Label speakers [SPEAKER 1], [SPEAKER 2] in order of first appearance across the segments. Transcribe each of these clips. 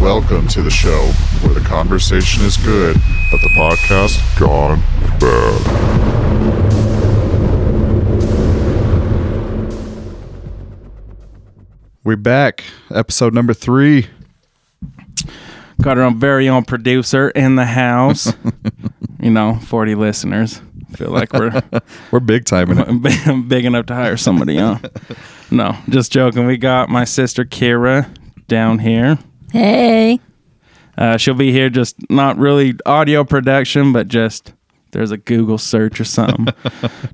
[SPEAKER 1] Welcome to the show where the conversation is good, but the podcast gone bad.
[SPEAKER 2] We're back, episode number three.
[SPEAKER 3] Got our own very own producer in the house. you know, 40 listeners. Feel like we're
[SPEAKER 2] We're big time in it.
[SPEAKER 3] big enough to hire somebody, huh? No, just joking. We got my sister Kira down here.
[SPEAKER 4] Hey.
[SPEAKER 3] Uh, she'll be here, just not really audio production, but just there's a Google search or something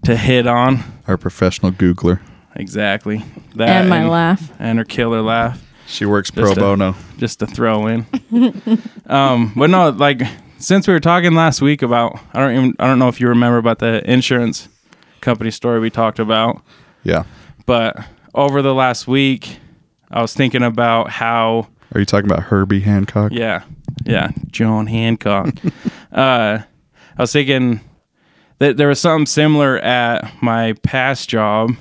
[SPEAKER 3] to hit on.
[SPEAKER 2] Our professional Googler.
[SPEAKER 3] Exactly. That
[SPEAKER 4] And my laugh.
[SPEAKER 3] Uh, And her killer laugh.
[SPEAKER 2] She works pro
[SPEAKER 3] Just a-
[SPEAKER 2] bono.
[SPEAKER 3] just to throw in. um, but no, like since we were talking last week about, I don't even, I don't know if you remember about the insurance company story we talked about,
[SPEAKER 2] Yeah.
[SPEAKER 3] but over the last week, I was thinking about how,
[SPEAKER 2] Are you talking about Herbie Hancock?
[SPEAKER 3] yeah, yeah, John Hancock. uh, I was thinking that there was something similar at my past job,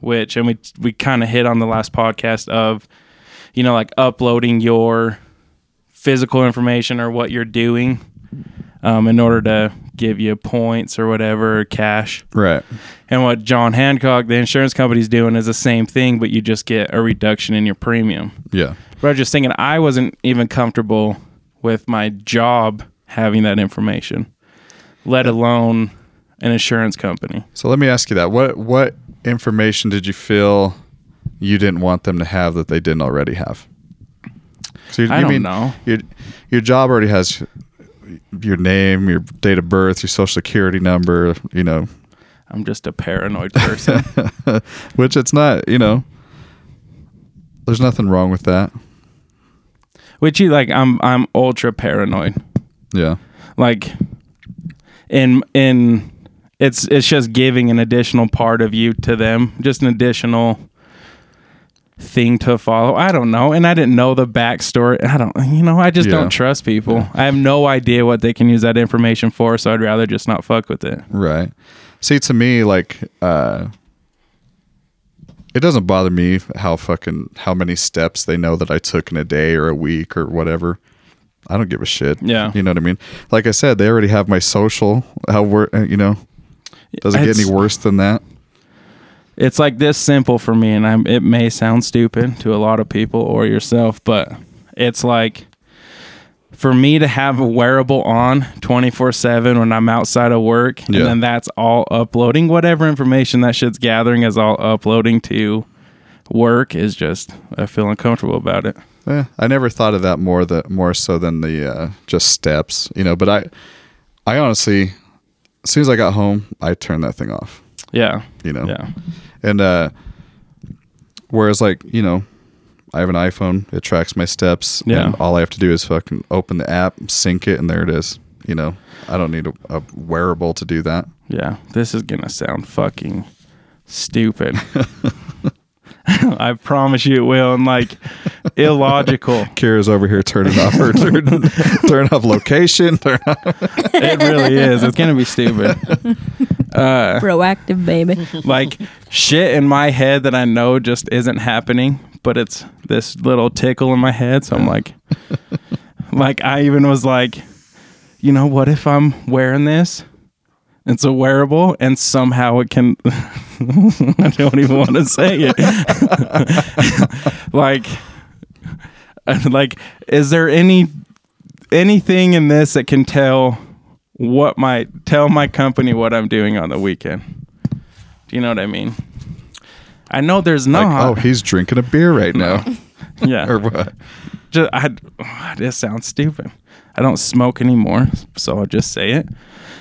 [SPEAKER 3] which, and we we kind of hit on the last podcast of, you know, like uploading your physical information or what you're doing, um, in order to give you points or whatever or cash.
[SPEAKER 2] Right.
[SPEAKER 3] And what John Hancock, the insurance company's doing, is the same thing, but you just get a reduction in your premium.
[SPEAKER 2] Yeah.
[SPEAKER 3] But I was just thinking, I wasn't even comfortable with my job having that information, let alone an insurance company.
[SPEAKER 2] So let me ask you that. What what information did you feel you didn't want them to have that they didn't already have? So you,
[SPEAKER 3] I don't know.
[SPEAKER 2] Your, your job already has your name, your date of birth, your social security number, you know,
[SPEAKER 3] I'm just a paranoid person.
[SPEAKER 2] which it's not, you know, there's nothing wrong with that.
[SPEAKER 3] Which you like, I'm I'm ultra paranoid.
[SPEAKER 2] Yeah.
[SPEAKER 3] Like, in in it's it's just giving an additional part of you to them, just an additional thing to follow. I don't know, and I didn't know the backstory. I don't, you know, I just
[SPEAKER 2] Yeah.
[SPEAKER 3] don't trust people. I have no idea what they can use that information for, so I'd rather just not fuck with it.
[SPEAKER 2] Right. See, to me, like, uh, it doesn't bother me how fucking how many steps they know that I took in a day or a week or whatever. I don't give a shit.
[SPEAKER 3] Yeah.
[SPEAKER 2] you know what I mean. Like I said, they already have my social. How we you know, does it get
[SPEAKER 3] It's-
[SPEAKER 2] any worse than that?
[SPEAKER 3] It's like this simple for me, and I'm, it may sound stupid to a lot of people or yourself, but it's like for me to have a wearable on 24 7 when I'm outside of work,
[SPEAKER 2] Yeah.
[SPEAKER 3] and then that's all uploading. Whatever information that shit's gathering is all uploading to work is just, I feel uncomfortable about it.
[SPEAKER 2] Eh, I never thought of that more that more so than the uh, just steps, you know. But I, I honestly, as soon as I got home, I turned that thing off.
[SPEAKER 3] Yeah.
[SPEAKER 2] You know.
[SPEAKER 3] Yeah.
[SPEAKER 2] And uh whereas like, you know, I have an iPhone, it tracks my steps,
[SPEAKER 3] Yeah.
[SPEAKER 2] and all I have to do is fucking open the app, sync it, and there it is. You know, I don't need a, a wearable to do that.
[SPEAKER 3] Yeah, this is gonna sound fucking stupid. I promise you it will, and like illogical.
[SPEAKER 2] Kira's over here turning off her turn, turn off location. Turn off,
[SPEAKER 3] It really is. It's gonna be stupid. uh,
[SPEAKER 4] Proactive baby.
[SPEAKER 3] Like shit in my head that I know just isn't happening, but it's this little tickle in my head. So I'm like, like I even was like, you know, what if I'm wearing this? It's a wearable, and somehow it can. I don't even want to say it. like, like, is there any anything in this that can tell what my tell my company what I'm doing on the weekend? Do you know what I mean? I know there's
[SPEAKER 2] like,
[SPEAKER 3] not.
[SPEAKER 2] oh, he's drinking a beer right now.
[SPEAKER 3] yeah.
[SPEAKER 2] or what?
[SPEAKER 3] just I this sounds stupid. I don't smoke anymore, so I'll just say it.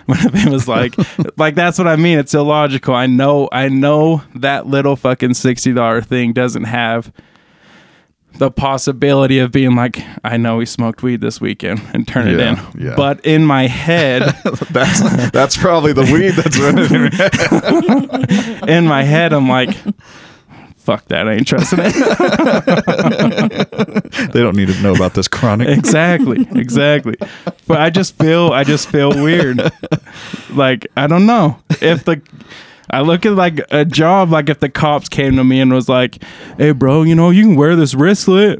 [SPEAKER 3] But if it was like like that's what I mean. It's illogical. I know I know that little fucking sixty dollar thing doesn't have the possibility of being like, I know he smoked weed this weekend and turn it
[SPEAKER 2] Yeah,
[SPEAKER 3] in.
[SPEAKER 2] yeah.
[SPEAKER 3] But in my head
[SPEAKER 2] That's that's probably the weed that's running. in your-
[SPEAKER 3] in my head I'm like Fuck that! I ain't trusting it.
[SPEAKER 2] they don't need to know about this chronic.
[SPEAKER 3] exactly, exactly. But I just feel, I just feel weird. Like I don't know if the I look at like a job, like if the cops came to me and was like, "Hey, bro, you know you can wear this wristlet.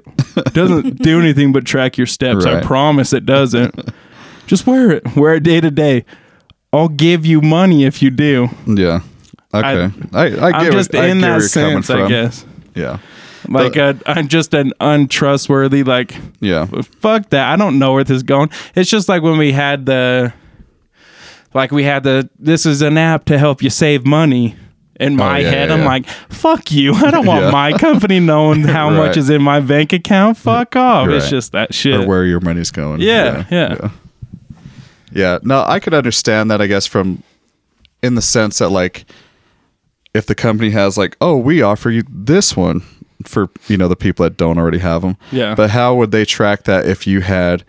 [SPEAKER 3] Doesn't do anything but track your steps.
[SPEAKER 2] Right.
[SPEAKER 3] I promise it doesn't. Just wear it. Wear it day to day. I'll give you money if you do.
[SPEAKER 2] Yeah. Okay. I I, get
[SPEAKER 3] I'm
[SPEAKER 2] what-
[SPEAKER 3] just
[SPEAKER 2] I
[SPEAKER 3] in
[SPEAKER 2] get where
[SPEAKER 3] that
[SPEAKER 2] you're coming
[SPEAKER 3] sense, I
[SPEAKER 2] from.
[SPEAKER 3] guess.
[SPEAKER 2] Yeah.
[SPEAKER 3] Like i I'm just an untrustworthy. Like
[SPEAKER 2] Yeah.
[SPEAKER 3] fuck that. I don't know where this is going. It's just like when we had the, like we had the. This is an app to help you save money. In my
[SPEAKER 2] Oh, yeah,
[SPEAKER 3] head,
[SPEAKER 2] yeah,
[SPEAKER 3] I'm
[SPEAKER 2] yeah.
[SPEAKER 3] like, fuck you. I don't want
[SPEAKER 2] Yeah.
[SPEAKER 3] my company knowing how
[SPEAKER 2] Right.
[SPEAKER 3] much is in my bank account. Fuck off.
[SPEAKER 2] You're
[SPEAKER 3] It's
[SPEAKER 2] right.
[SPEAKER 3] just that
[SPEAKER 2] Or
[SPEAKER 3] shit.
[SPEAKER 2] where your money's going.
[SPEAKER 3] Yeah, yeah.
[SPEAKER 2] Yeah. Yeah, No, I could understand that I guess from in the sense that like if the company has like, oh, we offer you this one for, you know, the people that don't already have them.
[SPEAKER 3] Yeah.
[SPEAKER 2] But how would they track that if you had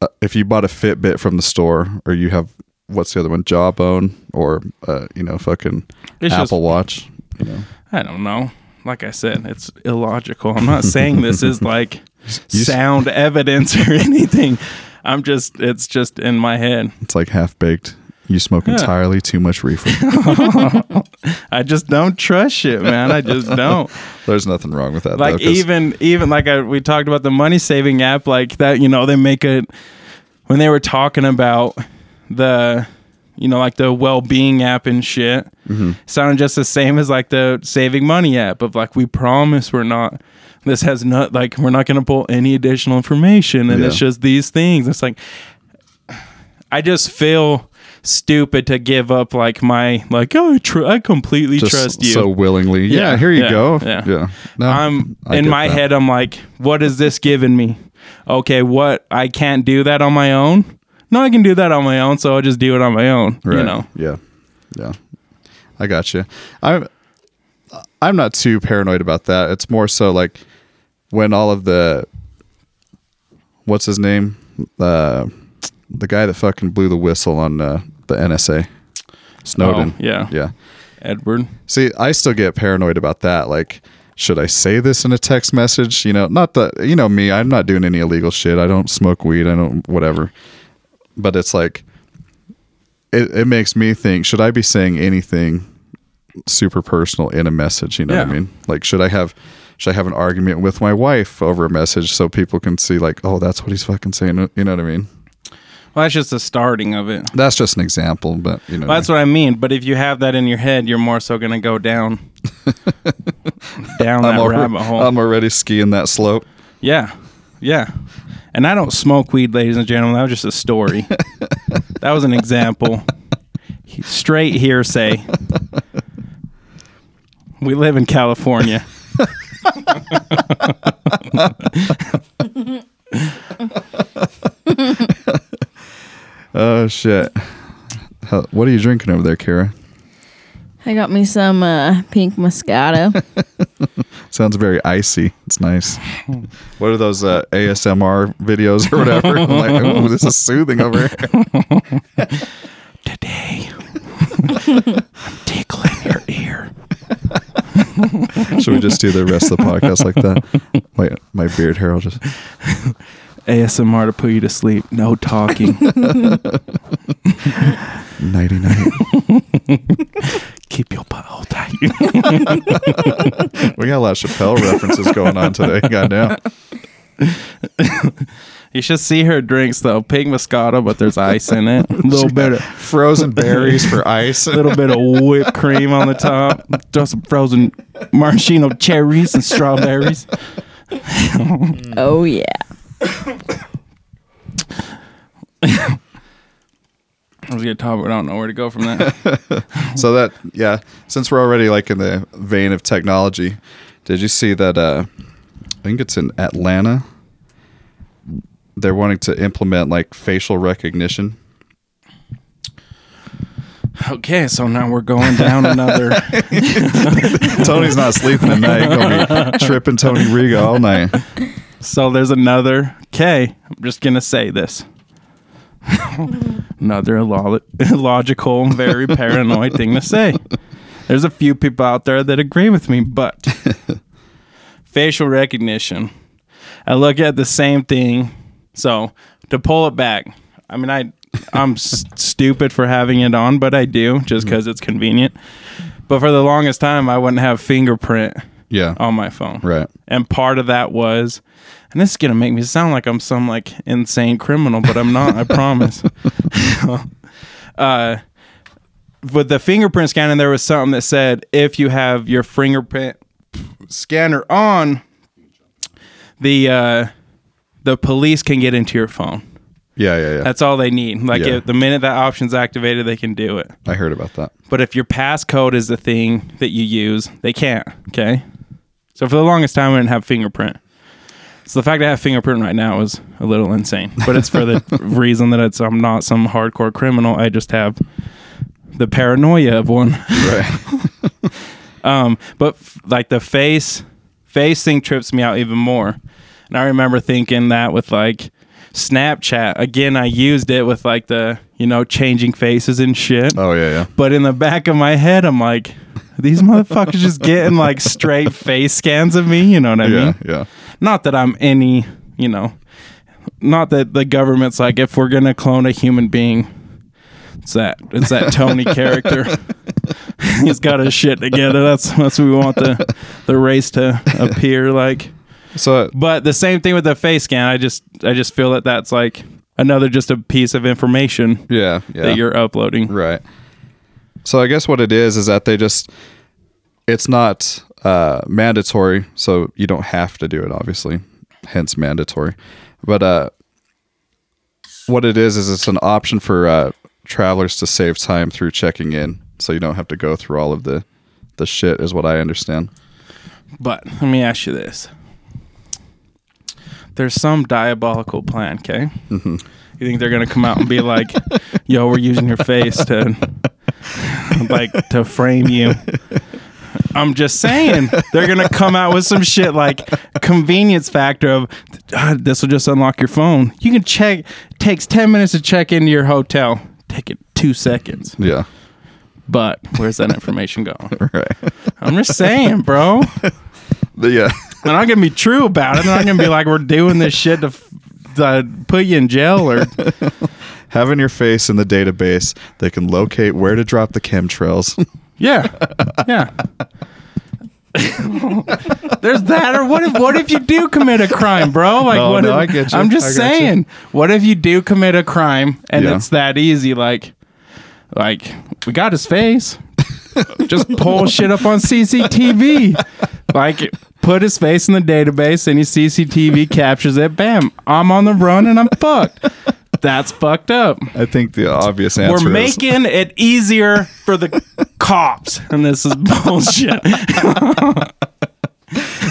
[SPEAKER 2] uh, if you bought a Fitbit from the store or you have what's the other one? Jawbone or uh, you know, fucking
[SPEAKER 3] It's just-
[SPEAKER 2] Apple Watch, you know.
[SPEAKER 3] I don't know. Like I said, it's illogical. I'm not saying this is like
[SPEAKER 2] you s-
[SPEAKER 3] sound evidence or anything. I'm just, it's just in my head.
[SPEAKER 2] It's like half baked. You smoke
[SPEAKER 3] Yeah.
[SPEAKER 2] entirely too much reefer.
[SPEAKER 3] I just don't trust shit, man. I just don't.
[SPEAKER 2] There's nothing wrong with that.
[SPEAKER 3] like
[SPEAKER 2] though, 'cause-
[SPEAKER 3] even even like I, we talked about the money saving app like that you know they make it when they were talking about the you know like the well-being app and shit
[SPEAKER 2] Mm-hmm.
[SPEAKER 3] sounded just the same as like the saving money app of like we promise we're not this has not like we're not going to pull any additional information and it's
[SPEAKER 2] Yeah.
[SPEAKER 3] just these things it's like i just feel stupid to give up like my like oh i, tr- I completely
[SPEAKER 2] just
[SPEAKER 3] trust you
[SPEAKER 2] so willingly. Yeah,
[SPEAKER 3] Yeah,
[SPEAKER 2] here you
[SPEAKER 3] yeah,
[SPEAKER 2] go.
[SPEAKER 3] yeah.
[SPEAKER 2] No,
[SPEAKER 3] I'm
[SPEAKER 2] I
[SPEAKER 3] in
[SPEAKER 2] get
[SPEAKER 3] my
[SPEAKER 2] that.
[SPEAKER 3] head. I'm like, what is this giving me? Okay, what I can't do that on my own. No, I can do that on my own. So I'll just do it on my own. You
[SPEAKER 2] Right.
[SPEAKER 3] know,
[SPEAKER 2] Yeah, yeah. I got you. I'm I'm not too paranoid about that. It's more so like when all of the what's his name, uh, the guy that fucking blew the whistle on uh, the NSA, Snowden.
[SPEAKER 3] Oh, yeah.
[SPEAKER 2] yeah.
[SPEAKER 3] Edward.
[SPEAKER 2] See, I still get paranoid about that. Like, should I say this in a text message? You know, not that, you know, me, I'm not doing any illegal shit. I don't smoke weed. I don't, whatever. But it's like, it, it makes me think, should I be saying anything super personal in a message? You know what I
[SPEAKER 3] Yeah.
[SPEAKER 2] mean? Like, should I have, should I have an argument with my wife over a message so people can see, like, oh, that's what he's fucking saying? You know what I mean?
[SPEAKER 3] Well, that's just the starting of it.
[SPEAKER 2] That's just an example, but, you know.
[SPEAKER 3] Well, that's what I mean. But if you have that in your head, you're more so gonna go down, down that
[SPEAKER 2] I'm, alre-
[SPEAKER 3] rabbit hole.
[SPEAKER 2] I'm already skiing that slope.
[SPEAKER 3] yeah, yeah. And I don't smoke weed, ladies and gentlemen. That was just a story. that was an example. Straight hearsay. We live in California.
[SPEAKER 2] Oh shit! How, what are you drinking over there, Kara?
[SPEAKER 4] I got me some uh, pink Moscato.
[SPEAKER 2] Sounds very icy. It's nice. What are those uh, ASMR videos or whatever? I'm like, ooh, this is soothing over here.
[SPEAKER 3] Today, I'm tickling your ear.
[SPEAKER 2] Should we just do the rest of the podcast like that? My my beard hair will just.
[SPEAKER 3] ASMR to put you to sleep. No talking.
[SPEAKER 2] Nighty night.
[SPEAKER 3] Keep your butthole tight.
[SPEAKER 2] We got a lot of Chappelle references going on today. Goddamn.
[SPEAKER 3] you should see her drinks though. Pink Moscato, but there's ice in it. A little bit of
[SPEAKER 2] Frozen berries for ice.
[SPEAKER 3] little bit of whipped cream on the top, throw some frozen maraschino cherries and strawberries.
[SPEAKER 4] oh yeah.
[SPEAKER 3] I was gonna talk, but I don't know where to go from that.
[SPEAKER 2] So that yeah, since we're already like in the vein of technology, did you see that uh I think it's in Atlanta they're wanting to implement like facial recognition.
[SPEAKER 3] okay, so now we're going down another.
[SPEAKER 2] Tony's not sleeping tonight. Gonna be tripping Tony Riga all night.
[SPEAKER 3] so there's another. Okay, I'm just gonna say this. another illo- illogical, very paranoid thing to say. There's a few people out there that agree with me, but facial recognition. I look at the same thing. So to pull it back, I mean, I I'm s- stupid for having it on, but I do just because it's convenient. But for the longest time, I wouldn't have fingerprint
[SPEAKER 2] Yeah.
[SPEAKER 3] on my phone.
[SPEAKER 2] Right.
[SPEAKER 3] And part of that was, and this is gonna make me sound like I'm some like insane criminal, but I'm not. I promise. uh, with the fingerprint scanner, there was something that said if you have your fingerprint scanner on, the uh, the police can get into your phone.
[SPEAKER 2] Yeah. Yeah. Yeah.
[SPEAKER 3] That's all they need. Like
[SPEAKER 2] Yeah.
[SPEAKER 3] if the minute that option's activated, they can do it.
[SPEAKER 2] I heard about that.
[SPEAKER 3] But if your passcode is the thing that you use, they can't. Okay. So for the longest time, I didn't have fingerprint. So the fact that I have fingerprint right now is a little insane. But it's for the reason that it's I'm not some hardcore criminal. I just have the paranoia of one.
[SPEAKER 2] Right.
[SPEAKER 3] Um, but f- like the face, face thing trips me out even more. And I remember thinking that with like Snapchat. Again, I used it with like the you know changing faces and shit.
[SPEAKER 2] oh yeah. Yeah.
[SPEAKER 3] But in the back of my head, I'm like, these motherfuckers just getting like straight face scans of me. You know what I
[SPEAKER 2] yeah.
[SPEAKER 3] mean?
[SPEAKER 2] Yeah.
[SPEAKER 3] Not that I'm any, you know, not that the government's like, if we're gonna clone a human being, it's that it's that Tony character. He's got his shit together. That's that's what we want the the race to appear like.
[SPEAKER 2] So
[SPEAKER 3] But the same thing with the face scan. I just I just feel that that's like another just a piece of information
[SPEAKER 2] yeah. Yeah.
[SPEAKER 3] that you're uploading.
[SPEAKER 2] Right. So I guess what it is is that they just it's not uh, mandatory, so you don't have to do it. Obviously, hence mandatory. But uh, what it is is it's an option for uh, travelers to save time through checking in, so you don't have to go through all of the the shit, is what I understand.
[SPEAKER 3] But let me ask you this. There's some diabolical plan, okay? You think they're gonna come out and be like, "Yo, we're using your face to, like, to frame you." I'm just saying they're gonna come out with some shit like convenience factor of "Ah, this will just unlock your phone. You can check. Takes ten minutes to check into your hotel. Take it two seconds.
[SPEAKER 2] Yeah.
[SPEAKER 3] But where's that information going?
[SPEAKER 2] Right.
[SPEAKER 3] I'm just saying, bro.
[SPEAKER 2] yeah.
[SPEAKER 3] They're not gonna be true about it. They're not gonna be like we're doing this shit to, f- to put you in jail or
[SPEAKER 2] Having your face in the database, they can locate where to drop the chemtrails.
[SPEAKER 3] yeah, yeah. There's that, or what if what if you do commit a crime, bro? Like,
[SPEAKER 2] No,
[SPEAKER 3] what
[SPEAKER 2] no,
[SPEAKER 3] if,
[SPEAKER 2] I get you.
[SPEAKER 3] I'm
[SPEAKER 2] I
[SPEAKER 3] just
[SPEAKER 2] get you.
[SPEAKER 3] saying, what if you do commit a crime and
[SPEAKER 2] Yeah.
[SPEAKER 3] it's that easy? Like, like we got his face. just pull shit up on CCTV. Like, put his face in the database, and his CCTV captures it. Bam! I'm on the run, and I'm fucked. That's fucked up.
[SPEAKER 2] I think the obvious answer
[SPEAKER 3] We're
[SPEAKER 2] is
[SPEAKER 3] making it easier for the cops, and this is bullshit.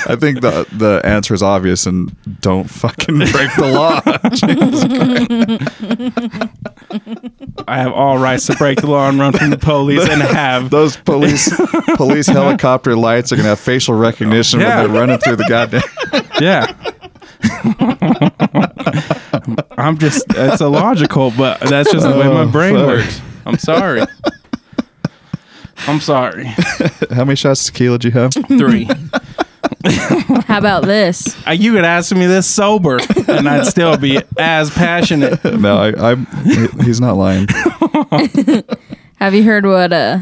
[SPEAKER 2] I think the the answer is obvious and don't fucking break the law.
[SPEAKER 3] I have all rights to break the law and run from the police, and have
[SPEAKER 2] Those police police helicopter lights are gonna have facial recognition
[SPEAKER 3] Yeah.
[SPEAKER 2] when they're running through the goddamn.
[SPEAKER 3] yeah. I'm just it's illogical, but that's just the way my
[SPEAKER 2] Oh,
[SPEAKER 3] brain
[SPEAKER 2] fuck.
[SPEAKER 3] works. I'm sorry. I'm sorry.
[SPEAKER 2] How many shots of tequila did you have?
[SPEAKER 3] Three.
[SPEAKER 4] How about this?
[SPEAKER 3] Uh, You could ask me this sober, and I'd still be as passionate.
[SPEAKER 2] No, I, I'm. he- He's not lying.
[SPEAKER 4] Have you heard what uh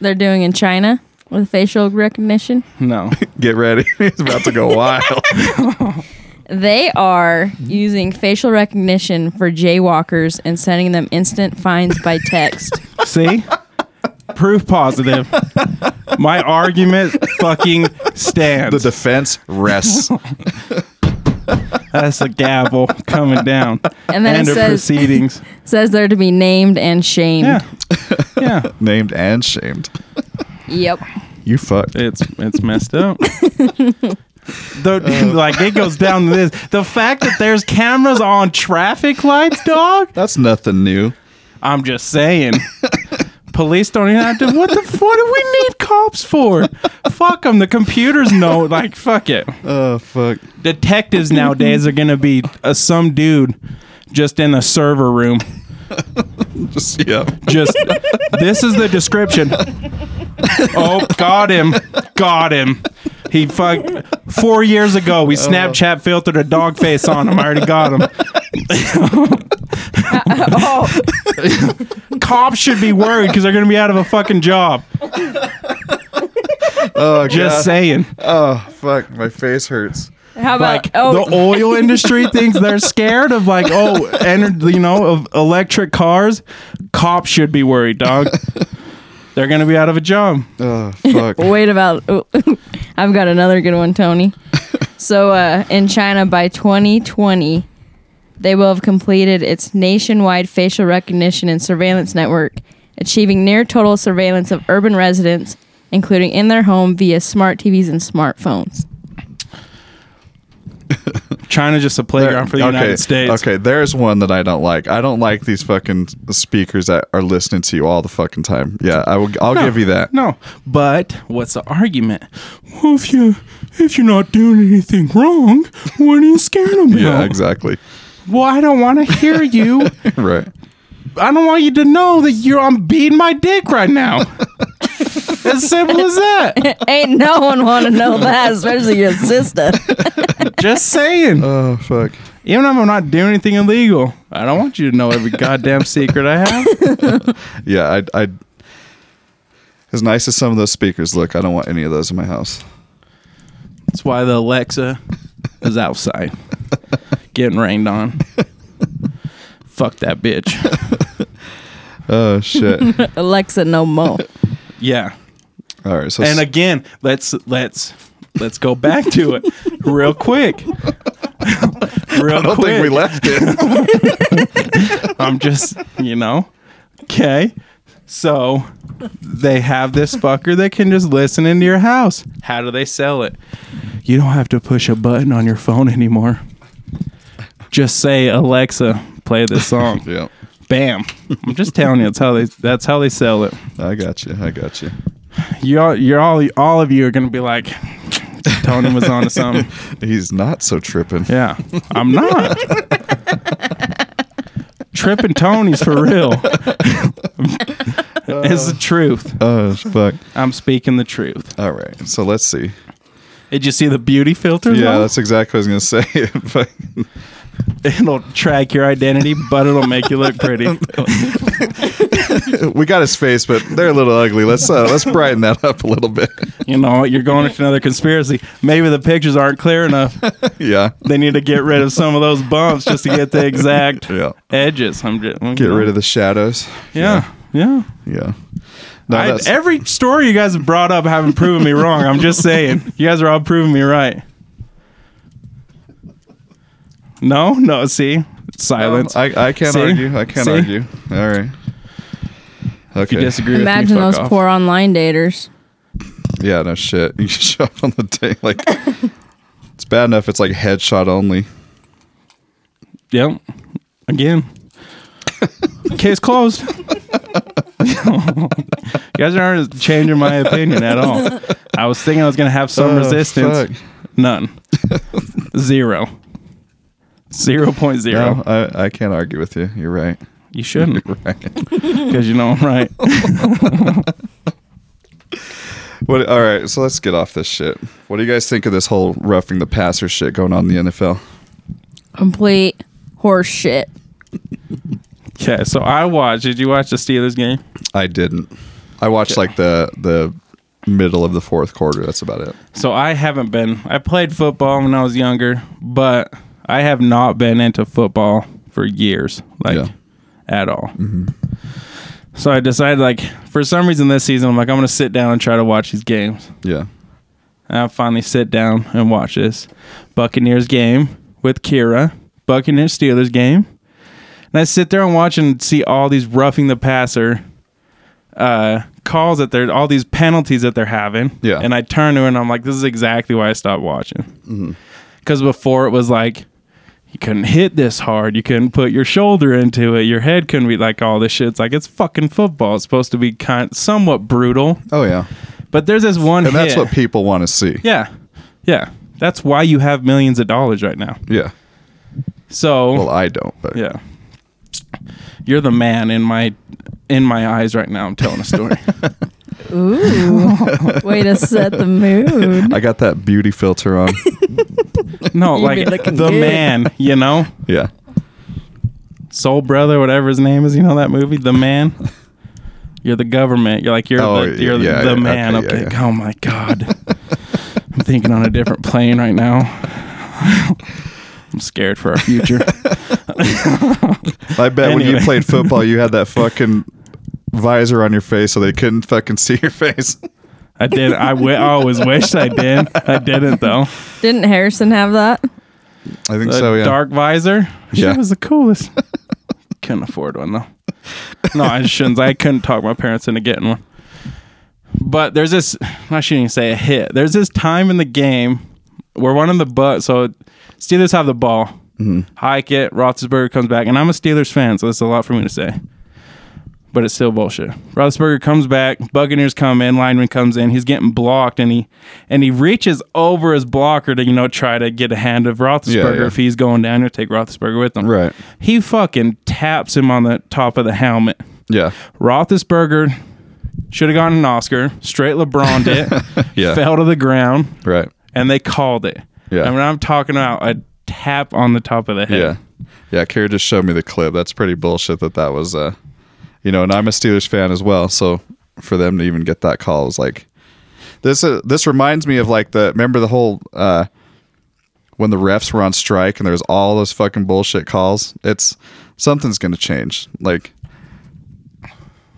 [SPEAKER 4] they're doing in China with facial recognition?
[SPEAKER 3] No.
[SPEAKER 2] Get ready. He's about to go wild.
[SPEAKER 4] They are using facial recognition for jaywalkers and sending them instant fines by text.
[SPEAKER 3] See? Proof positive. My argument fucking
[SPEAKER 2] The
[SPEAKER 3] stands.
[SPEAKER 2] defense rests.
[SPEAKER 3] That's a gavel coming down.
[SPEAKER 4] And then
[SPEAKER 3] End
[SPEAKER 4] it
[SPEAKER 3] of
[SPEAKER 4] says
[SPEAKER 3] proceedings.
[SPEAKER 4] says they're to be named and shamed.
[SPEAKER 3] Yeah. Yeah.
[SPEAKER 2] Named and shamed.
[SPEAKER 4] Yep.
[SPEAKER 2] You fucked.
[SPEAKER 3] It's it's messed up. The, like it goes down to this. The fact that there's cameras on traffic lights, dog.
[SPEAKER 2] That's nothing new.
[SPEAKER 3] I'm just saying. Police don't even have to. What the? f- What do we need cops for? Fuck them. The computers know. Like fuck it.
[SPEAKER 2] Oh fuck.
[SPEAKER 3] detectives nowadays are gonna be uh, some dude just in a server room.
[SPEAKER 2] Just yeah.
[SPEAKER 3] Just this is the description. Oh, got him, got him. He fucked four years ago. We Snapchat filtered a dog face on him. I already got him.
[SPEAKER 4] oh,
[SPEAKER 3] Cops should be worried because they're going to be out of a fucking job.
[SPEAKER 2] Oh,
[SPEAKER 3] Just saying.
[SPEAKER 2] Oh, fuck. My face hurts.
[SPEAKER 4] how about
[SPEAKER 3] Like
[SPEAKER 4] oh
[SPEAKER 3] the oil industry thinks they're scared of like oh, ener- you know, of electric cars. Cops should be worried, dog. they're going to be out of a job.
[SPEAKER 2] Oh, fuck.
[SPEAKER 4] Wait about. I've got another good one, Tony. so uh, in China, by 2020, they will have completed its nationwide facial recognition and surveillance network, achieving near total surveillance of urban residents, including in their home via smart TVs and smartphones.
[SPEAKER 3] China's just a playground for the United States.
[SPEAKER 2] Okay, there's one that I don't like. I don't like these fucking speakers that are listening to you all the fucking time. Yeah, I will. I'll give you that.
[SPEAKER 3] No, but what's the argument? Well, if you if you're not doing anything wrong, what are you scared about?
[SPEAKER 2] Yeah, exactly.
[SPEAKER 3] Well, I don't want to hear you.
[SPEAKER 2] Right.
[SPEAKER 3] I don't want you to know that you're I'm beating my dick right now. as simple as that.
[SPEAKER 4] Ain't no one want to know that, especially your sister.
[SPEAKER 3] Just saying.
[SPEAKER 2] Oh fuck.
[SPEAKER 3] Even if I'm not doing anything illegal, I don't want you to know every goddamn secret I have.
[SPEAKER 2] Yeah, I. I as nice as some of those speakers look, I don't want any of those in my house.
[SPEAKER 3] That's why the Alexa is outside, getting rained on. Fuck that bitch.
[SPEAKER 2] Oh shit.
[SPEAKER 4] Alexa, no more.
[SPEAKER 3] Yeah.
[SPEAKER 2] all right. So
[SPEAKER 3] and
[SPEAKER 2] s-
[SPEAKER 3] again let's let's let's go back to it real quick real
[SPEAKER 2] I don't
[SPEAKER 3] quick
[SPEAKER 2] think we left it.
[SPEAKER 3] i'm just you know okay so they have this fucker that can just listen into your house how do they sell it you don't have to push a button on your phone anymore just say alexa play this song
[SPEAKER 2] yeah.
[SPEAKER 3] bam i'm just telling you that's how they that's how they sell it
[SPEAKER 2] I got you. I got you.
[SPEAKER 3] you all you're all all of you are gonna be like tony was on to something
[SPEAKER 2] He's not so tripping.
[SPEAKER 3] Um, Yeah, I'm not. Tripping Tony's for real. it's the truth.
[SPEAKER 2] Oh fuck.
[SPEAKER 3] I'm speaking the truth.
[SPEAKER 2] All right. So let's see.
[SPEAKER 3] Did you see the beauty filter?
[SPEAKER 2] Yeah,
[SPEAKER 3] though?
[SPEAKER 2] that's exactly what I was gonna say. Fuck.
[SPEAKER 3] it'll track your identity, but it'll make you look pretty.
[SPEAKER 2] we got his face, but they're a little ugly. Let's uh, let's brighten that up a little bit.
[SPEAKER 3] You know, you're going into another conspiracy. Maybe the pictures aren't clear enough.
[SPEAKER 2] yeah,
[SPEAKER 3] They need to get rid of some of those bumps just to get the exact
[SPEAKER 2] yeah.
[SPEAKER 3] edges. I'm just
[SPEAKER 2] Get rid of the shadows.
[SPEAKER 3] yeah, yeah.
[SPEAKER 2] yeah. No,
[SPEAKER 3] I,
[SPEAKER 2] that's-
[SPEAKER 3] every story you guys have brought up haven't proven me wrong. I'm just saying. You guys are all proving me right. No, no, see? Silence.
[SPEAKER 2] I, I can't
[SPEAKER 3] See?
[SPEAKER 2] argue. I can't
[SPEAKER 3] See?
[SPEAKER 2] argue. All right.
[SPEAKER 3] if you
[SPEAKER 2] Okay.
[SPEAKER 3] disagree with
[SPEAKER 4] Imagine
[SPEAKER 3] me, fuck
[SPEAKER 4] those
[SPEAKER 3] off.
[SPEAKER 4] poor online daters.
[SPEAKER 2] yeah. No shit. You just show up on the day like. It's bad enough. It's like headshot only.
[SPEAKER 3] Yep. Again. Case closed. you guys aren't changing my opinion at all. I was thinking I was going to have some
[SPEAKER 2] Oh,
[SPEAKER 3] resistance.
[SPEAKER 2] fuck.
[SPEAKER 3] None. Zero. Zero point zero.
[SPEAKER 2] No, I, I can't argue with you. You're right.
[SPEAKER 3] You shouldn't,
[SPEAKER 2] Right.
[SPEAKER 3] because you know I'm right.
[SPEAKER 2] What? All right. So let's get off this shit. What do you guys think of this whole roughing the passer shit going on in the NFL?
[SPEAKER 4] Complete horse shit.
[SPEAKER 3] Okay, so I watched. Did you watch the Steelers game?
[SPEAKER 2] I didn't. I watched like the the middle of the fourth quarter. That's about it.
[SPEAKER 3] So I haven't been. I played football when I was younger, but I have not been into football for years, like
[SPEAKER 2] Yeah.
[SPEAKER 3] at all. So I decided, like, for some reason this season, I'm like, I'm gonna sit down and try to watch these games.
[SPEAKER 2] Yeah.
[SPEAKER 3] And I finally sit down and watch this Buccaneers game with Kira, Buccaneers Steelers game. And I sit there and watch and see all these roughing the passer uh, calls that they're, all these penalties that they're having.
[SPEAKER 2] Yeah.
[SPEAKER 3] And I turn to her and I'm like, this is exactly why I stopped watching.
[SPEAKER 2] Mm-hmm.
[SPEAKER 3] Because before it was like, you couldn't hit this hard. You couldn't put your shoulder into it. Your head couldn't be like all this shit. It's like, it's fucking football. It's supposed to be kind somewhat brutal.
[SPEAKER 2] Oh yeah.
[SPEAKER 3] But there's this one
[SPEAKER 2] And that's
[SPEAKER 3] hit-
[SPEAKER 2] what people want to see.
[SPEAKER 3] yeah. Yeah. That's why you have millions of dollars right now.
[SPEAKER 2] Yeah.
[SPEAKER 3] So
[SPEAKER 2] Well, I don't, but
[SPEAKER 3] yeah. You're the man in my in my eyes right now. I'm telling a story.
[SPEAKER 4] Ooh, way to set the mood.
[SPEAKER 2] I got that beauty filter on.
[SPEAKER 3] no,
[SPEAKER 4] You be
[SPEAKER 3] like the
[SPEAKER 4] looking good.
[SPEAKER 3] man, you know?
[SPEAKER 2] yeah.
[SPEAKER 3] Soul Brother, whatever his name is. You know that movie, The Man. You're the government. You're like you're
[SPEAKER 2] Oh,
[SPEAKER 3] the you're
[SPEAKER 2] yeah,
[SPEAKER 3] the,
[SPEAKER 2] yeah,
[SPEAKER 3] the man
[SPEAKER 2] okay,
[SPEAKER 3] up
[SPEAKER 2] yeah,
[SPEAKER 3] there.
[SPEAKER 2] yeah.
[SPEAKER 3] Oh my god, I'm thinking on a different plane right now. I'm scared for our future.
[SPEAKER 2] I bet when you
[SPEAKER 3] Anyway.
[SPEAKER 2] played football, you had that fucking visor on your face so they couldn't fucking see your face.
[SPEAKER 3] I did. I wi- I always wished I did. I didn't though.
[SPEAKER 4] Didn't Harrison have that?
[SPEAKER 2] I think
[SPEAKER 3] The
[SPEAKER 2] so. Yeah.
[SPEAKER 3] dark visor. Yeah.
[SPEAKER 2] Yeah.
[SPEAKER 3] She was the coolest. couldn't afford one though. No, I shouldn't. I couldn't talk my parents into getting one. But there's this. I shouldn't even say a hit. There's this time in the game where one of the but so Steelers have the ball,
[SPEAKER 2] Mm-hmm.
[SPEAKER 3] hike it. Roethlisberger comes back, and I'm a Steelers fan, so that's a lot for me to say. But it's still bullshit. Roethlisberger comes back. Buccaneers come in. Lineman comes in. He's getting blocked, and he and he reaches over his blocker to you know try to get a hand of Roethlisberger
[SPEAKER 2] yeah.
[SPEAKER 3] if he's going down. He'll take Roethlisberger with him.
[SPEAKER 2] Right.
[SPEAKER 3] He fucking taps him on the top of the helmet.
[SPEAKER 2] Yeah.
[SPEAKER 3] Roethlisberger should have gotten an Oscar. Straight LeBron it.
[SPEAKER 2] Yeah.
[SPEAKER 3] Fell to the ground,
[SPEAKER 2] Right.
[SPEAKER 3] and they called it.
[SPEAKER 2] Yeah.
[SPEAKER 3] And when I'm talking about a tap on the top of the head.
[SPEAKER 2] Yeah. Yeah. Kara just showed me the clip. That's pretty bullshit that that was, uh, you know, and I'm a Steelers fan as well. So for them to even get that call was like, this, uh, this reminds me of like the, remember the whole, uh, when the refs were on strike and there's all those fucking bullshit calls, it's something's going to change. Like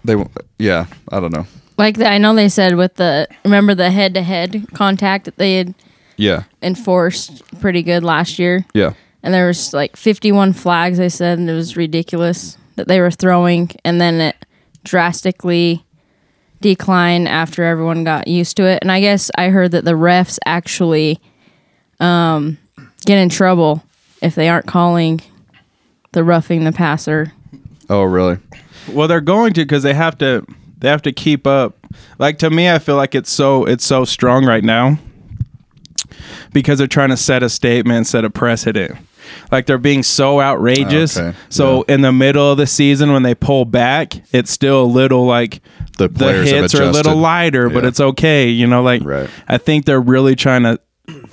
[SPEAKER 2] they, won't- yeah, I don't know.
[SPEAKER 4] Like the, I know they said with the remember the head to head contact that they had
[SPEAKER 2] Yeah.
[SPEAKER 4] enforced pretty good last year,
[SPEAKER 2] Yeah.
[SPEAKER 4] and there was like 51 flags. They said and it was ridiculous that they were throwing, and then it drastically declined after everyone got used to it. And I guess I heard that the refs actually um, get in trouble if they aren't calling the roughing the passer.
[SPEAKER 2] Oh, really?
[SPEAKER 3] Well, they're going to because they have to. They have to keep up. Like to me, I feel like it's so it's so strong right now because they're trying to set a statement, set a precedent. Like they're being so outrageous.
[SPEAKER 2] Okay,
[SPEAKER 3] So in the middle of the season, when they pull back, it's still a little like
[SPEAKER 2] The players have
[SPEAKER 3] hits are a little
[SPEAKER 2] adjusted.
[SPEAKER 3] lighter, but
[SPEAKER 2] Yeah.
[SPEAKER 3] it's okay. You know, like
[SPEAKER 2] Right.
[SPEAKER 3] I think they're really trying to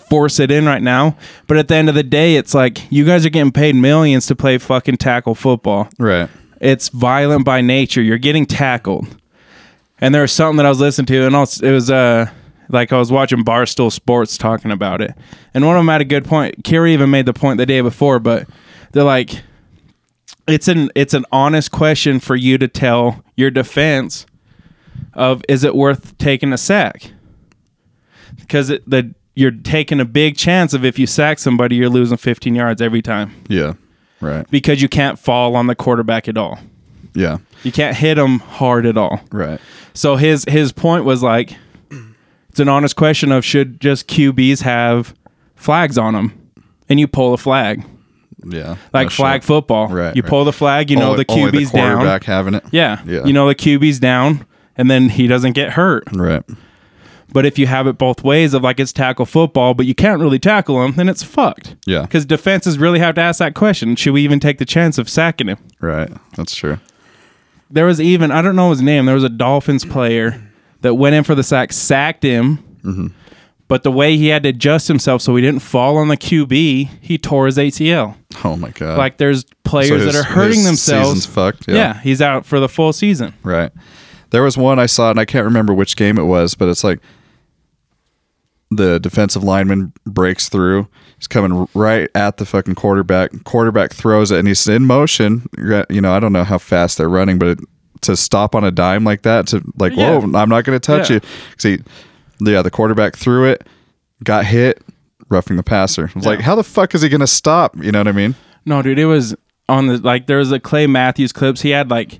[SPEAKER 3] force it in right now. But at the end of the day, it's like you guys are getting paid millions to play fucking tackle football
[SPEAKER 2] Right.
[SPEAKER 3] it's violent by nature. You're getting tackled. And there was something that I was listening to, and also, it was uh like I was watching Barstool Sports talking about it, and one of them had a good point. Kerry even made the point the day before, but they're like, it's an it's an honest question for you to tell your defense of is it worth taking a sack because it, the you're taking a big chance of if you sack somebody you're losing 15 yards every time
[SPEAKER 2] Yeah. Right.
[SPEAKER 3] because you can't fall on the quarterback at all.
[SPEAKER 2] Yeah.
[SPEAKER 3] You can't hit him hard at all.
[SPEAKER 2] Right.
[SPEAKER 3] So his his point was like, it's an honest question of should just QBs have flags on them, and you pull a flag
[SPEAKER 2] Yeah.
[SPEAKER 3] like
[SPEAKER 2] No
[SPEAKER 3] flag
[SPEAKER 2] shit.
[SPEAKER 3] football.
[SPEAKER 2] Right,
[SPEAKER 3] You
[SPEAKER 2] right.
[SPEAKER 3] pull the flag. You know
[SPEAKER 2] Only-
[SPEAKER 3] the
[SPEAKER 2] only
[SPEAKER 3] QB's down.
[SPEAKER 2] quarterback having it.
[SPEAKER 3] Yeah.
[SPEAKER 2] Yeah.
[SPEAKER 3] You know the QB's down, and then he doesn't get hurt.
[SPEAKER 2] Right.
[SPEAKER 3] But if you have it both ways of like it's tackle football, but you can't really tackle him, then it's fucked.
[SPEAKER 2] Yeah.
[SPEAKER 3] Because defenses really have to ask that question: Should we even take the chance of sacking him?
[SPEAKER 2] Right. That's true.
[SPEAKER 3] There was even I don't know his name. There was a Dolphins player that went in for the sack, sacked him,
[SPEAKER 2] Mm-hmm.
[SPEAKER 3] but the way he had to adjust himself so he didn't fall on the QB, he tore his ACL.
[SPEAKER 2] Oh my god.
[SPEAKER 3] like there's players
[SPEAKER 2] his-
[SPEAKER 3] that are hurting
[SPEAKER 2] his
[SPEAKER 3] themselves.
[SPEAKER 2] Season's fucked.
[SPEAKER 3] yeah.
[SPEAKER 2] Yeah.
[SPEAKER 3] he's out for the full season.
[SPEAKER 2] Right. There was one I saw, and I can't remember which game it was, but it's like the defensive lineman breaks through. He's coming right at the fucking quarterback. Quarterback throws it, and he's in motion. You know, I don't know how fast they're running, but it, to stop on a dime like that, to like,
[SPEAKER 3] Yeah.
[SPEAKER 2] whoa, I'm not going to touch
[SPEAKER 3] Yeah.
[SPEAKER 2] you. See, yeah, the quarterback threw it, got hit, roughing the passer. It's like, how the fuck is he going to stop? You know what I mean?
[SPEAKER 3] No, dude, it was on the like there was a Clay Matthews clips. He had like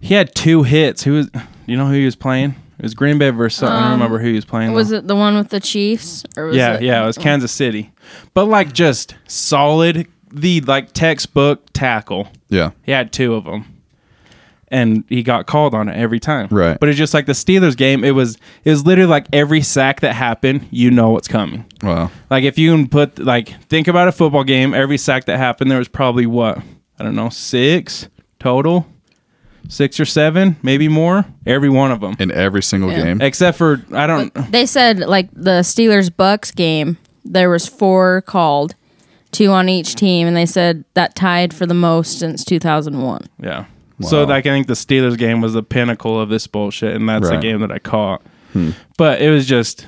[SPEAKER 3] he had two hits. Who was you know who he was playing? It was Green Bay versus something. I don't remember who he was playing.
[SPEAKER 4] Was
[SPEAKER 3] though.
[SPEAKER 4] Um, it the one with the Chiefs? Or was
[SPEAKER 3] yeah,
[SPEAKER 4] it,
[SPEAKER 3] yeah, it was Kansas City. But like just solid the like textbook tackle.
[SPEAKER 2] Yeah.
[SPEAKER 3] He had two of them. And he got called on it every time.
[SPEAKER 2] Right.
[SPEAKER 3] But it's just like the Steelers game, it was it was literally like every sack that happened, you know what's coming.
[SPEAKER 2] Wow.
[SPEAKER 3] Like if you can put like think about a football game, every sack that happened, there was probably what I don't know six total, six or seven, maybe more. Every one of them,
[SPEAKER 2] In every single game.
[SPEAKER 3] except for I don't.
[SPEAKER 4] They said like the Steelers Bucks game, there was four called, two on each team, and they said that tied for the most since 2001.
[SPEAKER 3] Yeah. So
[SPEAKER 2] Wow.
[SPEAKER 3] like I think the Steelers game was the pinnacle of this bullshit, and that's
[SPEAKER 2] Right.
[SPEAKER 3] the
[SPEAKER 2] Hmm.
[SPEAKER 3] game that I caught. But it was just,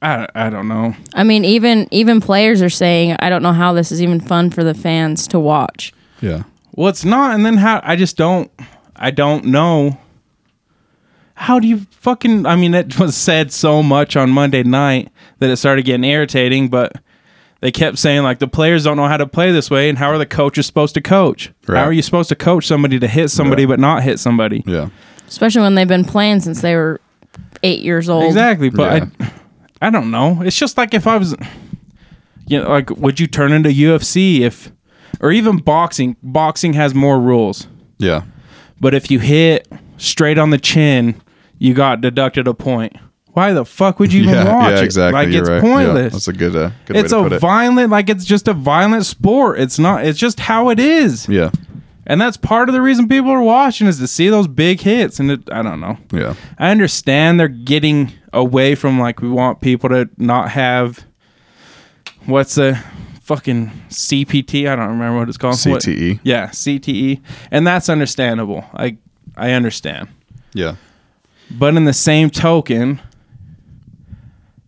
[SPEAKER 3] I I don't know.
[SPEAKER 4] I mean, even even players are saying, I don't know how this is even fun for the fans to watch.
[SPEAKER 2] Yeah.
[SPEAKER 3] Well, it's not, and then how I just don't, I don't know. How do you fucking? I mean, it was said so much on Monday night that it started getting irritating, but. They kept saying like the players don't know how to play this way, and how are the coaches supposed to coach?
[SPEAKER 2] Right.
[SPEAKER 3] How are you supposed to coach somebody to hit somebody
[SPEAKER 2] Right.
[SPEAKER 3] but not hit somebody?
[SPEAKER 2] Yeah.
[SPEAKER 4] especially when they've been playing since they were eight years old.
[SPEAKER 3] Exactly, but
[SPEAKER 2] Yeah.
[SPEAKER 3] I, I don't know. It's just like if I was, you know, like would you turn into UFC if, or even boxing? Boxing has more rules,
[SPEAKER 2] Yeah.
[SPEAKER 3] but if you hit straight on the chin, you got deducted a point. Why the fuck would you even
[SPEAKER 2] yeah.
[SPEAKER 3] watch
[SPEAKER 2] yeah.
[SPEAKER 3] it?
[SPEAKER 2] Exactly.
[SPEAKER 3] Like
[SPEAKER 2] You're
[SPEAKER 3] it's
[SPEAKER 2] right. Yeah,
[SPEAKER 3] pointless.
[SPEAKER 2] that's a good. Uh, good
[SPEAKER 3] it's
[SPEAKER 2] way to
[SPEAKER 3] a
[SPEAKER 2] put
[SPEAKER 3] violent, like it's just a violent sport. It's not. It's just how it is,
[SPEAKER 2] it. Yeah.
[SPEAKER 3] and that's part of the reason people are watching is to see those big hits. And it, I don't know.
[SPEAKER 2] Yeah.
[SPEAKER 3] I understand they're getting away from like we want people to not have what's a fucking CPT. I don't remember what it's called. What-
[SPEAKER 2] CTE.
[SPEAKER 3] yeah, CTE, and that's understandable. I I understand,
[SPEAKER 2] Yeah.
[SPEAKER 3] but in the same token,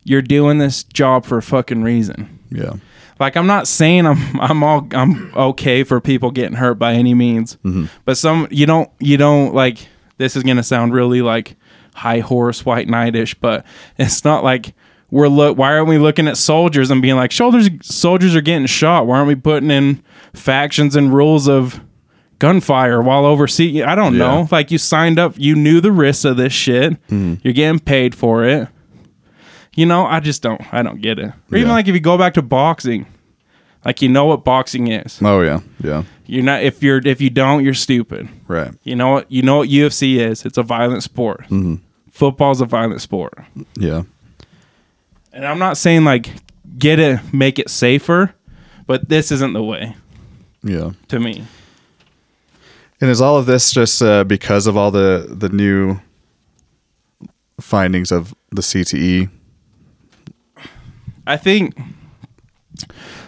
[SPEAKER 3] you're doing this job for a fucking reason.
[SPEAKER 2] Yeah.
[SPEAKER 3] Like I'm not saying I'm I'm all I'm okay for people getting hurt by any means, but some you don't you don't like this is gonna sound really like high horse white knightish, but it's not like we're look why aren't we looking at soldiers and being like soldiers soldiers are getting shot why aren't we putting in factions and rules of gunfire while overseas I don't
[SPEAKER 2] Yeah.
[SPEAKER 3] know like you signed up you knew the risks of this shit you're getting paid for it you know i just don't i don't get it or even
[SPEAKER 2] Yeah.
[SPEAKER 3] like if you go back to boxing like you know what boxing is
[SPEAKER 2] Oh yeah. Yeah.
[SPEAKER 3] you're not if you're if you don't you're stupid
[SPEAKER 2] Right.
[SPEAKER 3] you know what you know what ufc is it's a violent sport football's a violent sport
[SPEAKER 2] Yeah.
[SPEAKER 3] and i'm not saying like get it make it safer but this isn't the way
[SPEAKER 2] Yeah.
[SPEAKER 3] to me
[SPEAKER 2] And is all of this just uh, because of all the the new findings of the E? CTE?
[SPEAKER 3] I think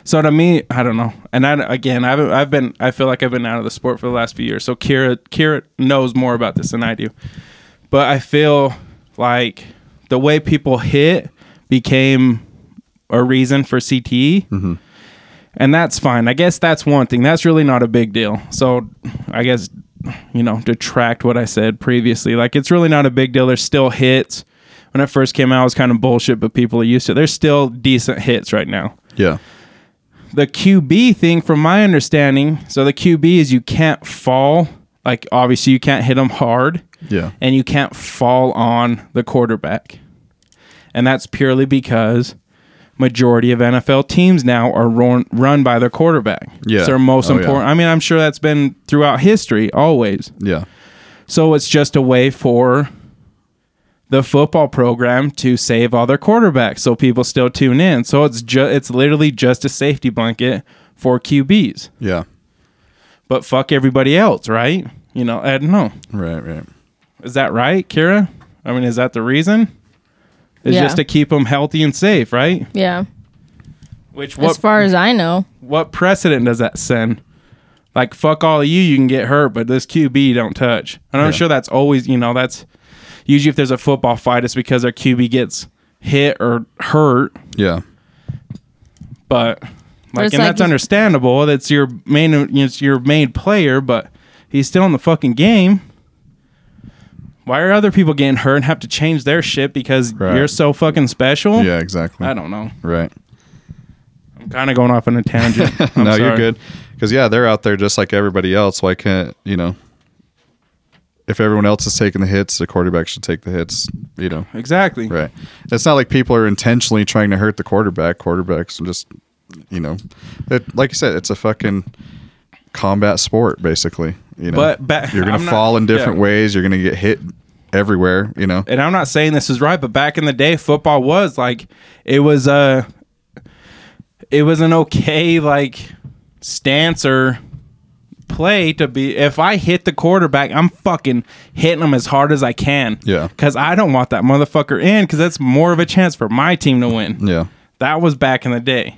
[SPEAKER 3] so. To me, I don't know. And I again, I've I've been I feel like I've been out of the sport for the last few years. So Kira Kira knows more about this than I do. But I feel like the way people hit became a reason for E. CTE. And that's fine. I guess that's one thing. That's really not a big deal. So I guess you know, detract what I said previously. Like it's really not a big deal. There's still hits. When it first came out, it was kind of bullshit, but people are used to it. There's still decent hits right now.
[SPEAKER 2] Yeah.
[SPEAKER 3] The QB thing, from my understanding, so the QB is you can't fall. Like obviously you can't hit them hard
[SPEAKER 2] Yeah.
[SPEAKER 3] and you can't fall on the quarterback. And that's purely because majority of NFL teams now are run, run by their quarterback.
[SPEAKER 2] Yeah.
[SPEAKER 3] It's their most
[SPEAKER 2] Oh, yeah.
[SPEAKER 3] important. I mean, I'm sure that's been throughout history always.
[SPEAKER 2] Yeah.
[SPEAKER 3] So it's just a way for the football program to save all their quarterbacks so people still tune in. So it's ju- it's literally just a safety blanket for QBs.
[SPEAKER 2] Yeah.
[SPEAKER 3] But fuck everybody else, right? You know, I don't know.
[SPEAKER 2] Right. Right.
[SPEAKER 3] Is that right, Kira? I mean, is that the reason? It's
[SPEAKER 4] Yeah.
[SPEAKER 3] just to keep them healthy and safe, right?
[SPEAKER 4] Yeah.
[SPEAKER 3] Which
[SPEAKER 4] As
[SPEAKER 3] what
[SPEAKER 4] far as I know,
[SPEAKER 3] what precedent does that send? Like fuck all of you, you can get hurt, but this QB don't touch. And I'm
[SPEAKER 2] Yeah.
[SPEAKER 3] sure that's always, you know, that's usually if there's a football fight, it's because their QB gets hit or hurt.
[SPEAKER 2] Yeah.
[SPEAKER 3] But like,
[SPEAKER 4] it's
[SPEAKER 3] and
[SPEAKER 4] like
[SPEAKER 3] that's
[SPEAKER 4] if-
[SPEAKER 3] understandable. That's your main, it's your main player, but he's still in the fucking game. Why are other people getting hurt and have to change their shit because
[SPEAKER 2] Right.
[SPEAKER 3] you're so fucking special?
[SPEAKER 2] Yeah. Exactly.
[SPEAKER 3] I don't know.
[SPEAKER 2] Right.
[SPEAKER 3] I'm kind of going off on a tangent. I'm
[SPEAKER 2] no, you're
[SPEAKER 3] sorry.
[SPEAKER 2] good. Because yeah, they're out there just like everybody else. Why can't you know? If everyone else is taking the hits, the quarterback should take the hits. You know,
[SPEAKER 3] Exactly.
[SPEAKER 2] right? It's not like people are intentionally trying to hurt the quarterback. Quarterbacks are just, you know, it, like you said, it's a fucking combat sport, basically. You know,
[SPEAKER 3] But ba-
[SPEAKER 2] you're gonna
[SPEAKER 3] I'm not-
[SPEAKER 2] fall in different
[SPEAKER 3] yeah.
[SPEAKER 2] ways. You're gonna get hit everywhere. You know,
[SPEAKER 3] and I'm not saying this is right, but back in the day, football was like it was a it was an okay like stance or play to be. If I hit the quarterback, I'm fucking hitting him as hard as I can.
[SPEAKER 2] Yeah.
[SPEAKER 3] because I don't want that motherfucker in because that's more of a chance for my team to win.
[SPEAKER 2] yeah,
[SPEAKER 3] That was back in the day.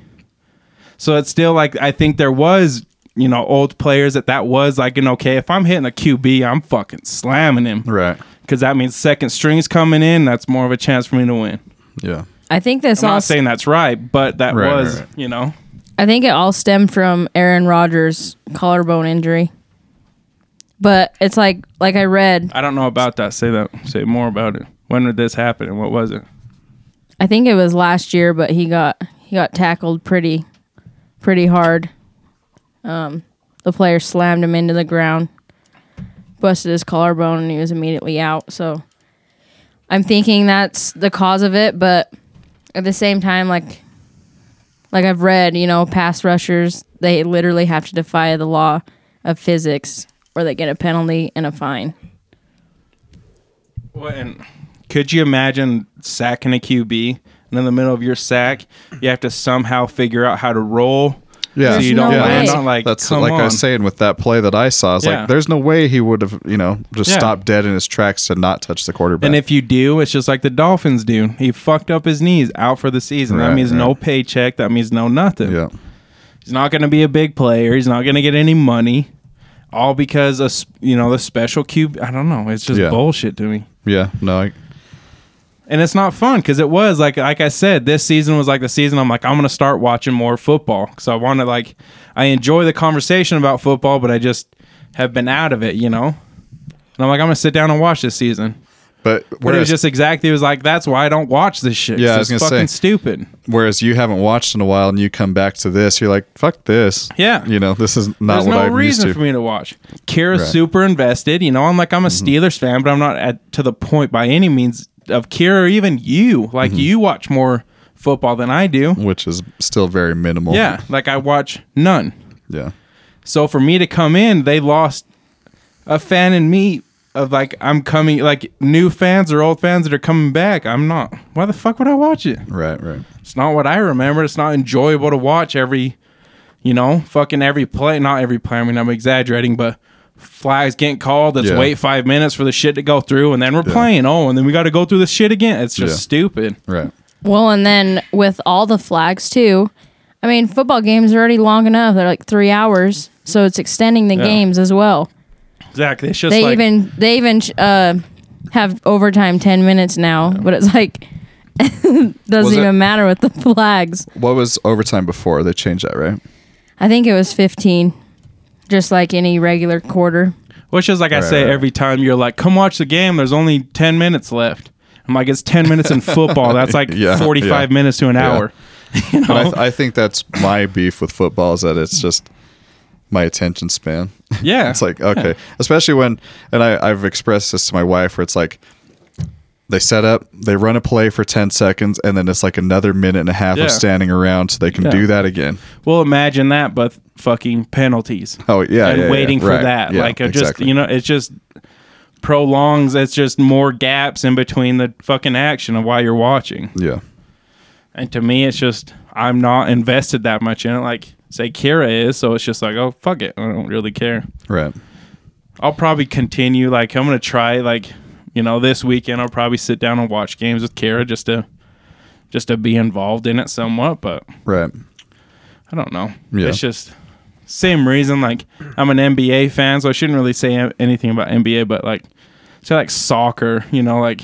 [SPEAKER 3] So it's still like I think there was, you know, old players that that was like an okay. If I'm hitting a QB, I'm fucking slamming him,
[SPEAKER 2] Right.
[SPEAKER 3] Because that means second string's coming in. That's more of a chance for me to win.
[SPEAKER 2] Yeah.
[SPEAKER 4] I think this
[SPEAKER 3] I'm
[SPEAKER 4] all
[SPEAKER 3] not saying that's right, but that
[SPEAKER 2] Right,
[SPEAKER 3] was,
[SPEAKER 2] right, right.
[SPEAKER 3] you know,
[SPEAKER 4] I think it all stemmed from Aaron Rodgers' collarbone injury. But it's like like I read,
[SPEAKER 3] I don't know about that. Say that. Say more about it. When did this happen and what was it?
[SPEAKER 4] I think it was last year, but he got he got tackled pretty pretty hard. Um, the player slammed him into the ground, busted his collarbone, and he was immediately out. So I'm thinking that's the cause of it, but at the same time, like like I've read, you know, pass rushers they literally have to defy the law of physics, or they get a penalty and a fine.
[SPEAKER 3] Well, and could you imagine sacking a QB and in the middle of your sack, you have to somehow figure out how to roll?
[SPEAKER 2] Yeah.
[SPEAKER 3] So you
[SPEAKER 4] There's
[SPEAKER 3] don't
[SPEAKER 4] no
[SPEAKER 2] yeah,
[SPEAKER 4] way.
[SPEAKER 3] land
[SPEAKER 2] that's-
[SPEAKER 3] on like
[SPEAKER 2] That's
[SPEAKER 3] come
[SPEAKER 2] like
[SPEAKER 3] on.
[SPEAKER 2] I was saying with that play that I saw. It's
[SPEAKER 3] Yeah.
[SPEAKER 2] like there's no way he would have, you know, just
[SPEAKER 3] Yeah.
[SPEAKER 2] stopped dead in his tracks to not touch the quarterback.
[SPEAKER 3] And if you do, it's just like the Dolphins do. He fucked up his knees, out for the season. that
[SPEAKER 2] Right,
[SPEAKER 3] means
[SPEAKER 2] right.
[SPEAKER 3] no paycheck. That means no nothing.
[SPEAKER 2] yeah,
[SPEAKER 3] He's not going to be a big player. He's not going to get any money. All because of s- you know the special QB. I don't know. It's just
[SPEAKER 2] Yeah.
[SPEAKER 3] bullshit to me.
[SPEAKER 2] yeah, no, I,
[SPEAKER 3] and it's not fun because it was like like I said, this season was like the season I'm like I'm gonna start watching more football because I want to like I enjoy the conversation about football, but I just have been out of it, you know. And I'm like I'm gonna sit down and watch this season.
[SPEAKER 2] but
[SPEAKER 3] But it was
[SPEAKER 2] whereas,
[SPEAKER 3] just exactly it was like that's why I don't watch this shit. 'cause
[SPEAKER 2] Yeah, I
[SPEAKER 3] it's
[SPEAKER 2] was gonna
[SPEAKER 3] fucking
[SPEAKER 2] say.
[SPEAKER 3] stupid.
[SPEAKER 2] whereas you haven't watched in a while and you come back to this, you're like, fuck this.
[SPEAKER 3] Yeah.
[SPEAKER 2] you know, this is not
[SPEAKER 3] There's
[SPEAKER 2] what
[SPEAKER 3] no
[SPEAKER 2] I'm used
[SPEAKER 3] reason
[SPEAKER 2] to.
[SPEAKER 3] for me to watch. Kira's
[SPEAKER 2] Right. Mm-hmm.
[SPEAKER 3] super invested, you know. I'm like I'm a Steelers fan, but I'm not at to the point by any means of Kira or even you. Like
[SPEAKER 2] Mm-hmm.
[SPEAKER 3] you watch more football than I do.
[SPEAKER 2] Which is still very minimal.
[SPEAKER 3] Yeah, like I watch none.
[SPEAKER 2] yeah,
[SPEAKER 3] So for me to come in, they lost a fan in me of like I'm coming like new fans or old fans that are coming back. I'm not. Why the fuck would I watch it?
[SPEAKER 2] right, right.
[SPEAKER 3] It's not what I remember. It's not enjoyable to watch every, you know, fucking every play. Not every play. I mean, I'm exaggerating, but flags getting called. Let's
[SPEAKER 2] Yeah.
[SPEAKER 3] wait five minutes for the shit to go through, and then we're playing. Oh, and then we got to go through this shit again. It's just
[SPEAKER 2] Yeah.
[SPEAKER 3] stupid.
[SPEAKER 2] Right.
[SPEAKER 4] Well, and then with all the flags too, I mean, football games are already long enough. They're like three hours, so it's extending the games as well.
[SPEAKER 3] Exactly. It's just
[SPEAKER 4] they
[SPEAKER 3] like
[SPEAKER 4] even they even uh, have overtime ten minutes now, but it's like doesn't
[SPEAKER 2] Was it-
[SPEAKER 4] even matter with the flags.
[SPEAKER 2] What was overtime before? They changed that, right?
[SPEAKER 4] I think it was fifteen, just like any regular quarter.
[SPEAKER 3] Which is like I
[SPEAKER 2] Right,
[SPEAKER 3] say
[SPEAKER 2] right.
[SPEAKER 3] every time you're like, come watch the game. There's only 10 minutes left. I'm like, it's 10 minutes in football. That's like
[SPEAKER 2] Yeah,
[SPEAKER 3] 45
[SPEAKER 2] yeah.
[SPEAKER 3] minutes to an
[SPEAKER 2] Yeah.
[SPEAKER 3] hour.
[SPEAKER 2] But I, th- I think that's my beef with football is that it's just my attention span.
[SPEAKER 3] Yeah.
[SPEAKER 2] it's like okay, especially when and I, I've expressed this to my wife where it's like they set up, they run a play for ten seconds, and then it's like another minute and a half
[SPEAKER 3] Yeah.
[SPEAKER 2] of standing around so they can
[SPEAKER 3] Yeah.
[SPEAKER 2] do that again.
[SPEAKER 3] Well, imagine that, but fucking penalties.
[SPEAKER 2] Oh yeah,
[SPEAKER 3] and
[SPEAKER 2] yeah, yeah,
[SPEAKER 3] waiting for
[SPEAKER 2] right,
[SPEAKER 3] that.
[SPEAKER 2] yeah,
[SPEAKER 3] like, it just,
[SPEAKER 2] exactly.
[SPEAKER 3] you know, it's just prolongs. It's just more gaps in between the fucking action of while you're watching.
[SPEAKER 2] yeah,
[SPEAKER 3] And to me, it's just, I'm not invested that much in it. Like, say, Kira is. So it's just like, oh, fuck it. I don't really care.
[SPEAKER 2] right,
[SPEAKER 3] I'll probably continue. Like I'm gonna try. Like you know, this weekend I'll probably sit down and watch games with Kara just to just to be involved in it somewhat. But
[SPEAKER 2] right,
[SPEAKER 3] I don't know.
[SPEAKER 2] Yeah.
[SPEAKER 3] It's just same reason. Like I'm an NBA fan, so I shouldn't really say a- anything about NBA. But like say like soccer, you know, like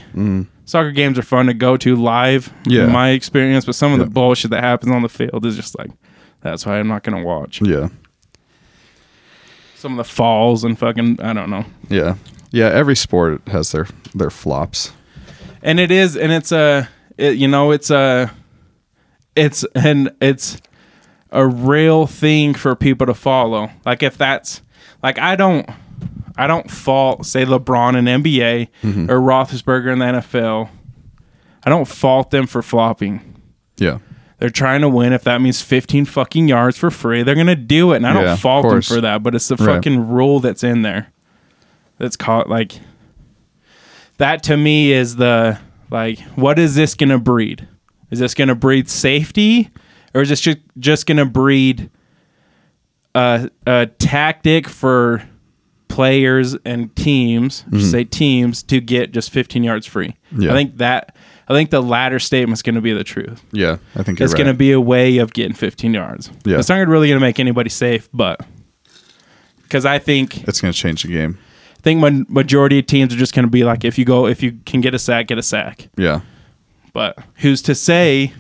[SPEAKER 3] soccer games are fun to go to live.
[SPEAKER 2] Mm. Yeah.
[SPEAKER 3] in my experience. But some of the
[SPEAKER 2] Yeah.
[SPEAKER 3] bullshit that happens on the field is just like that's why I'm not gonna watch
[SPEAKER 2] yeah,
[SPEAKER 3] some of the falls and fucking I don't know.
[SPEAKER 2] yeah, yeah. Every sport has their their flops.
[SPEAKER 3] and it is and it's a it, you know it's a it's and it's a real thing for people to follow like if that's like i don't i don't fault say lebron in nba or roethlisberger in the nfl i don't fault them for flopping
[SPEAKER 2] Yeah,
[SPEAKER 3] they're trying to win if that means 15 fucking yards for free they're gonna do it and i
[SPEAKER 2] Yeah,
[SPEAKER 3] don't
[SPEAKER 2] of
[SPEAKER 3] fault them
[SPEAKER 2] course.
[SPEAKER 3] for that but it's the
[SPEAKER 2] Right.
[SPEAKER 3] fucking rule that's in there that's caught like that to me is the like what is this gonna breed is this gonna breed safety or is this just, just gonna breed a, a tactic for players and teams I should say teams to get just 15 yards free
[SPEAKER 2] Mm-hmm. Yeah.
[SPEAKER 3] i think that I think the latter statement's going to be the truth.
[SPEAKER 2] Yeah, I think
[SPEAKER 3] It's
[SPEAKER 2] you're
[SPEAKER 3] going to
[SPEAKER 2] right.
[SPEAKER 3] be a way of getting 15 yards.
[SPEAKER 2] Yeah.
[SPEAKER 3] It's not really going to make anybody safe, but because I think
[SPEAKER 2] It's going to change the game.
[SPEAKER 3] I think my majority of teams are just going to be like, if you go, if you can get a sack, get a sack.
[SPEAKER 2] Yeah,
[SPEAKER 3] But who's to say?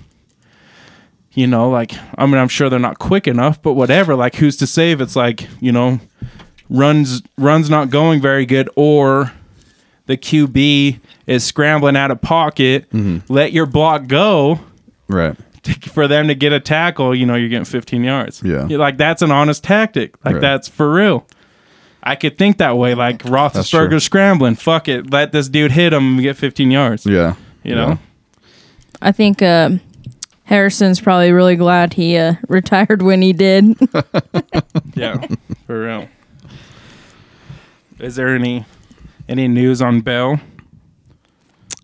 [SPEAKER 3] You know, like I mean, I'm sure they're not quick enough, but whatever. Like, who's to say if it's like you know, runs runs not going very good, or the QB is scrambling out of pocket.
[SPEAKER 2] Mm-hmm.
[SPEAKER 3] Let your block go
[SPEAKER 2] right.
[SPEAKER 3] for them to get a tackle, you know, you're getting 15 yards.
[SPEAKER 2] Yeah.
[SPEAKER 3] You're like that's an honest tactic. Like
[SPEAKER 2] Right.
[SPEAKER 3] that's for real. I could think that way. Like
[SPEAKER 2] true.
[SPEAKER 3] Roethlisberger scrambling. Fuck it. Let this dude hit him and get 15 yards.
[SPEAKER 2] Yeah,
[SPEAKER 3] You know.
[SPEAKER 4] I think uh, Harrison's probably really glad he uh, retired when he did.
[SPEAKER 3] Yeah. for real. Is there any any news on Bell?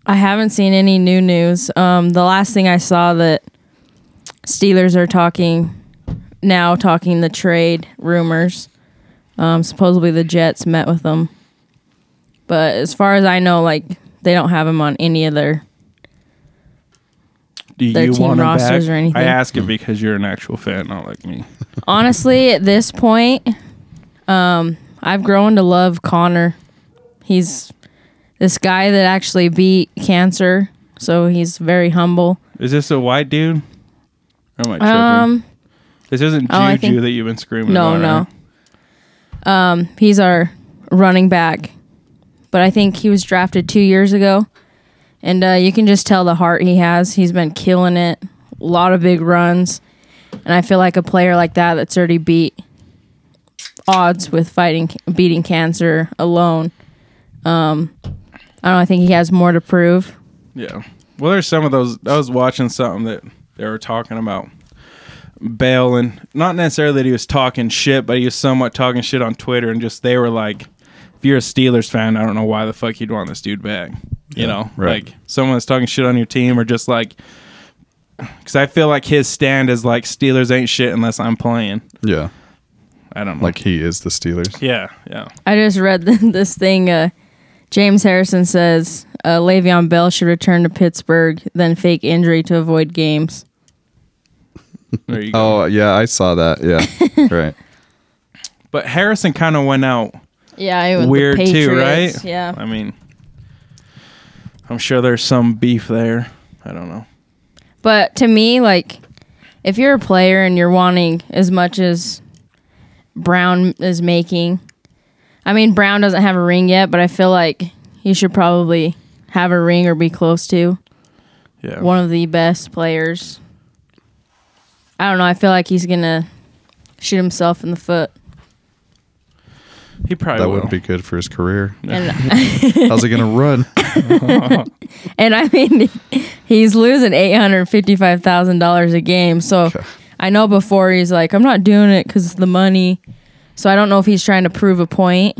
[SPEAKER 4] I haven't seen any new news. Um, the last thing I saw that Steelers are talking now, talking the trade rumors. Um, supposedly the Jets met with them, but as far as I know, like they don't have him on any of their.
[SPEAKER 3] Do
[SPEAKER 4] Their
[SPEAKER 3] you
[SPEAKER 4] team
[SPEAKER 3] want him
[SPEAKER 4] rosters
[SPEAKER 3] back?
[SPEAKER 4] or anything?
[SPEAKER 3] I ask it because you're an actual fan, not like me.
[SPEAKER 4] Honestly, at this point, um, I've grown to love Connor. He's this guy that actually beat cancer, so he's very humble.
[SPEAKER 3] Is this a white dude? Or am I tripping?
[SPEAKER 4] Um,
[SPEAKER 3] this isn't Juju
[SPEAKER 4] oh, I think-
[SPEAKER 3] that you've been screaming
[SPEAKER 4] No,
[SPEAKER 3] about.
[SPEAKER 4] no.
[SPEAKER 3] right?
[SPEAKER 4] Um, he's our running back, but I think he was drafted two years ago, and uh, you can just tell the heart he has. He's been killing it. A lot of big runs, and I feel like a player like that that's already beat odds with fighting beating cancer alone. Um, I don't. know, I think he has more to prove.
[SPEAKER 3] Yeah. Well, there's some of those. I was watching something that they were talking about Bale, and not necessarily that he was talking shit, but he was somewhat talking shit on Twitter, and just they were like, if you're a Steelers fan, I don't know why the fuck you'd want this dude back. You know,
[SPEAKER 2] right.
[SPEAKER 3] like someone that's talking shit on your team, or just like, because I feel like his stand is like Steelers ain't shit unless I'm playing.
[SPEAKER 2] yeah.
[SPEAKER 3] I don't know.
[SPEAKER 2] Like he is the Steelers.
[SPEAKER 3] yeah, yeah.
[SPEAKER 4] I just read this thing. Uh, James Harrison says uh, Le'Veon Bell should return to Pittsburgh, then fake injury to avoid games.
[SPEAKER 3] There you go.
[SPEAKER 2] Oh yeah, I saw that. Yeah, right.
[SPEAKER 3] But Harrison kind of went out
[SPEAKER 4] Yeah, it was
[SPEAKER 3] weird
[SPEAKER 4] the
[SPEAKER 3] too,
[SPEAKER 4] Patriots,
[SPEAKER 3] right?
[SPEAKER 4] Yeah,
[SPEAKER 3] I mean, I'm sure there's some beef there. I don't know.
[SPEAKER 4] but to me, like, if you're a player and you're wanting as much as Brown is making, I mean, Brown doesn't have a ring yet, but I feel like he should probably have a ring or be close to
[SPEAKER 3] Yeah.
[SPEAKER 4] one of the best players. I don't know. I feel like he's gonna shoot himself in the foot.
[SPEAKER 3] he probably
[SPEAKER 2] That
[SPEAKER 3] will.
[SPEAKER 2] wouldn't be good for his career.
[SPEAKER 4] And
[SPEAKER 2] How's he gonna run?
[SPEAKER 4] and I mean, he's losing eight hundred fifty-five thousand dollars a game. So I know before he's like, I'm not doing it because the money. So I don't know if he's trying to prove a point.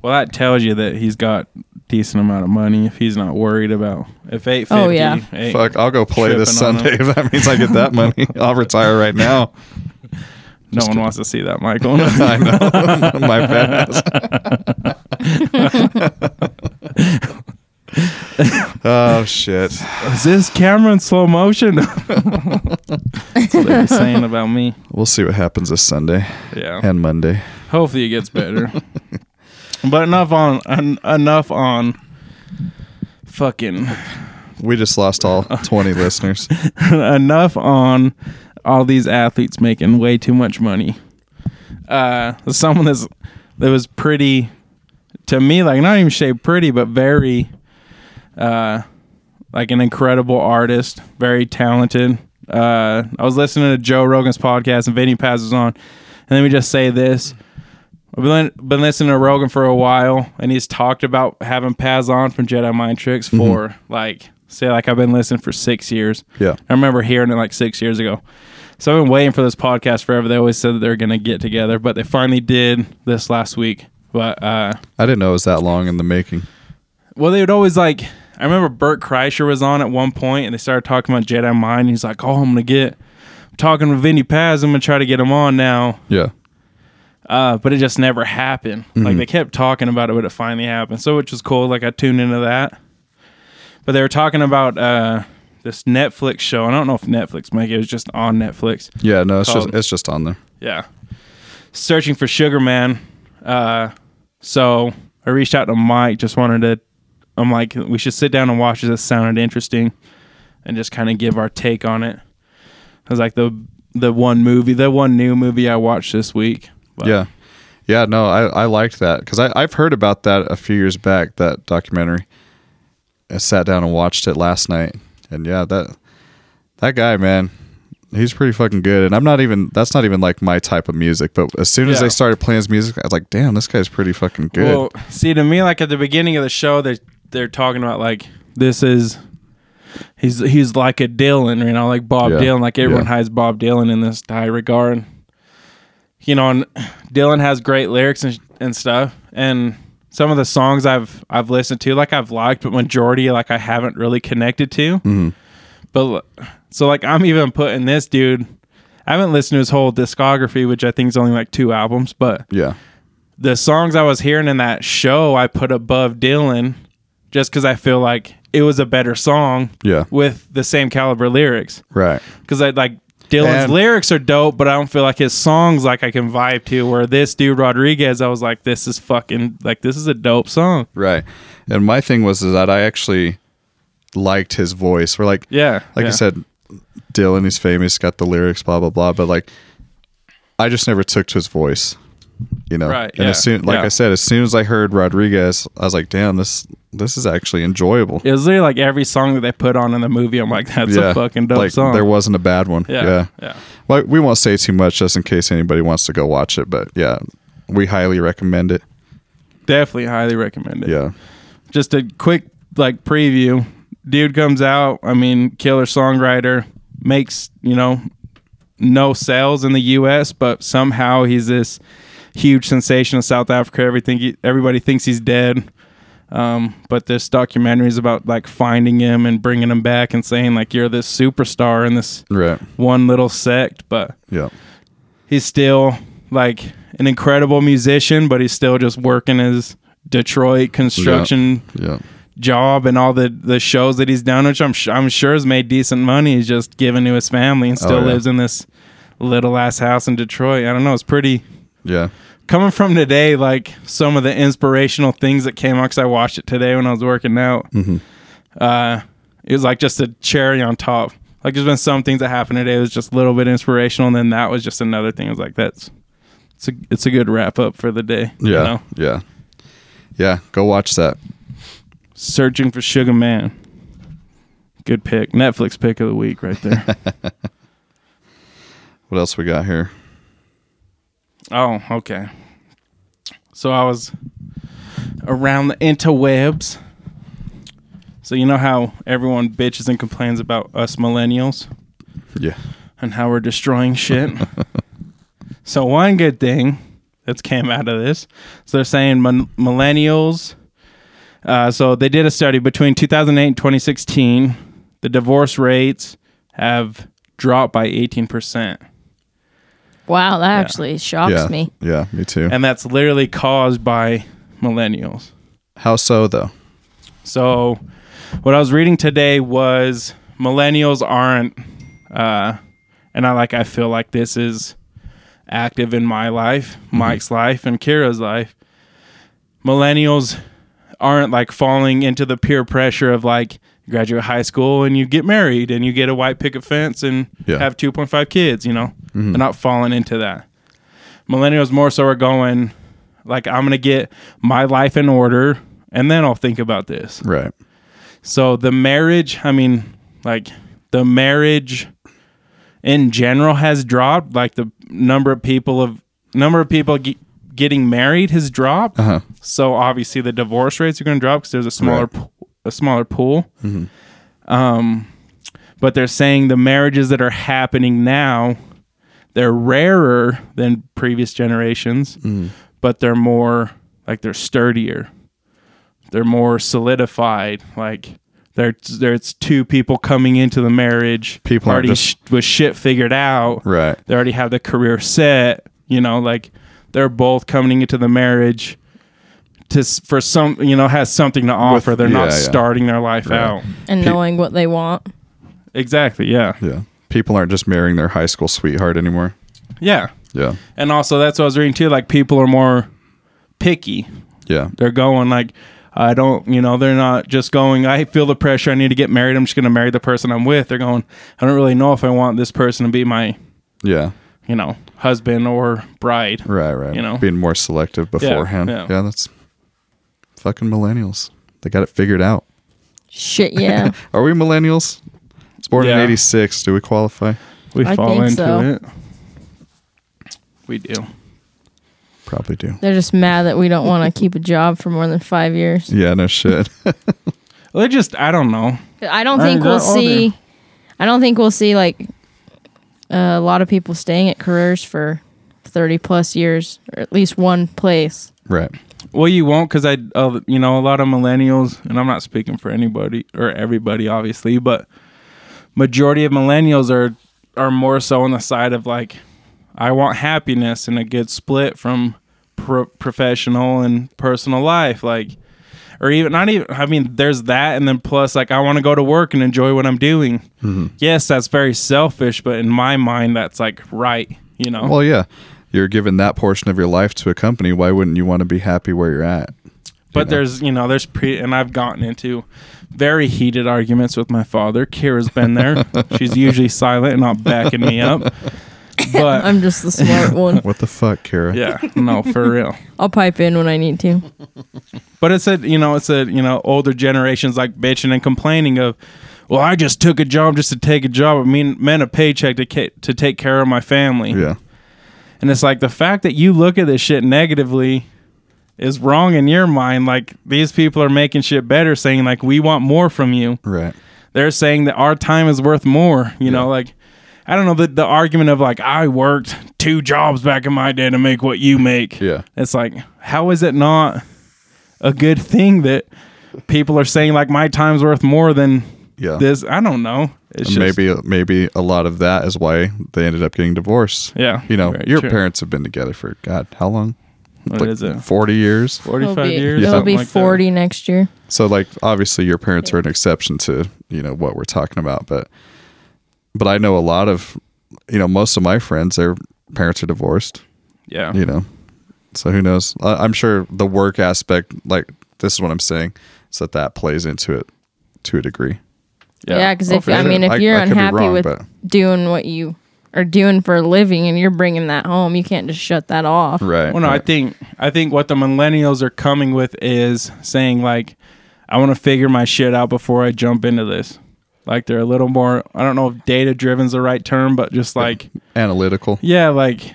[SPEAKER 3] Well, that tells you that he's got decent amount of money if he's not worried about if 850.
[SPEAKER 4] Oh, yeah.
[SPEAKER 3] eight-
[SPEAKER 2] Fuck, I'll go play this
[SPEAKER 3] Tripping on
[SPEAKER 2] Sunday if that means I get that money. I'll retire right now.
[SPEAKER 3] no one wants to see that, Michael.
[SPEAKER 2] I know my fat ass. oh shit!
[SPEAKER 3] Is this camera in slow motion? That's what they're saying about me.
[SPEAKER 2] We'll see what happens this Sunday
[SPEAKER 3] Yeah.
[SPEAKER 2] and Monday.
[SPEAKER 3] Hopefully it gets better. but enough on en- enough on fucking
[SPEAKER 2] We just lost all twenty listeners.
[SPEAKER 3] enough on all these athletes making way too much money. Uh, someone that's that was pretty to me, like not even shaped pretty, but very uh, like an incredible artist, very talented. Uh, I was listening to Joe Rogan's podcast and Vinny passes on, and let me just say this. I've been, been listening to Rogan for a while, and he's talked about having Paz on from Jedi Mind Tricks for like, say, like I've been listening for six years.
[SPEAKER 2] Yeah.
[SPEAKER 3] I remember hearing it like six years ago. So I've been waiting for this podcast forever. They always said that they're going to get together, but they finally did this last week. But uh,
[SPEAKER 2] I didn't know it was that long in the making.
[SPEAKER 3] well, they would always like. I remember Bert Kreischer was on at one point, and they started talking about Jedi Mind. He's like, "Oh, I'm gonna get." I'm talking with Vinny Paz. I'm gonna try to get him on now,
[SPEAKER 2] Yeah,
[SPEAKER 3] uh, but it just never happened. Like they kept talking about it, but it finally happened. So which was cool. Like I tuned into that, But they were talking about uh, this Netflix show. I don't know if Netflix, Mike. It was just on Netflix.
[SPEAKER 2] Yeah, no, it's
[SPEAKER 3] Called-
[SPEAKER 2] just it's just on there.
[SPEAKER 3] Yeah. Searching for Sugar Man. Uh, so I reached out to Mike, just wanted to, I'm like, we should sit down and watch this. It sounded interesting and just kind of give our take on it. It was like the the one movie, the one new movie I watched this week. But
[SPEAKER 2] Yeah, yeah, no, I I liked that because I I've heard about that a few years back that documentary. I sat down and watched it last night, and yeah, that that guy man, he's pretty fucking good. And I'm not even that's not even like my type of music, but as soon as
[SPEAKER 3] Yeah.
[SPEAKER 2] they started playing his music, I was like, damn, this guy's pretty fucking good.
[SPEAKER 3] Well, see, to me, like at the beginning of the show, they're they're talking about like this is he's he's like a Dylan, you know, like Bob
[SPEAKER 2] Yeah.
[SPEAKER 3] Dylan. Like everyone
[SPEAKER 2] Yeah.
[SPEAKER 3] hides Bob Dylan in this high regard, you know. And Dylan has great lyrics and and stuff, and some of the songs I've I've listened to, like I've liked, but majority like I haven't really connected to.
[SPEAKER 2] Mm-hmm.
[SPEAKER 3] But l- so like I'm even putting this dude. I haven't listened to his whole discography, which I think is only like two albums, but
[SPEAKER 2] yeah,
[SPEAKER 3] the songs I was hearing in that show I put above Dylan just because I feel like it was a better song
[SPEAKER 2] yeah,
[SPEAKER 3] with the same caliber lyrics.
[SPEAKER 2] right.
[SPEAKER 3] Because I like Dylan's
[SPEAKER 2] And-
[SPEAKER 3] lyrics are dope, but I don't feel like his songs like I can vibe to. Where this dude Rodriguez, I was like, this is fucking like this is a dope song.
[SPEAKER 2] Right. And my thing was is that I actually liked his voice. We're like,
[SPEAKER 3] Yeah,
[SPEAKER 2] like
[SPEAKER 3] yeah.
[SPEAKER 2] I said, Dylan, he's famous, got the lyrics, blah blah blah. But like, I just never took to his voice, you know.
[SPEAKER 3] Right,
[SPEAKER 2] And
[SPEAKER 3] yeah,
[SPEAKER 2] as soon, like
[SPEAKER 3] yeah.
[SPEAKER 2] I said, as soon as I heard Rodriguez, I was like, damn, this this is actually enjoyable.
[SPEAKER 3] It was literally like every song that they put on in the movie. I'm like, that's a fucking dope
[SPEAKER 2] like,
[SPEAKER 3] song.
[SPEAKER 2] There wasn't a bad one.
[SPEAKER 3] yeah,
[SPEAKER 2] Yeah.
[SPEAKER 3] yeah,
[SPEAKER 2] Well, we won't say too much just in case anybody wants to go watch it, but yeah, we highly recommend it.
[SPEAKER 3] definitely highly recommend it.
[SPEAKER 2] Yeah.
[SPEAKER 3] just a quick like preview. Dude comes out, I mean, killer songwriter, makes, you know, no sales in the US, but somehow he's this huge sensation in South Africa. Everything he, everybody thinks he's dead. Um, but this documentary is about like finding him and bringing him back and saying like you're this superstar in this
[SPEAKER 2] Right.
[SPEAKER 3] one little sect, but
[SPEAKER 2] Yeah.
[SPEAKER 3] he's still like an incredible musician, but he's still just working his Detroit construction
[SPEAKER 2] Yeah.
[SPEAKER 3] job and all the the shows that he's done, which I'm su- I'm sure has made decent money. He's just given to his family and still
[SPEAKER 2] Oh, yeah.
[SPEAKER 3] lives in this little ass house in Detroit. I don't know. It's pretty
[SPEAKER 2] Yeah.
[SPEAKER 3] coming from today. Like some of the inspirational things that came out because I watched it today when I was working out.
[SPEAKER 2] Mm-hmm.
[SPEAKER 3] Uh, it was like just a cherry on top. Like there's been some things that happened today that was just a little bit inspirational, and then that was just another thing. It was like that's. It's a, it's a good wrap up for the day. you
[SPEAKER 2] Yeah.
[SPEAKER 3] know?
[SPEAKER 2] Yeah. Yeah. Go watch that.
[SPEAKER 3] Searching for Sugar Man. Good pick. Netflix pick of the week right there.
[SPEAKER 2] What else we got here?
[SPEAKER 3] oh, okay. So I was around the interwebs. So you know how everyone bitches and complains about us millennials
[SPEAKER 2] Yeah.
[SPEAKER 3] and how we're destroying shit. so one good thing that came out of this, so they're saying mon- millennials. Uh, so they did a study between 2008 and 2016. The divorce rates have dropped by 18 percent.
[SPEAKER 4] Wow, that actually shocks
[SPEAKER 2] yeah.
[SPEAKER 4] me.
[SPEAKER 2] Yeah. Me too.
[SPEAKER 3] and that's literally caused by millennials.
[SPEAKER 2] How so though?
[SPEAKER 3] So, what I was reading today was millennials aren't, uh, and I like I feel like this is active in my life, Mike's life, and Kira's life. Millennials aren't like falling into the peer pressure of like graduate high school and you get married and you get a white picket fence and
[SPEAKER 2] Yeah.
[SPEAKER 3] have 2.5 kids, you know. They're not falling into that. Millennials more so are going like I'm going to get my life in order and then I'll think about this.
[SPEAKER 2] Right.
[SPEAKER 3] So the marriage, I mean, like the marriage in general has dropped. Like the number of people of number of people ge- getting married has dropped.
[SPEAKER 2] Uh-huh.
[SPEAKER 3] So obviously the divorce rates are going to drop because there's a smaller
[SPEAKER 2] Right. Mm-hmm.
[SPEAKER 3] po- a smaller pool. Um, but they're saying the marriages that are happening now they're rarer than previous generations,
[SPEAKER 2] Mm-hmm.
[SPEAKER 3] but they're more like they're sturdier. They're more solidified. Like there, there's two people coming into the marriage.
[SPEAKER 2] People aren't
[SPEAKER 3] already
[SPEAKER 2] just-
[SPEAKER 3] sh- with shit figured out.
[SPEAKER 2] Right.
[SPEAKER 3] They already have the career set. You know, like they're both coming into the marriage to s- for some you know has something to offer. They're not
[SPEAKER 2] yeah, yeah.
[SPEAKER 3] starting their life
[SPEAKER 2] Right.
[SPEAKER 3] out.
[SPEAKER 4] and knowing what they want.
[SPEAKER 3] Exactly. Yeah.
[SPEAKER 2] Yeah. People aren't just marrying their high school sweetheart anymore.
[SPEAKER 3] Yeah.
[SPEAKER 2] Yeah.
[SPEAKER 3] And also that's what I was reading too. Like people are more picky.
[SPEAKER 2] Yeah.
[SPEAKER 3] They're going like I don't, you know, they're not just going, I feel the pressure. I need to get married. I'm just going to marry the person I'm with. They're going, I don't really know if I want this person to be my,
[SPEAKER 2] Yeah.
[SPEAKER 3] you know, husband or bride.
[SPEAKER 2] Right, right.
[SPEAKER 3] You know?
[SPEAKER 2] being more selective beforehand.
[SPEAKER 3] yeah.
[SPEAKER 2] yeah, that's fucking millennials. They got it figured out.
[SPEAKER 4] Shit, yeah.
[SPEAKER 2] Are we millennials? It's born in
[SPEAKER 3] Yeah.
[SPEAKER 2] '86. Do we qualify?
[SPEAKER 3] We
[SPEAKER 4] I
[SPEAKER 3] fall
[SPEAKER 4] think
[SPEAKER 3] into
[SPEAKER 4] so.
[SPEAKER 3] it. We do.
[SPEAKER 2] Probably do.
[SPEAKER 4] They're just mad that we don't want to keep a job for more than five years.
[SPEAKER 2] Yeah, no shit.
[SPEAKER 3] They just, I don't know.
[SPEAKER 4] I don't
[SPEAKER 3] I
[SPEAKER 4] think we'll
[SPEAKER 3] got all
[SPEAKER 4] see. I don't think we'll see like a lot of people staying at careers for thirty plus years, or at least one place.
[SPEAKER 2] right.
[SPEAKER 3] Well, you won't because I, uh, you know, a lot of millennials, and I'm not speaking for anybody or everybody, obviously, but majority of millennials are are more so on the side of like, I want happiness and a good split from pro- professional and personal life, like, or even not even. I mean, there's that, and then plus, like, I want to go to work and enjoy what I'm doing. Yes, that's very selfish, but in my mind, that's like right, you know.
[SPEAKER 2] Well, yeah. You're giving that portion of your life to a company. Why wouldn't you want to be happy where you're at?
[SPEAKER 3] But there's, you know, there's pre, and I've gotten into very heated arguments with my father. Kira's been there. She's usually silent and not backing me up. But
[SPEAKER 2] Uh,
[SPEAKER 4] I'm just the smart one.
[SPEAKER 2] What the fuck, Kara?
[SPEAKER 3] yeah, no, for real.
[SPEAKER 4] I'll pipe in when I need to.
[SPEAKER 3] But it's a, you know, it's a, you know, older generations like bitching and complaining of, well, I just took a job just to take a job. I mean, meant a paycheck to ca- to take care of my family.
[SPEAKER 2] Yeah.
[SPEAKER 3] And it's like the fact that you look at this shit negatively is wrong in your mind. Like these people are making shit better, saying like we want more from you.
[SPEAKER 2] Right.
[SPEAKER 3] they're saying that our time is worth more. You know, like I don't know the the argument of like I worked two jobs back in my day to make what you make.
[SPEAKER 2] Yeah.
[SPEAKER 3] it's like how is it not a good thing that people are saying like my time's worth more than
[SPEAKER 2] Yeah.
[SPEAKER 3] this? I don't know. It's
[SPEAKER 2] And maybe maybe a lot of that is why they ended up getting divorced.
[SPEAKER 3] Yeah,
[SPEAKER 2] You know,
[SPEAKER 3] very
[SPEAKER 2] your
[SPEAKER 3] true.
[SPEAKER 2] parents have been together for God, how long?
[SPEAKER 3] what
[SPEAKER 2] like
[SPEAKER 3] is it?
[SPEAKER 2] Forty years.
[SPEAKER 3] Forty
[SPEAKER 4] It'll
[SPEAKER 3] five
[SPEAKER 4] be,
[SPEAKER 3] years.
[SPEAKER 4] It'll
[SPEAKER 3] something
[SPEAKER 4] be
[SPEAKER 3] like that.
[SPEAKER 4] forty next year.
[SPEAKER 2] So like obviously your parents are an exception to, you know, what we're talking about, but but I know a lot of you know, most of my friends, their parents are divorced,
[SPEAKER 3] Yeah.
[SPEAKER 2] you know. So who knows? I, I'm sure the work aspect, like this is what I'm saying, is that that plays into it to a degree.
[SPEAKER 4] Yeah, because
[SPEAKER 2] Oh,
[SPEAKER 4] if
[SPEAKER 2] for
[SPEAKER 4] I
[SPEAKER 2] sure.
[SPEAKER 4] mean, if
[SPEAKER 2] I-
[SPEAKER 4] you're
[SPEAKER 2] I could be
[SPEAKER 4] unhappy
[SPEAKER 2] wrong,
[SPEAKER 4] with
[SPEAKER 2] but-
[SPEAKER 4] doing what you are doing for a living and you're bringing that home, you can't just shut that off.
[SPEAKER 2] Right.
[SPEAKER 3] Well, no, I think I think what the millennials are coming with is saying like, I want to figure my shit out before I jump into this. Like they're a little more. I don't know if data driven is the right term, but just like
[SPEAKER 2] analytical.
[SPEAKER 3] yeah, like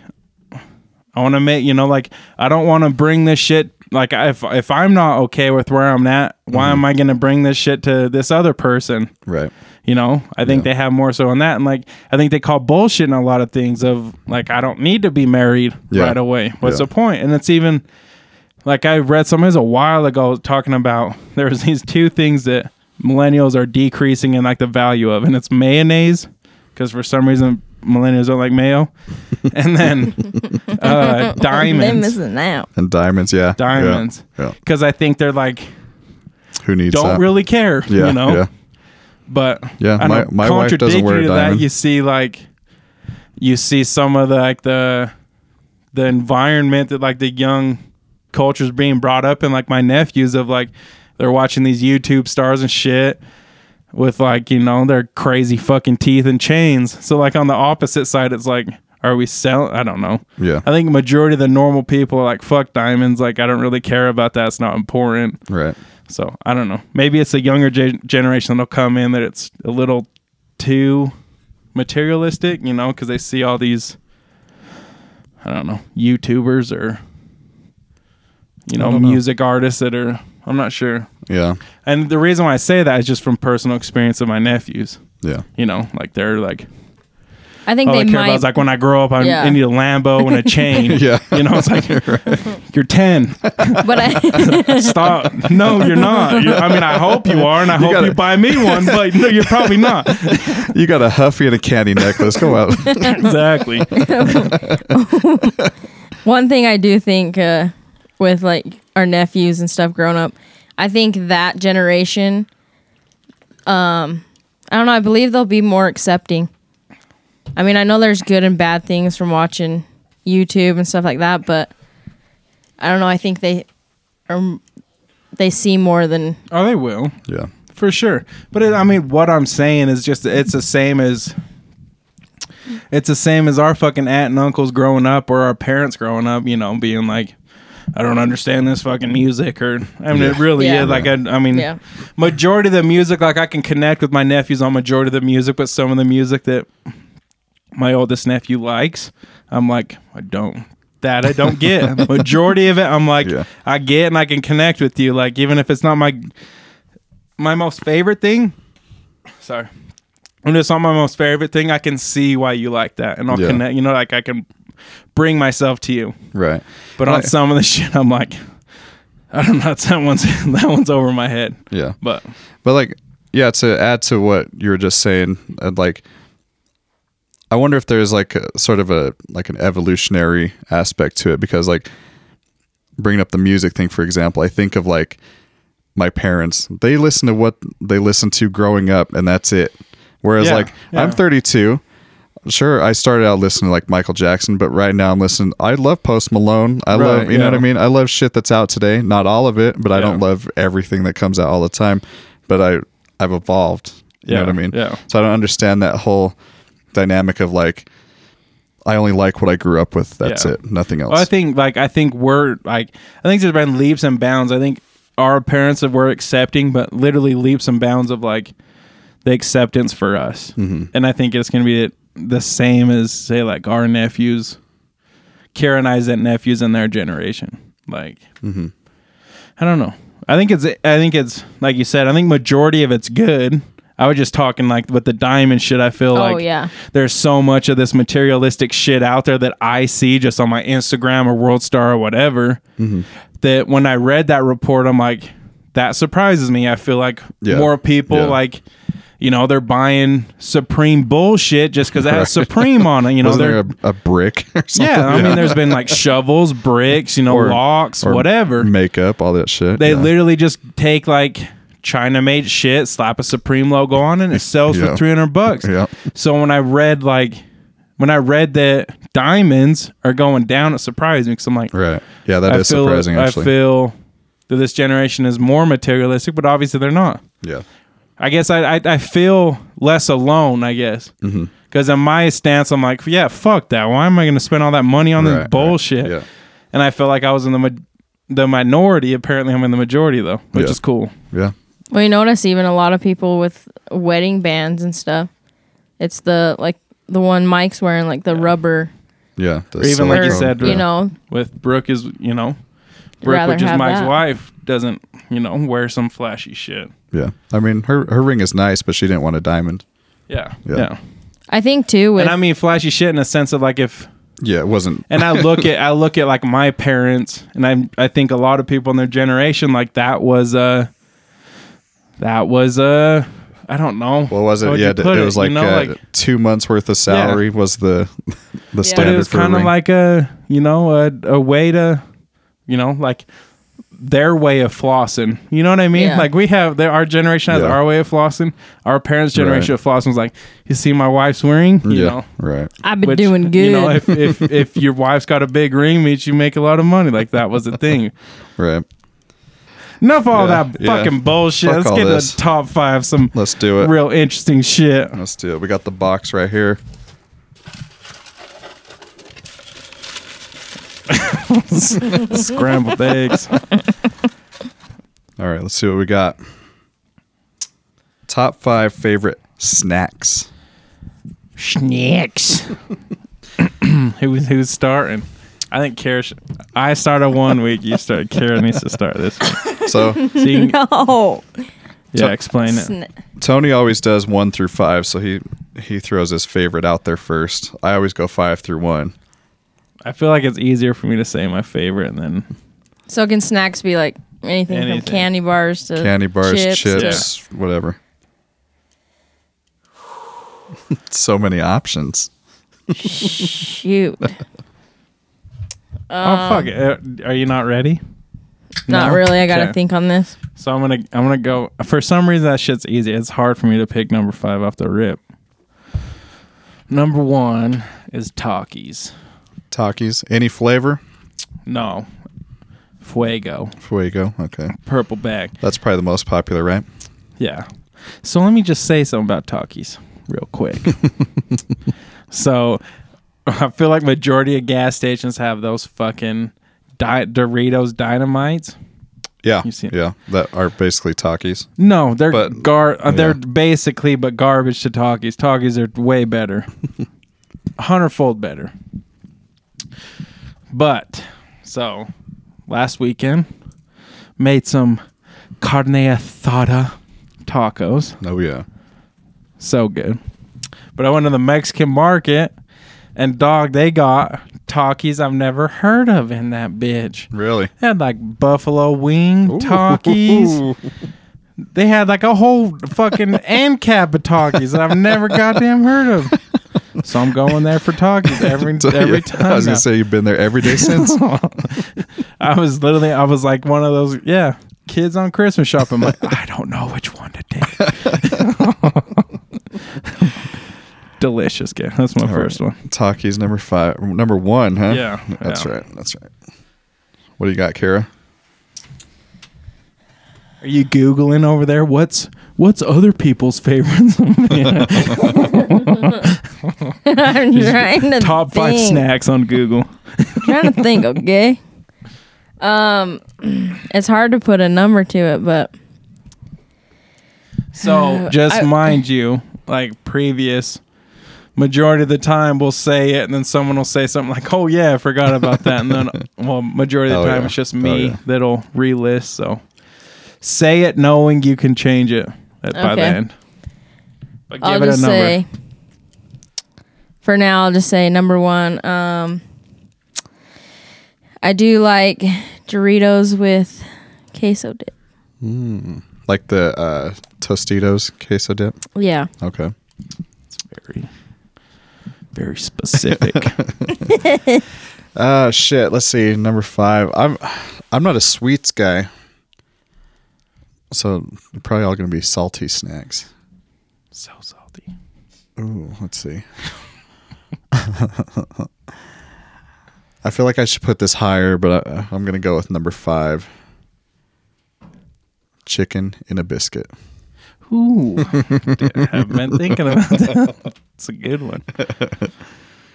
[SPEAKER 3] I want to make you know like I don't want to bring this shit. Like I- if if I'm not okay with where I'm at,
[SPEAKER 2] Mm-hmm.
[SPEAKER 3] why am I gonna bring this shit to this other person?
[SPEAKER 2] Right.
[SPEAKER 3] You know, I think they have more so on that, and like I think they call bullshit in a lot of things. Of like, I don't need to be married
[SPEAKER 2] Yeah.
[SPEAKER 3] right away. What's
[SPEAKER 2] Yeah.
[SPEAKER 3] the point? And it's even like I read something it was a while ago talking about there was these two things that millennials are decreasing in like the value of, and it's mayonnaise because for some reason millennials don't like mayo, and then uh,
[SPEAKER 4] They're
[SPEAKER 3] diamonds,
[SPEAKER 4] missing out.
[SPEAKER 2] And diamonds, yeah. Yeah.
[SPEAKER 3] diamonds,
[SPEAKER 2] Yeah.
[SPEAKER 3] because I think they're like
[SPEAKER 2] Who needs
[SPEAKER 3] don't
[SPEAKER 2] that?
[SPEAKER 3] really care.
[SPEAKER 2] yeah,
[SPEAKER 3] you know
[SPEAKER 2] yeah.
[SPEAKER 3] but
[SPEAKER 2] Yeah,
[SPEAKER 3] I
[SPEAKER 2] my-
[SPEAKER 3] know,
[SPEAKER 2] my wife doesn't
[SPEAKER 3] contradictory
[SPEAKER 2] wear a
[SPEAKER 3] to
[SPEAKER 2] diamond.
[SPEAKER 3] That, you see, like, you see some of the like the the environment that like the young culture's being brought up in, like my nephews of like they're watching these YouTube stars and shit with like you know their crazy fucking teeth and chains. So like on the opposite side, it's like. Are we selling? I don't know.
[SPEAKER 2] Yeah.
[SPEAKER 3] I think majority of the normal people are like, fuck diamonds. Like, I don't really care about that. It's not important.
[SPEAKER 2] Right.
[SPEAKER 3] So I don't know. Maybe it's a younger ge- generation that'll come in that it's a little too materialistic, you know, because they see all these, I don't know, YouTubers or, you know,
[SPEAKER 2] don't know.
[SPEAKER 3] music artists that are, I'm not sure.
[SPEAKER 2] Yeah.
[SPEAKER 3] And the reason why I say that is just from personal experience of my nephews,
[SPEAKER 2] Yeah.
[SPEAKER 3] you know, like they're like,
[SPEAKER 4] I think
[SPEAKER 3] all I
[SPEAKER 4] they
[SPEAKER 3] care
[SPEAKER 4] might.
[SPEAKER 3] about is like when I grow up, I'm,
[SPEAKER 4] Yeah.
[SPEAKER 3] I need a Lambo and a chain.
[SPEAKER 2] Yeah.
[SPEAKER 3] You know, it's like, you're 10.
[SPEAKER 4] but I,
[SPEAKER 3] Stop. No, you're not. You're- I mean, I hope you are, and I hope
[SPEAKER 2] gotta-
[SPEAKER 3] you buy me one, but no, you're probably not.
[SPEAKER 2] You got a Huffy and a candy necklace. Go out.
[SPEAKER 3] exactly.
[SPEAKER 4] one thing I do think uh, with like our nephews and stuff growing up. I think that generation, um, I don't know. I believe they'll be more accepting. I mean, I know there's good and bad things from watching YouTube and stuff like that, but I don't know. I think they are they see more than
[SPEAKER 3] Oh, they will.
[SPEAKER 2] Yeah.
[SPEAKER 3] for sure. But it, I mean, what I'm saying is just it's the same as it's the same as our fucking aunt and uncles growing up or our parents growing up. You know, being like, I don't understand this fucking music, or I mean, it really
[SPEAKER 4] Yeah.
[SPEAKER 3] is like I, I mean,
[SPEAKER 4] Yeah.
[SPEAKER 3] majority of the music, like I can connect with my nephews on majority of the music, but some of the music that my oldest nephew likes, I'm like, I don't. That I don't get. Majority of it, I'm like,
[SPEAKER 2] Yeah.
[SPEAKER 3] I get, and I can connect with you. Like, even if it's not my my most favorite thing. Sorry. When it's not my most favorite thing, I can see why you like that, and I'll
[SPEAKER 2] Yeah.
[SPEAKER 3] connect. You know, like I can bring myself to you.
[SPEAKER 2] Right.
[SPEAKER 3] But on
[SPEAKER 2] Right.
[SPEAKER 3] some of the shit, I'm like, I don't know. That one's that one's over my head.
[SPEAKER 2] Yeah.
[SPEAKER 3] But
[SPEAKER 2] But like, yeah, to add to what you were just saying, and like, I wonder if there's like a, sort of a like an evolutionary aspect to it because like, bringing up the music thing for example, I think of like my parents. They listen to what they listened to growing up, and that's it. Whereas
[SPEAKER 3] Yeah,
[SPEAKER 2] like
[SPEAKER 3] yeah.
[SPEAKER 2] I'm 32. Sure, I started out listening to like Michael Jackson, but right now I'm listening. I love Post Malone. I
[SPEAKER 3] Right,
[SPEAKER 2] love, you know what I
[SPEAKER 3] yeah.
[SPEAKER 2] mean. I mean, I love shit that's out today. Not all of it, but I
[SPEAKER 3] Yeah.
[SPEAKER 2] don't love everything that comes out all the time. But I, I've evolved. You know
[SPEAKER 3] Yeah,
[SPEAKER 2] what I mean?
[SPEAKER 3] yeah.
[SPEAKER 2] So I don't understand that whole dynamic of like, I only like what I grew up with. That's
[SPEAKER 3] Yeah.
[SPEAKER 2] it. Nothing else.
[SPEAKER 3] Well, I think like I think we're like I think there's been leaps and bounds. I think our parents that were accepting, but literally leaps and bounds of like the acceptance for us. And I think it's gonna be the same as say like our nephews, Karen and I's nephews in their generation. Like
[SPEAKER 2] Mm-hmm.
[SPEAKER 3] I don't know. I think it's I think it's like you said. I think majority of it's good. I was just talking like with the diamond shit. I feel
[SPEAKER 4] Oh,
[SPEAKER 3] like
[SPEAKER 4] yeah.
[SPEAKER 3] there's so much of this materialistic shit out there that I see just on my Instagram or World Star or whatever.
[SPEAKER 2] Mm-hmm.
[SPEAKER 3] That when I read that report, I'm like, that surprises me. I feel like
[SPEAKER 2] Yeah.
[SPEAKER 3] more people
[SPEAKER 2] Yeah.
[SPEAKER 3] like, you know, they're buying Supreme bullshit just because it has Supreme on it. You know,
[SPEAKER 2] Wasn't
[SPEAKER 3] they're.
[SPEAKER 2] there a, a brick or something?
[SPEAKER 3] yeah, Uh-huh. I mean, there's been like shovels, bricks, you know, locks,
[SPEAKER 2] Or
[SPEAKER 3] whatever.
[SPEAKER 2] makeup, all that shit.
[SPEAKER 3] They
[SPEAKER 2] yeah.
[SPEAKER 3] literally just take like China made shit, slap a Supreme logo on, it, and it sells
[SPEAKER 2] Yeah.
[SPEAKER 3] for three hundred bucks.
[SPEAKER 2] Yeah.
[SPEAKER 3] So when I read like when I read that diamonds are going down, it surprised me because I'm like,
[SPEAKER 2] right. Yeah, that is
[SPEAKER 3] I feel
[SPEAKER 2] surprising. Actually,
[SPEAKER 3] I feel that this generation is more materialistic, but obviously they're not.
[SPEAKER 2] yeah,
[SPEAKER 3] I guess I I, I feel less alone. I guess because
[SPEAKER 2] Mm-hmm.
[SPEAKER 3] in my stance, I'm like, yeah, fuck that. Why am I going to spend all that money on
[SPEAKER 2] Right,
[SPEAKER 3] this
[SPEAKER 2] right.
[SPEAKER 3] bullshit?
[SPEAKER 2] Yeah.
[SPEAKER 3] And I felt like I was in the ma- the minority. Apparently, I'm in the majority though, which
[SPEAKER 2] Yeah.
[SPEAKER 3] is cool.
[SPEAKER 2] yeah,
[SPEAKER 4] Well, you notice even a lot of people with wedding bands and stuff. It's the like the one Mike's wearing, like the rubber.
[SPEAKER 2] yeah. The
[SPEAKER 3] Or even like you
[SPEAKER 2] silicone,
[SPEAKER 3] said,
[SPEAKER 2] yeah.
[SPEAKER 4] You know,
[SPEAKER 3] With Brooke is you know, Brooke,
[SPEAKER 4] rather
[SPEAKER 3] which is
[SPEAKER 4] have
[SPEAKER 3] Mike's
[SPEAKER 4] that.
[SPEAKER 3] wife, doesn't you know wear some flashy shit.
[SPEAKER 2] yeah. I mean, her her ring is nice, but she didn't want a diamond.
[SPEAKER 3] Yeah,
[SPEAKER 2] Yeah.
[SPEAKER 3] yeah.
[SPEAKER 4] I think too. With
[SPEAKER 3] And I mean flashy shit in a sense of like if
[SPEAKER 2] Yeah, it wasn't.
[SPEAKER 3] and I look at I look at like my parents, and I I think a lot of people in their generation like that was uh that was uh I don't know
[SPEAKER 2] What was
[SPEAKER 3] How
[SPEAKER 2] it?
[SPEAKER 3] would
[SPEAKER 2] Yeah,
[SPEAKER 3] Oh, you
[SPEAKER 2] it,
[SPEAKER 3] put
[SPEAKER 2] it was like,
[SPEAKER 3] you know,
[SPEAKER 2] uh,
[SPEAKER 3] like
[SPEAKER 2] two months worth of salary was the the
[SPEAKER 3] but
[SPEAKER 2] standard
[SPEAKER 3] it was
[SPEAKER 2] for a
[SPEAKER 3] kind of
[SPEAKER 2] ring.
[SPEAKER 3] like a you know a a way to you know like their way of flossing. You know what I mean?
[SPEAKER 4] Yeah.
[SPEAKER 3] Like we have there, our generation has
[SPEAKER 2] Yeah.
[SPEAKER 3] our way of flossing. Our parents' generation
[SPEAKER 2] Right.
[SPEAKER 3] of flossing was like, you see my wife's wearing, you
[SPEAKER 2] yeah,
[SPEAKER 3] know.
[SPEAKER 2] right.
[SPEAKER 4] I've been
[SPEAKER 3] Which,
[SPEAKER 4] doing good.
[SPEAKER 3] You know, if, if if your wife's got a big ring, means you make a lot of money. Like that was the thing.
[SPEAKER 2] Right.
[SPEAKER 3] Enough of all
[SPEAKER 2] Yeah,
[SPEAKER 3] that
[SPEAKER 2] yeah.
[SPEAKER 3] fucking bullshit.
[SPEAKER 2] Fuck
[SPEAKER 3] Let's
[SPEAKER 2] all
[SPEAKER 3] get
[SPEAKER 2] this.
[SPEAKER 3] to the top five. Some
[SPEAKER 2] Let's do it.
[SPEAKER 3] real interesting shit.
[SPEAKER 2] Let's do it. We got the box right here.
[SPEAKER 3] Scrambled eggs.
[SPEAKER 2] All right, let's see what we got. Top five favorite snacks.
[SPEAKER 3] Schnicks. who's who's starting? I think Kara. Sh- I started one week. You start. Kara needs to start this. Week.
[SPEAKER 2] So
[SPEAKER 3] So you can,
[SPEAKER 4] no.
[SPEAKER 3] yeah, explain it.
[SPEAKER 4] Sn-
[SPEAKER 2] Tony always does one through five, so he he throws his favorite out there first. I always go five through one.
[SPEAKER 3] I feel like it's easier for me to say my favorite and then
[SPEAKER 4] So can snacks be like anything,
[SPEAKER 3] Anything.
[SPEAKER 4] from candy bars to
[SPEAKER 2] Candy bars, chips,
[SPEAKER 3] chips.
[SPEAKER 2] whatever. so many options.
[SPEAKER 4] Shoot.
[SPEAKER 3] oh fuck! it. Uh, Are you not ready?
[SPEAKER 4] Not
[SPEAKER 3] No?
[SPEAKER 4] really. I gotta
[SPEAKER 3] Okay.
[SPEAKER 4] think on this.
[SPEAKER 3] So I'm gonna I'm gonna go. For some reason, that shit's easy. It's hard for me to pick number five off the rip. Number one is Takis.
[SPEAKER 2] Takis. Any flavor?
[SPEAKER 3] No, Fuego,
[SPEAKER 2] Fuego. Okay.
[SPEAKER 3] purple bag.
[SPEAKER 2] That's probably the most popular, right?
[SPEAKER 3] Yeah. So let me just say something about Takis real quick. so I feel like majority of gas stations have those fucking di- Doritos dynamites.
[SPEAKER 2] Yeah.
[SPEAKER 3] You see it.
[SPEAKER 2] yeah. That are basically Takis.
[SPEAKER 3] No, they're
[SPEAKER 2] But-
[SPEAKER 3] gar. uh They're
[SPEAKER 2] yeah.
[SPEAKER 3] basically but garbage to talkies. Talkies are way better, A hundredfold better. But so last weekend made some carne asada tacos,
[SPEAKER 2] Oh yeah.
[SPEAKER 3] so good. But I went to the Mexican market, and dog, they got talkies I've never heard of in that bitch.
[SPEAKER 2] Really?
[SPEAKER 3] They had like buffalo wing talkies. They had like a whole fucking and cap of talkies that I've never goddamn heard of. So I'm going there for talkies every
[SPEAKER 2] So, yeah,
[SPEAKER 3] every time.
[SPEAKER 2] I was
[SPEAKER 3] now.
[SPEAKER 2] gonna say you've been there every day since.
[SPEAKER 3] I was literally I was like one of those yeah kids on Christmas shopping. like I don't know which one to take. Delicious game. That's my first one.
[SPEAKER 2] Takis number five, number one, huh?
[SPEAKER 3] Yeah,
[SPEAKER 2] That's
[SPEAKER 3] yeah.
[SPEAKER 2] right. That's right. What do you got, Kara?
[SPEAKER 3] Are you googling over there? What's what's other people's favorites?
[SPEAKER 4] I'm trying to
[SPEAKER 3] Top five
[SPEAKER 4] think.
[SPEAKER 3] snacks on Google.
[SPEAKER 4] trying to think, okay? Um, it's hard to put a number to it, but
[SPEAKER 3] So
[SPEAKER 4] Uh,
[SPEAKER 3] just
[SPEAKER 4] I-
[SPEAKER 3] mind you, like previous majority of the time we'll say it and then someone will say something like, Oh yeah, I forgot about that and then well majority of the
[SPEAKER 2] Oh,
[SPEAKER 3] time
[SPEAKER 2] yeah.
[SPEAKER 3] it's just
[SPEAKER 2] Oh,
[SPEAKER 3] me
[SPEAKER 2] yeah.
[SPEAKER 3] that'll relist, so say it knowing you can change it at, by the
[SPEAKER 4] Okay.
[SPEAKER 3] end. But
[SPEAKER 4] I'll just say for now. I'll just say number one. Um, I do like Doritos with queso dip.
[SPEAKER 2] Like the uh, Tostitos queso dip.
[SPEAKER 4] Yeah,
[SPEAKER 2] Okay.
[SPEAKER 3] it's very very specific.
[SPEAKER 2] Uh shit. Let's see. Number five. I'm I'm not a sweets guy, so they're probably all gonna be salty snacks.
[SPEAKER 3] so salty.
[SPEAKER 2] Ooh, let's see. I feel like I should put this higher, but I, I'm gonna go with number five. Chicken in a biscuit.
[SPEAKER 3] Ooh. I've been thinking about that. It's a good one.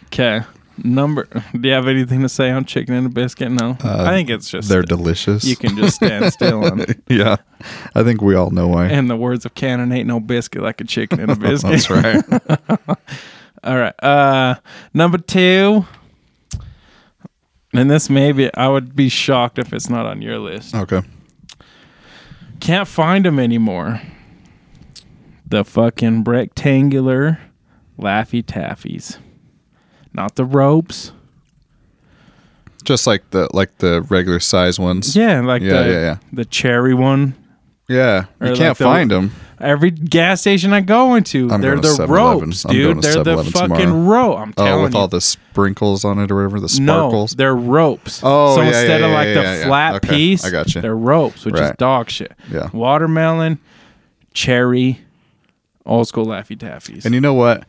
[SPEAKER 3] Okay. Number do you have anything to say on chicken and a biscuit? No. I think it's just
[SPEAKER 2] They're delicious.
[SPEAKER 3] you can just stand still and
[SPEAKER 2] yeah, I think we all know why. Oh,
[SPEAKER 3] in the words of canon ain't no biscuit like a chicken and a biscuit.
[SPEAKER 2] That's right.
[SPEAKER 3] All right. Uh number two. And this maybe I would be shocked if it's not on your list.
[SPEAKER 2] okay.
[SPEAKER 3] Can't find them anymore. The fucking rectangular Laffy Taffies. Not the ropes.
[SPEAKER 2] Just like the like the regular size ones.
[SPEAKER 3] Yeah, like
[SPEAKER 2] Yeah,
[SPEAKER 3] the,
[SPEAKER 2] yeah, yeah.
[SPEAKER 3] the cherry one.
[SPEAKER 2] Yeah.
[SPEAKER 3] Or
[SPEAKER 2] You
[SPEAKER 3] like
[SPEAKER 2] can't
[SPEAKER 3] the-
[SPEAKER 2] find 'em. find them.
[SPEAKER 3] Every gas station I go into,
[SPEAKER 2] I'm
[SPEAKER 3] they're
[SPEAKER 2] going to
[SPEAKER 3] the
[SPEAKER 2] 7-Eleven.
[SPEAKER 3] ropes,
[SPEAKER 2] I'm going
[SPEAKER 3] dude.
[SPEAKER 2] to
[SPEAKER 3] They're the
[SPEAKER 2] 7-Eleven
[SPEAKER 3] fucking
[SPEAKER 2] tomorrow.
[SPEAKER 3] rope. I'm telling
[SPEAKER 2] Oh, with
[SPEAKER 3] you.
[SPEAKER 2] all the sprinkles on it or whatever, the sparkles.
[SPEAKER 3] No, they're ropes.
[SPEAKER 2] Oh,
[SPEAKER 3] so
[SPEAKER 2] yeah,
[SPEAKER 3] instead
[SPEAKER 2] yeah,
[SPEAKER 3] of
[SPEAKER 2] yeah,
[SPEAKER 3] like the
[SPEAKER 2] yeah, yeah.
[SPEAKER 3] flat
[SPEAKER 2] Okay,
[SPEAKER 3] piece,
[SPEAKER 2] I gotcha.
[SPEAKER 3] They're ropes, which is
[SPEAKER 2] Right.
[SPEAKER 3] dog shit.
[SPEAKER 2] Yeah.
[SPEAKER 3] watermelon, cherry, old school Laffy Taffies.
[SPEAKER 2] And you know what?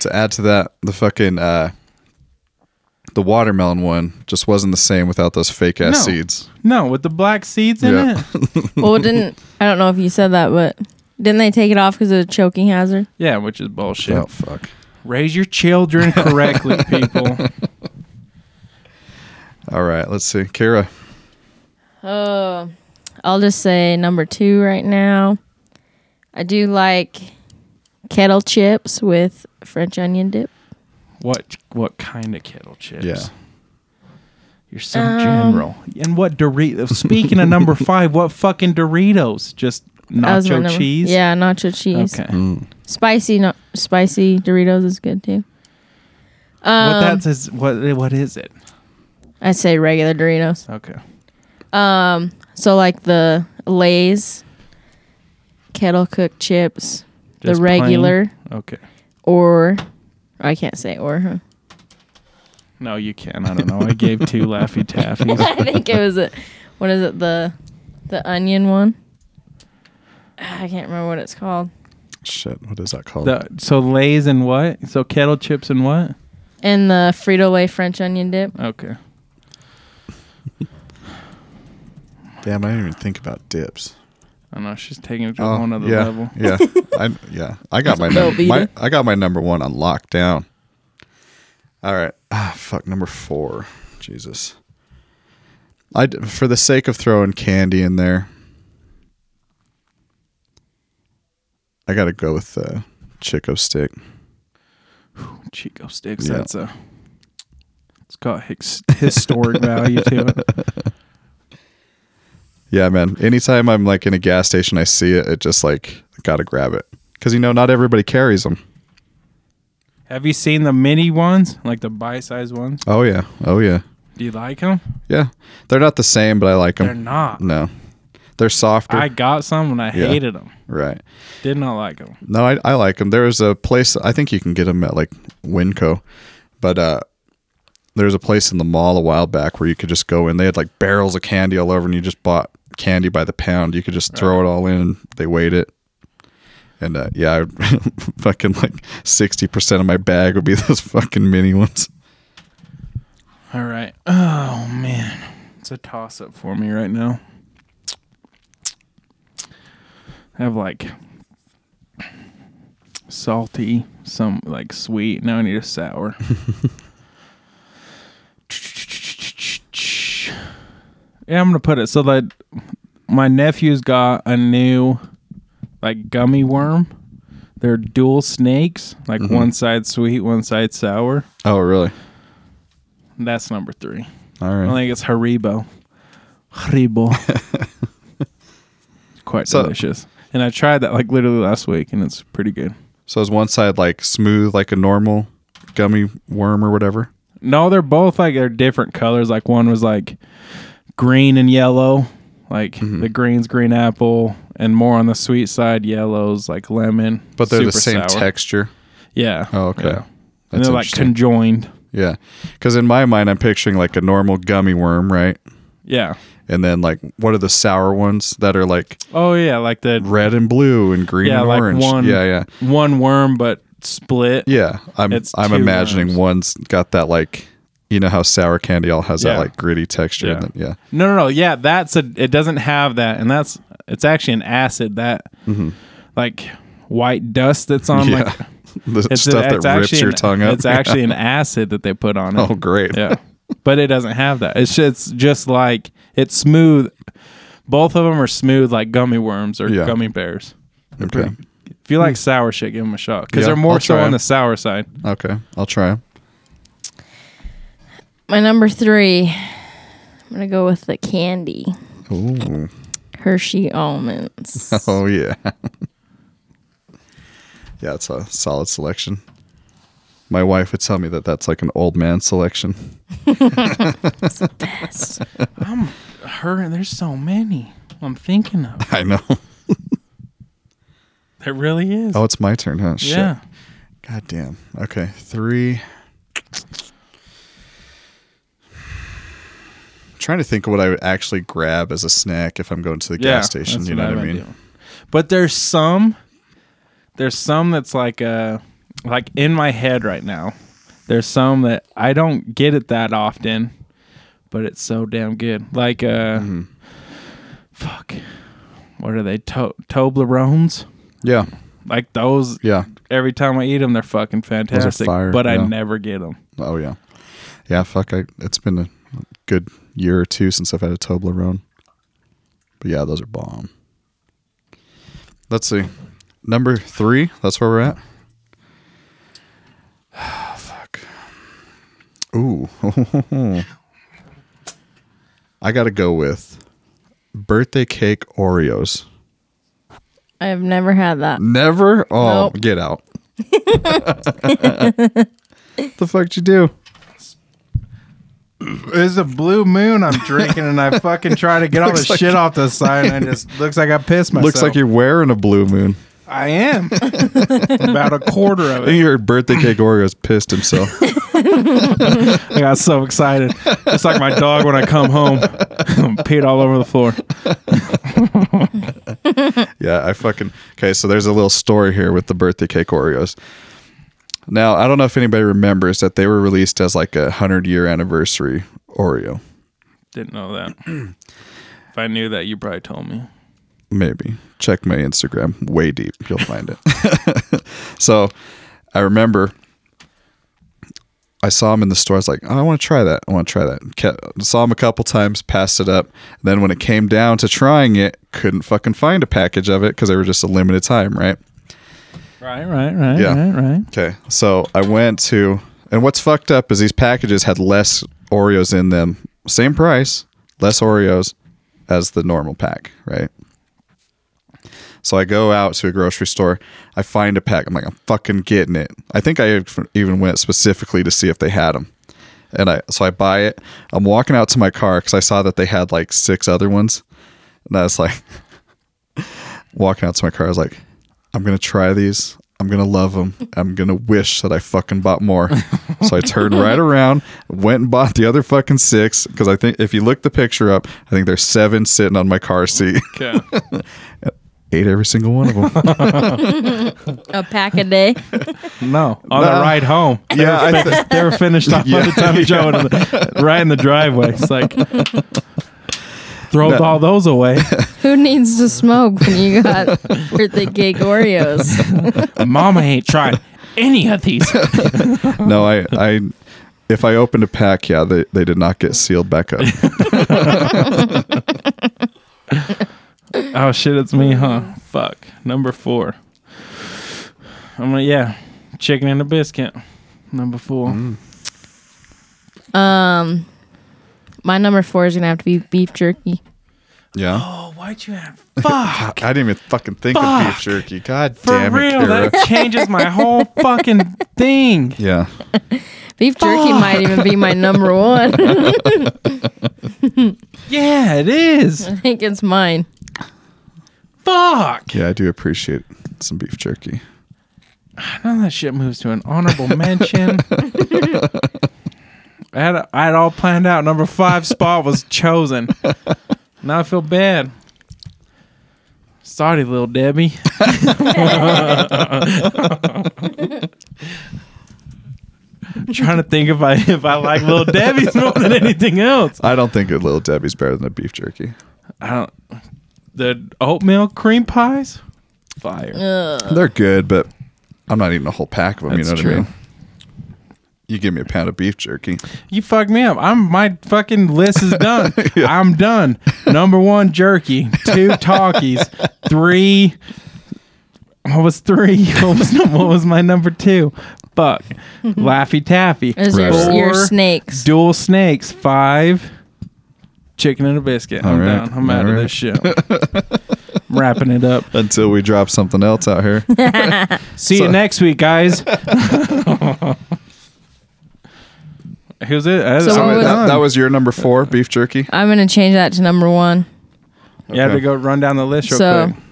[SPEAKER 2] To add to that, the fucking uh the watermelon one just wasn't the same without those fake ass
[SPEAKER 3] No.
[SPEAKER 2] seeds.
[SPEAKER 3] no, with the black seeds in
[SPEAKER 2] Yeah.
[SPEAKER 3] it.
[SPEAKER 4] well, didn't I don't know if you said that, but didn't they take it off because of the choking hazard?
[SPEAKER 3] Yeah, which is bullshit.
[SPEAKER 2] Oh fuck.
[SPEAKER 3] Raise your children correctly, people.
[SPEAKER 2] All right, let's see. Kara.
[SPEAKER 4] Uh, I'll just say number two right now. I do like kettle chips with French onion dip.
[SPEAKER 3] What what kind of kettle chips?
[SPEAKER 2] Yeah.
[SPEAKER 3] You're so general. And what Doritos? Speaking of number five, what fucking Doritos? Just
[SPEAKER 4] That was my
[SPEAKER 3] nacho
[SPEAKER 4] number-
[SPEAKER 3] cheese?
[SPEAKER 4] Yeah, nacho cheese.
[SPEAKER 3] Okay.
[SPEAKER 2] Hmm.
[SPEAKER 4] Spicy, no, spicy Doritos is good too.
[SPEAKER 3] what
[SPEAKER 4] Um,
[SPEAKER 3] that's is what what is it?
[SPEAKER 4] I say regular Doritos.
[SPEAKER 3] Okay.
[SPEAKER 4] So like the Lay's kettle cooked chips,
[SPEAKER 3] Just
[SPEAKER 4] the
[SPEAKER 3] plain?
[SPEAKER 4] regular
[SPEAKER 3] Okay.
[SPEAKER 4] or I can't say or. Huh?
[SPEAKER 3] No, you can. I don't know. I gave two Laffy Taffies.
[SPEAKER 4] I think it was a, what is it the the onion one? Ah, I can't remember what it's called.
[SPEAKER 2] Shit, what is that called?
[SPEAKER 3] The, so Lay's and what? So kettle chips and what?
[SPEAKER 4] And the Frito Lay French onion dip.
[SPEAKER 3] Okay.
[SPEAKER 2] Damn, I didn't even think about dips.
[SPEAKER 3] I know she's taking it to a whole other
[SPEAKER 2] Oh, yeah,
[SPEAKER 3] level.
[SPEAKER 2] yeah, I, yeah. I got my,
[SPEAKER 4] Bill
[SPEAKER 2] num- my
[SPEAKER 4] Vita.
[SPEAKER 2] I got my number one on lockdown. All right, ah, fuck number four. Jesus, I for the sake of throwing candy in there, I got to go with uh, Chico Stick.
[SPEAKER 3] Chico sticks.
[SPEAKER 2] Yeah.
[SPEAKER 3] That's a. It's got his, historic value to it.
[SPEAKER 2] Yeah, man. Anytime I'm like in a gas station, I see it. It just like gotta grab it because you know not everybody carries them.
[SPEAKER 3] Have you seen the mini ones, like the bite-sized ones?
[SPEAKER 2] Oh yeah, oh yeah,
[SPEAKER 3] Do you like them?
[SPEAKER 2] yeah. They're not the same, but I like
[SPEAKER 3] They're
[SPEAKER 2] them.
[SPEAKER 3] not.
[SPEAKER 2] no, they're softer.
[SPEAKER 3] I got some and I
[SPEAKER 2] Yeah.
[SPEAKER 3] hated them.
[SPEAKER 2] right.
[SPEAKER 3] Did not like them.
[SPEAKER 2] No, I, I like them. There was a place I think you can get them at like Winco, but uh, there was a place in the mall a while back where you could just go in. They had like barrels of candy all over, and you just bought candy by the pound. You could just throw it all in. and They weighed it, and uh, yeah, I, fucking like sixty percent of my bag would be those fucking mini ones.
[SPEAKER 3] All right. Oh man, it's a toss-up for me right now. I have like salty, some like sweet. Now I need a sour. yeah, I'm gonna put it so that my nephew's got a new like gummy worm. They're dual snakes, like one side sweet, one side sour.
[SPEAKER 2] Oh, really?
[SPEAKER 3] That's number three.
[SPEAKER 2] All right.
[SPEAKER 3] I think it's Haribo. Haribo. It's Quite
[SPEAKER 2] So-
[SPEAKER 3] delicious. And I tried that like literally last week and it's pretty good.
[SPEAKER 2] so is one side like smooth, like a normal gummy worm or whatever?
[SPEAKER 3] No, they're both like they're different colors. Like one was like green and yellow, like
[SPEAKER 2] Mm-hmm.
[SPEAKER 3] the green's green apple, and more on the sweet side, yellows like lemon.
[SPEAKER 2] But they're the
[SPEAKER 3] super
[SPEAKER 2] same
[SPEAKER 3] sour.
[SPEAKER 2] texture.
[SPEAKER 3] Yeah.
[SPEAKER 2] Oh, okay.
[SPEAKER 3] Yeah. And
[SPEAKER 2] That's
[SPEAKER 3] they're like
[SPEAKER 2] interesting.
[SPEAKER 3] conjoined.
[SPEAKER 2] Yeah. Because in my mind, I'm picturing like a normal gummy worm, right?
[SPEAKER 3] Yeah.
[SPEAKER 2] And then like, what are the sour ones that are like
[SPEAKER 3] Oh yeah, like the
[SPEAKER 2] red and blue and green
[SPEAKER 3] yeah,
[SPEAKER 2] and
[SPEAKER 3] like
[SPEAKER 2] orange?
[SPEAKER 3] one
[SPEAKER 2] yeah, yeah,
[SPEAKER 3] one worm but split.
[SPEAKER 2] yeah. I'm
[SPEAKER 3] It's
[SPEAKER 2] I'm
[SPEAKER 3] two
[SPEAKER 2] imagining one's
[SPEAKER 3] worms.
[SPEAKER 2] got that like, you know how sour candy all has that
[SPEAKER 3] Yeah.
[SPEAKER 2] like gritty texture. Yeah.
[SPEAKER 3] Yeah.
[SPEAKER 2] And then, yeah.
[SPEAKER 3] No, no, no. Yeah, that's a. It doesn't have that, and that's it's actually an acid that, like white dust that's on.
[SPEAKER 2] Mm-hmm. Yeah.
[SPEAKER 3] Like,
[SPEAKER 2] The
[SPEAKER 3] it's
[SPEAKER 2] stuff
[SPEAKER 3] it's
[SPEAKER 2] that rips
[SPEAKER 3] actually
[SPEAKER 2] your
[SPEAKER 3] an-
[SPEAKER 2] tongue up.
[SPEAKER 3] It's actually an acid that they put on it.
[SPEAKER 2] oh, great.
[SPEAKER 3] yeah, but it doesn't have that. It's just, it's just like it's smooth. Both of them are smooth like gummy worms or
[SPEAKER 2] Yeah.
[SPEAKER 3] gummy bears.
[SPEAKER 2] Okay.
[SPEAKER 3] If you like sour shit, give them a shot because
[SPEAKER 2] Yeah,
[SPEAKER 3] they're more
[SPEAKER 2] I'll
[SPEAKER 3] so
[SPEAKER 2] try
[SPEAKER 3] on
[SPEAKER 2] 'em.
[SPEAKER 3] the sour side.
[SPEAKER 2] Okay. I'll try 'em.
[SPEAKER 4] My number three. I'm gonna go with the candy
[SPEAKER 2] Ooh.
[SPEAKER 4] Hershey almonds.
[SPEAKER 2] Oh yeah. yeah, it's a solid selection. My wife would tell me that that's like an old man selection.
[SPEAKER 4] Best.
[SPEAKER 3] I'm her. There's so many. I'm thinking of.
[SPEAKER 2] I know.
[SPEAKER 3] There really is.
[SPEAKER 2] Oh, it's my turn, huh? Shit.
[SPEAKER 3] yeah.
[SPEAKER 2] God damn. Okay, three. trying to think of what I would actually grab as a snack if I'm going to the gas station.
[SPEAKER 3] that's
[SPEAKER 2] You know what I
[SPEAKER 3] I'm
[SPEAKER 2] mean?
[SPEAKER 3] doing. But there's some, there's some that's like uh like in my head right now. There's some that I don't get it that often, but it's so damn good. Like uh,
[SPEAKER 2] Mm-hmm.
[SPEAKER 3] fuck, what are they? To- Toblerones.
[SPEAKER 2] Yeah,
[SPEAKER 3] Like those.
[SPEAKER 2] yeah.
[SPEAKER 3] Every time I eat them, they're fucking fantastic.
[SPEAKER 2] fire,
[SPEAKER 3] but I
[SPEAKER 2] yeah.
[SPEAKER 3] never get them.
[SPEAKER 2] Oh yeah, yeah. Fuck, I, it's been a good year or two since I've had a Toblerone. But yeah, those are bomb. Let's see, number three. That's where we're at. Fuck. Ooh. I gotta go with birthday cake Oreos.
[SPEAKER 4] I have never had that.
[SPEAKER 2] Never. Oh,
[SPEAKER 4] Nope.
[SPEAKER 2] get out. the fuck you do?
[SPEAKER 3] It's a blue moon I'm drinking, and I fucking try to get all the
[SPEAKER 2] Looks like-
[SPEAKER 3] shit off the side, and it just looks like I pissed myself.
[SPEAKER 2] Looks like you're wearing a blue moon.
[SPEAKER 3] I am about a quarter of
[SPEAKER 2] I think
[SPEAKER 3] it.
[SPEAKER 2] your birthday cake Oreos pissed himself.
[SPEAKER 3] I got so excited. It's like my dog when I come home, peed all over the floor.
[SPEAKER 2] Yeah, I fucking okay. So there's a little story here with the birthday cake Oreos. Now I don't know if anybody remembers that they were released as like a hundred year anniversary Oreo.
[SPEAKER 3] Didn't know that. If I knew that, you probably told me.
[SPEAKER 2] Maybe check my Instagram, way deep, you'll find it. so I remember I saw him in the store. I was like, oh, I want to try that. I want to try that. Kept, saw him a couple times, passed it up. Then when it came down to trying it, couldn't fucking find a package of it because they were just a limited time, right?
[SPEAKER 3] Right, right, right,
[SPEAKER 2] Yeah.
[SPEAKER 3] right, right.
[SPEAKER 2] Okay. So I went to, and what's fucked up is these packages had less Oreos in them, same price, less Oreos as the normal pack, right? So I go out to a grocery store. I find a pack. I'm like, I'm fucking getting it. I think I even went specifically to see if they had them. And I, so I buy it. I'm walking out to my car because I saw that they had like six other ones. And I was like, walking out to my car, I was like, I'm gonna try these. I'm gonna love them. I'm gonna wish that I fucking bought more. so I turned right around, went and bought the other fucking six because I think if you look the picture up, I think there's seven sitting on my car seat.
[SPEAKER 3] Okay.
[SPEAKER 2] Ate every single one of them.
[SPEAKER 4] A pack a day.
[SPEAKER 3] No, on the
[SPEAKER 2] Nah.
[SPEAKER 3] ride home.
[SPEAKER 2] yeah, I th-
[SPEAKER 3] They were finished off by the time Joe and right in the driveway. It's like throw all those away.
[SPEAKER 4] Who needs to smoke when you got birthday cake Oreos?
[SPEAKER 3] Mama ain't tried any of these.
[SPEAKER 2] no, I, I, if I opened a pack, yeah, they, they did not get sealed back up.
[SPEAKER 3] oh shit, it's me, huh? Fuck. Number four. I'm like, yeah, chicken and a biscuit. Number four.
[SPEAKER 2] Mm-hmm.
[SPEAKER 4] Um, my number four is gonna have to be beef jerky.
[SPEAKER 2] Yeah,
[SPEAKER 3] Oh, why'd you have? Fuck.
[SPEAKER 2] I didn't even fucking think of beef
[SPEAKER 3] Fuck.
[SPEAKER 2] jerky. God
[SPEAKER 3] For
[SPEAKER 2] damn it,
[SPEAKER 3] real,
[SPEAKER 2] Kara.
[SPEAKER 3] that changes my whole fucking thing.
[SPEAKER 2] Yeah,
[SPEAKER 4] Beef jerky might even be my number one. I
[SPEAKER 3] Yeah, it is.
[SPEAKER 4] think it's mine.
[SPEAKER 3] Fuck.
[SPEAKER 2] yeah, I do appreciate some beef jerky.
[SPEAKER 3] None of Ah, that shit moves to an honorable mention. I had I had all planned out. Number five spot was chosen. Now I feel bad. Sorry, little Debbie. I'm trying to think if I if I like little Debbie's more than anything else.
[SPEAKER 2] I don't think a little Debbie's better than a beef jerky.
[SPEAKER 3] I don't. The oatmeal cream pies, fire.
[SPEAKER 2] They're good, but I'm not eating a whole pack of them.
[SPEAKER 3] That's
[SPEAKER 2] you know what
[SPEAKER 3] true.
[SPEAKER 2] I mean? You give me a pound of beef jerky.
[SPEAKER 3] You fucked me up. I'm my fucking list is done. I'm done. Number one, jerky. Two, talkies. Three. What was three? What was what was my number two? Fuck. Laffy Taffy.
[SPEAKER 4] Those are
[SPEAKER 2] Right.
[SPEAKER 4] Mm-hmm. your
[SPEAKER 3] Four.
[SPEAKER 4] snakes.
[SPEAKER 3] Dual snakes. Five. Chicken and a biscuit. I'm
[SPEAKER 2] All right.
[SPEAKER 3] down. I'm out
[SPEAKER 2] All
[SPEAKER 3] of
[SPEAKER 2] right.
[SPEAKER 3] this shit. I'm wrapping it up.
[SPEAKER 2] Until we drop something else out here.
[SPEAKER 3] See you
[SPEAKER 2] So-
[SPEAKER 3] next week, guys. Who's it? I- I'm
[SPEAKER 4] So what was-
[SPEAKER 3] done.
[SPEAKER 2] that, that was your number four, beef jerky.
[SPEAKER 4] I'm gonna change that to number one.
[SPEAKER 3] You have to
[SPEAKER 2] Okay.
[SPEAKER 3] go run down the list real
[SPEAKER 4] So-
[SPEAKER 3] quick.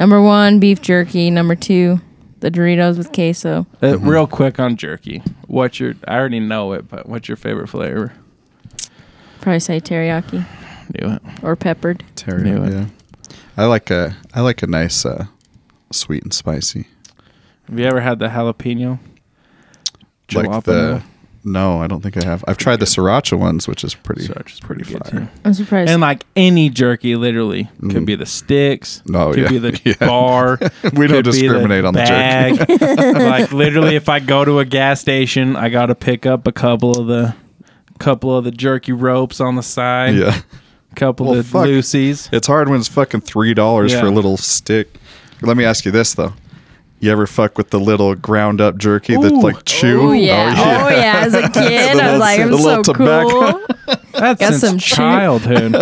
[SPEAKER 4] Number one, beef jerky. Number two, the Doritos with queso.
[SPEAKER 3] Uh,
[SPEAKER 2] mm-hmm.
[SPEAKER 3] Real quick on jerky. What's your? I already know it, but what's your favorite flavor?
[SPEAKER 4] Probably say teriyaki
[SPEAKER 3] Knew it.
[SPEAKER 4] or peppered.
[SPEAKER 2] Terry,
[SPEAKER 3] Knew it.
[SPEAKER 2] yeah. I like a I like a nice uh, sweet and spicy.
[SPEAKER 3] Have you ever had the jalapeno?
[SPEAKER 2] Like the no, I don't think I have. I've tried the sriracha ones, which is pretty.
[SPEAKER 3] Sriracha's pretty good
[SPEAKER 2] fire.
[SPEAKER 3] too.
[SPEAKER 4] I'm surprised.
[SPEAKER 3] And like any jerky, literally could be the sticks.
[SPEAKER 2] Mm. Oh,
[SPEAKER 3] could
[SPEAKER 2] yeah.
[SPEAKER 3] be the
[SPEAKER 2] Yeah.
[SPEAKER 3] bar.
[SPEAKER 2] We don't discriminate on the jerky.
[SPEAKER 3] the jerky. like literally, if I go to a gas station, I got to pick up a couple of the couple of the jerky ropes on the side.
[SPEAKER 2] Yeah,
[SPEAKER 3] Couple
[SPEAKER 2] Well,
[SPEAKER 3] of the
[SPEAKER 2] fuck.
[SPEAKER 3] Lucy's.
[SPEAKER 2] it's hard when it's fucking three dollars for
[SPEAKER 3] Yeah.
[SPEAKER 2] a little stick. Let me ask you this though: You ever fuck with the little ground up jerky that's
[SPEAKER 3] Ooh.
[SPEAKER 2] like chew?
[SPEAKER 4] Oh yeah. oh yeah! As a kid, I
[SPEAKER 2] little-
[SPEAKER 4] was like,
[SPEAKER 2] the
[SPEAKER 4] "I'm so
[SPEAKER 2] little tobacco.
[SPEAKER 4] cool."
[SPEAKER 3] That's
[SPEAKER 4] Got
[SPEAKER 3] since
[SPEAKER 4] some shit.
[SPEAKER 3] childhood,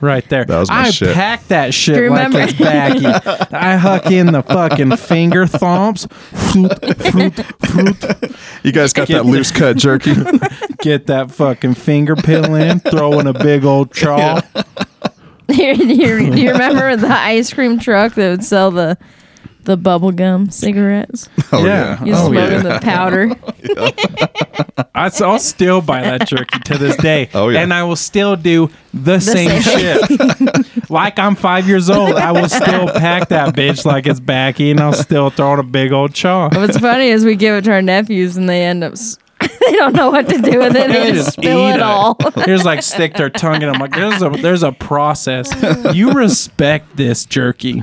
[SPEAKER 3] right there.
[SPEAKER 2] That was my
[SPEAKER 3] I
[SPEAKER 2] shit.
[SPEAKER 3] pack that
[SPEAKER 4] Do you
[SPEAKER 3] shit like
[SPEAKER 4] remember-
[SPEAKER 3] it's baggy. I huck in the fucking finger thumps. Floop, floop, floop.
[SPEAKER 2] You guys got
[SPEAKER 3] Get
[SPEAKER 2] that
[SPEAKER 3] the-
[SPEAKER 2] loose cut jerky?
[SPEAKER 3] Get that fucking finger pill in. Throw in a big old chaw.
[SPEAKER 4] Oh, do, you, do you remember the ice cream truck that would sell the the bubblegum cigarettes.
[SPEAKER 2] Oh,
[SPEAKER 3] Yeah.
[SPEAKER 2] yeah.
[SPEAKER 4] You
[SPEAKER 3] Oh,
[SPEAKER 4] smoking
[SPEAKER 3] yeah.
[SPEAKER 4] the powder.
[SPEAKER 3] I, will still buy that jerky to this day.
[SPEAKER 2] Oh, yeah.
[SPEAKER 3] And I will still do the, same, shit. like I'm five years old, I will still pack that bitch like it's backy and I'll still throw in a big old chaw.
[SPEAKER 4] What's funny is we give it to our nephews and they end up. s- they don't know what to do with it. They just spill
[SPEAKER 3] eat
[SPEAKER 4] it all.
[SPEAKER 3] Here's like stick their tongue in. I'm like, there's a there's a process.
[SPEAKER 2] Mm.
[SPEAKER 3] You respect this jerky.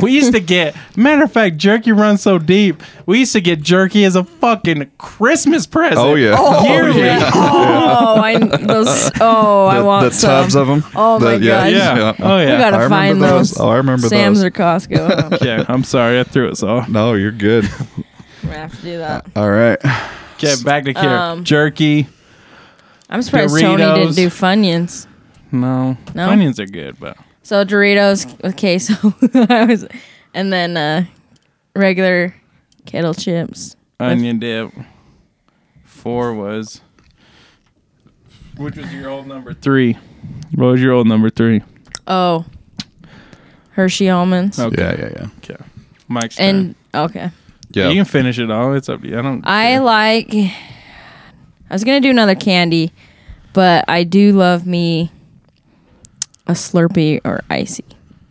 [SPEAKER 3] We used to get matter of fact, jerky runs so deep. We used to get jerky as a fucking Christmas present.
[SPEAKER 2] Oh, yeah. Oh,
[SPEAKER 3] Yearly.
[SPEAKER 4] Yeah. Oh, I those. Oh, I
[SPEAKER 2] The-
[SPEAKER 4] want
[SPEAKER 2] the tubs
[SPEAKER 4] some.
[SPEAKER 2] of them.
[SPEAKER 4] Oh my gosh.
[SPEAKER 3] Yeah. Oh
[SPEAKER 4] We
[SPEAKER 3] yeah.
[SPEAKER 4] gotta
[SPEAKER 2] I remember
[SPEAKER 4] find those.
[SPEAKER 2] those. Oh, I remember
[SPEAKER 4] Sam's
[SPEAKER 2] those.
[SPEAKER 4] or Costco.
[SPEAKER 3] yeah. I'm sorry, I threw us off.
[SPEAKER 2] No, you're good.
[SPEAKER 4] we have to do that.
[SPEAKER 2] All right.
[SPEAKER 3] Okay, back to care.
[SPEAKER 4] Um,
[SPEAKER 3] jerky.
[SPEAKER 4] I'm surprised Tony didn't
[SPEAKER 3] Doritos.
[SPEAKER 4] do Funyuns.
[SPEAKER 3] No.
[SPEAKER 4] No?
[SPEAKER 3] Onions are good, but
[SPEAKER 4] So Doritos with queso, I was, and then uh, regular kettle chips.
[SPEAKER 3] onion dip. Four was. Which was your old number three? What was your old number three?
[SPEAKER 4] Oh, Hershey almonds.
[SPEAKER 3] Okay.
[SPEAKER 2] Yeah, yeah, yeah.
[SPEAKER 3] Okay. Mike's
[SPEAKER 4] And okay,
[SPEAKER 2] Yeah.
[SPEAKER 3] You can finish it all. It's up to you. I don't.
[SPEAKER 4] I
[SPEAKER 3] care.
[SPEAKER 4] like. I was gonna do another candy, but I do love me a Slurpee or icy.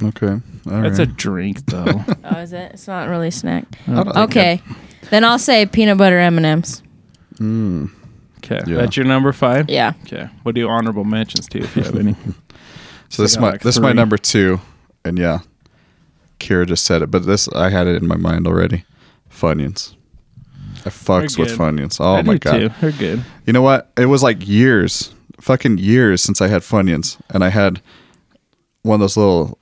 [SPEAKER 2] okay. All right.
[SPEAKER 3] That's a drink though.
[SPEAKER 4] Oh, is it? It's not really a snack.
[SPEAKER 2] don't think
[SPEAKER 4] Okay, then I'll say peanut butter M and M's.
[SPEAKER 2] Mm.
[SPEAKER 3] okay.
[SPEAKER 2] Yeah.
[SPEAKER 3] That's your number five.
[SPEAKER 4] Yeah.
[SPEAKER 3] Okay. We'll do honorable mentions too if you have any.
[SPEAKER 2] Oh So this
[SPEAKER 3] got,
[SPEAKER 2] my
[SPEAKER 3] like,
[SPEAKER 2] this my
[SPEAKER 3] three.
[SPEAKER 2] number two, and yeah, Kira just said it, but this I had it in my mind already. Funyuns. I fucks
[SPEAKER 3] They're
[SPEAKER 2] with
[SPEAKER 3] good.
[SPEAKER 2] Funyuns. Oh
[SPEAKER 3] I
[SPEAKER 2] my
[SPEAKER 3] do,
[SPEAKER 2] god.
[SPEAKER 3] too. they're good.
[SPEAKER 2] You know what? It was like years, fucking years since I had Funyuns, and I had one of those little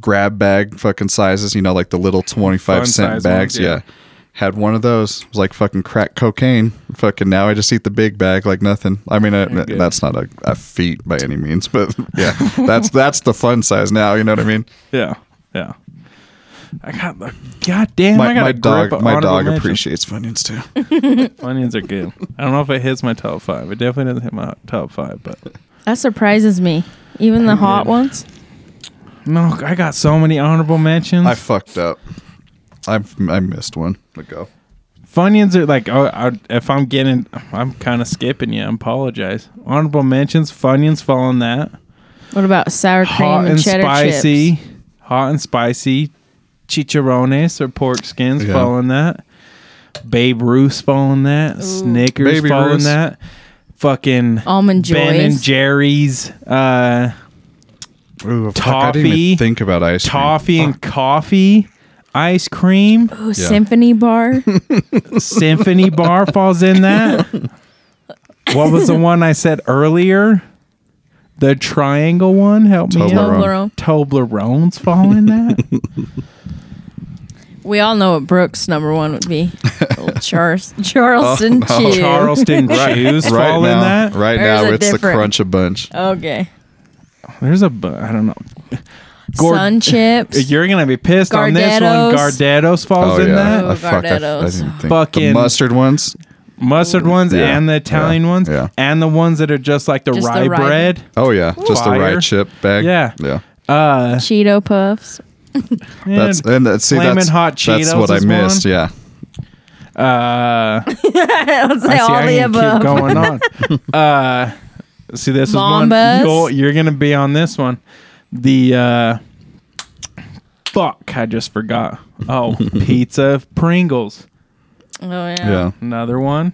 [SPEAKER 2] grab bag fucking sizes. You know, like the little twenty
[SPEAKER 3] Fun
[SPEAKER 2] five
[SPEAKER 3] size
[SPEAKER 2] cent bags.
[SPEAKER 3] ones, yeah.
[SPEAKER 2] yeah. Had one of those. It was like fucking crack cocaine. Fucking now I just eat the big bag like nothing. I mean, I,
[SPEAKER 3] Very good.
[SPEAKER 2] that's not a, a feat by any means, but yeah, that's that's the fun size now. You know what I mean?
[SPEAKER 3] Yeah. Yeah. I got the goddamn. I
[SPEAKER 2] My,
[SPEAKER 3] got
[SPEAKER 2] my
[SPEAKER 3] a grip
[SPEAKER 2] dog,
[SPEAKER 3] of
[SPEAKER 2] my
[SPEAKER 3] honorable
[SPEAKER 2] dog
[SPEAKER 3] mentions.
[SPEAKER 2] appreciates Funyuns too.
[SPEAKER 3] Onions are good. I don't know if it hits my top five. It definitely doesn't hit my top five, but
[SPEAKER 4] That surprises me. Even the hot
[SPEAKER 3] good.
[SPEAKER 4] ones.
[SPEAKER 3] no, I got so many honorable mentions.
[SPEAKER 2] I fucked up. I I missed one. Let go.
[SPEAKER 3] Funyuns are like, oh, I, if I'm getting, I'm kind of skipping you. I apologize. Honorable mentions: Funyuns fall in that.
[SPEAKER 4] What about sour cream
[SPEAKER 3] Hot
[SPEAKER 4] and,
[SPEAKER 3] and
[SPEAKER 4] cheddar
[SPEAKER 3] spicy,
[SPEAKER 4] chips?
[SPEAKER 3] hot and spicy chicharrones or pork skins
[SPEAKER 2] Yeah.
[SPEAKER 3] fall in that. Babe Ruth fall in that. Snickers
[SPEAKER 2] Baby
[SPEAKER 3] fall in
[SPEAKER 2] Ruth's.
[SPEAKER 3] that. Fucking
[SPEAKER 4] Almond
[SPEAKER 3] Ben
[SPEAKER 4] Joys.
[SPEAKER 3] and Jerry's. Uh,
[SPEAKER 2] Ooh, fuck, I didn't
[SPEAKER 3] Toffee.
[SPEAKER 2] even think about ice cream.
[SPEAKER 3] toffee and coffee ice cream
[SPEAKER 4] Ooh, Oh, Symphony bar.
[SPEAKER 3] symphony bar falls in that what was the one i said earlier the triangle one help me out
[SPEAKER 2] Toblerone.
[SPEAKER 4] Toblerone.
[SPEAKER 3] toblerones fall in that
[SPEAKER 4] We all know what Brooks' number one would be. Old Charles, Charleston
[SPEAKER 2] Oh, no.
[SPEAKER 4] chew.
[SPEAKER 3] charleston shoes fall in
[SPEAKER 2] now,
[SPEAKER 3] that
[SPEAKER 2] right
[SPEAKER 4] Or is
[SPEAKER 2] now
[SPEAKER 4] it
[SPEAKER 2] it's the
[SPEAKER 4] different?
[SPEAKER 2] crunch a bunch.
[SPEAKER 4] Okay.
[SPEAKER 3] there's a bu- i don't know Gord-
[SPEAKER 4] Sun chips.
[SPEAKER 3] you're gonna be pissed on this one
[SPEAKER 4] Gardettos.
[SPEAKER 3] gardetos falls
[SPEAKER 2] Oh,
[SPEAKER 3] in that
[SPEAKER 4] Oh.
[SPEAKER 2] I, fuck, I, I
[SPEAKER 4] Gardettos.
[SPEAKER 2] didn't think.
[SPEAKER 3] Fucking-
[SPEAKER 2] the mustard ones.
[SPEAKER 3] mustard ones
[SPEAKER 2] Yeah,
[SPEAKER 3] and the italian
[SPEAKER 2] yeah,
[SPEAKER 3] ones
[SPEAKER 2] yeah.
[SPEAKER 3] and the ones that are just like the
[SPEAKER 4] Just the
[SPEAKER 3] rye
[SPEAKER 4] rye.
[SPEAKER 3] bread
[SPEAKER 2] Oh yeah, just the
[SPEAKER 3] Fire.
[SPEAKER 2] right chip bag.
[SPEAKER 3] Yeah.
[SPEAKER 2] yeah.
[SPEAKER 3] uh
[SPEAKER 4] Cheeto puffs.
[SPEAKER 2] That's
[SPEAKER 3] and
[SPEAKER 2] and that's see
[SPEAKER 3] Flamin'
[SPEAKER 2] that's
[SPEAKER 3] Hot
[SPEAKER 2] that's
[SPEAKER 3] Cheetos
[SPEAKER 2] what I
[SPEAKER 3] is one.
[SPEAKER 2] missed. Yeah,
[SPEAKER 3] uh
[SPEAKER 4] Let's say
[SPEAKER 3] I see,
[SPEAKER 4] all
[SPEAKER 3] I
[SPEAKER 4] the
[SPEAKER 3] can
[SPEAKER 4] above.
[SPEAKER 3] Keep going on. uh, see, this
[SPEAKER 4] Bombas.
[SPEAKER 3] is one. You're, you're gonna be on this one. The uh, fuck, I just forgot. Oh, pizza Pringles,
[SPEAKER 4] Oh yeah.
[SPEAKER 2] yeah.
[SPEAKER 3] another one.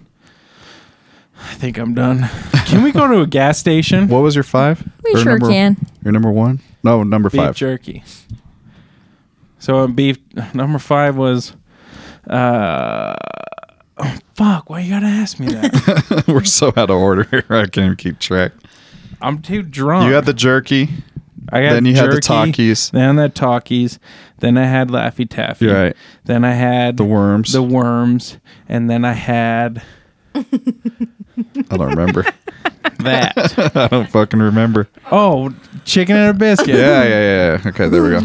[SPEAKER 3] I think I'm done. Can we go to a gas station?
[SPEAKER 2] What was your five?
[SPEAKER 4] We sure
[SPEAKER 2] number,
[SPEAKER 4] can.
[SPEAKER 2] Your number one? No, number
[SPEAKER 3] beef
[SPEAKER 2] five.
[SPEAKER 3] jerky. So uh, beef number five was. Uh, oh, fuck! Why you gotta ask me that?
[SPEAKER 2] We're so out of order here. I can't even keep track.
[SPEAKER 3] I'm too drunk.
[SPEAKER 2] You had the jerky.
[SPEAKER 3] I got
[SPEAKER 2] Then you had the
[SPEAKER 3] jerky,
[SPEAKER 2] Takis.
[SPEAKER 3] Then the talkies. Then I had Laffy Taffy.
[SPEAKER 2] You're right.
[SPEAKER 3] Then I had
[SPEAKER 2] The worms.
[SPEAKER 3] the worms, and then I had
[SPEAKER 2] I don't remember.
[SPEAKER 3] that.
[SPEAKER 2] I don't fucking remember.
[SPEAKER 3] oh, chicken and a biscuit.
[SPEAKER 2] Yeah, yeah, yeah, yeah. Okay, there we go.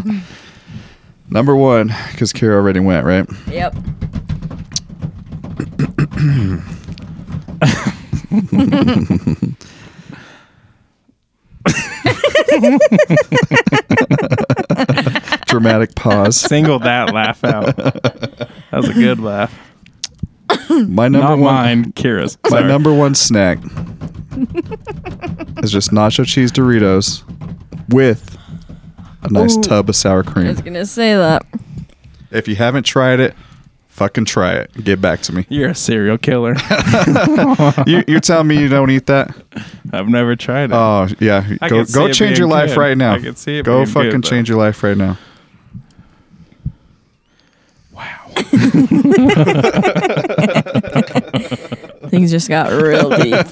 [SPEAKER 2] Number one, because Kira already went right.
[SPEAKER 4] Yep.
[SPEAKER 2] dramatic pause.
[SPEAKER 3] Single that laugh out. That was a good laugh.
[SPEAKER 2] My number
[SPEAKER 3] Not
[SPEAKER 2] one,
[SPEAKER 3] mine, Kira's.
[SPEAKER 2] my
[SPEAKER 3] Sorry.
[SPEAKER 2] number one snack is just nacho cheese Doritos with a nice
[SPEAKER 4] Ooh.
[SPEAKER 2] tub of sour
[SPEAKER 4] I
[SPEAKER 2] cream.
[SPEAKER 4] was gonna say that.
[SPEAKER 2] If you haven't tried it, fucking try it. Get back to me.
[SPEAKER 3] You're a serial killer.
[SPEAKER 2] you, you're telling me you don't eat that?
[SPEAKER 3] I've never tried it.
[SPEAKER 2] Oh yeah,
[SPEAKER 3] I
[SPEAKER 2] go
[SPEAKER 3] could see
[SPEAKER 2] go
[SPEAKER 3] it
[SPEAKER 2] change your
[SPEAKER 3] being
[SPEAKER 2] life
[SPEAKER 3] good.
[SPEAKER 2] right now.
[SPEAKER 3] I could see it
[SPEAKER 2] Go
[SPEAKER 3] being good,
[SPEAKER 2] fucking
[SPEAKER 3] though.
[SPEAKER 2] change your life right now.
[SPEAKER 4] Things just got real deep.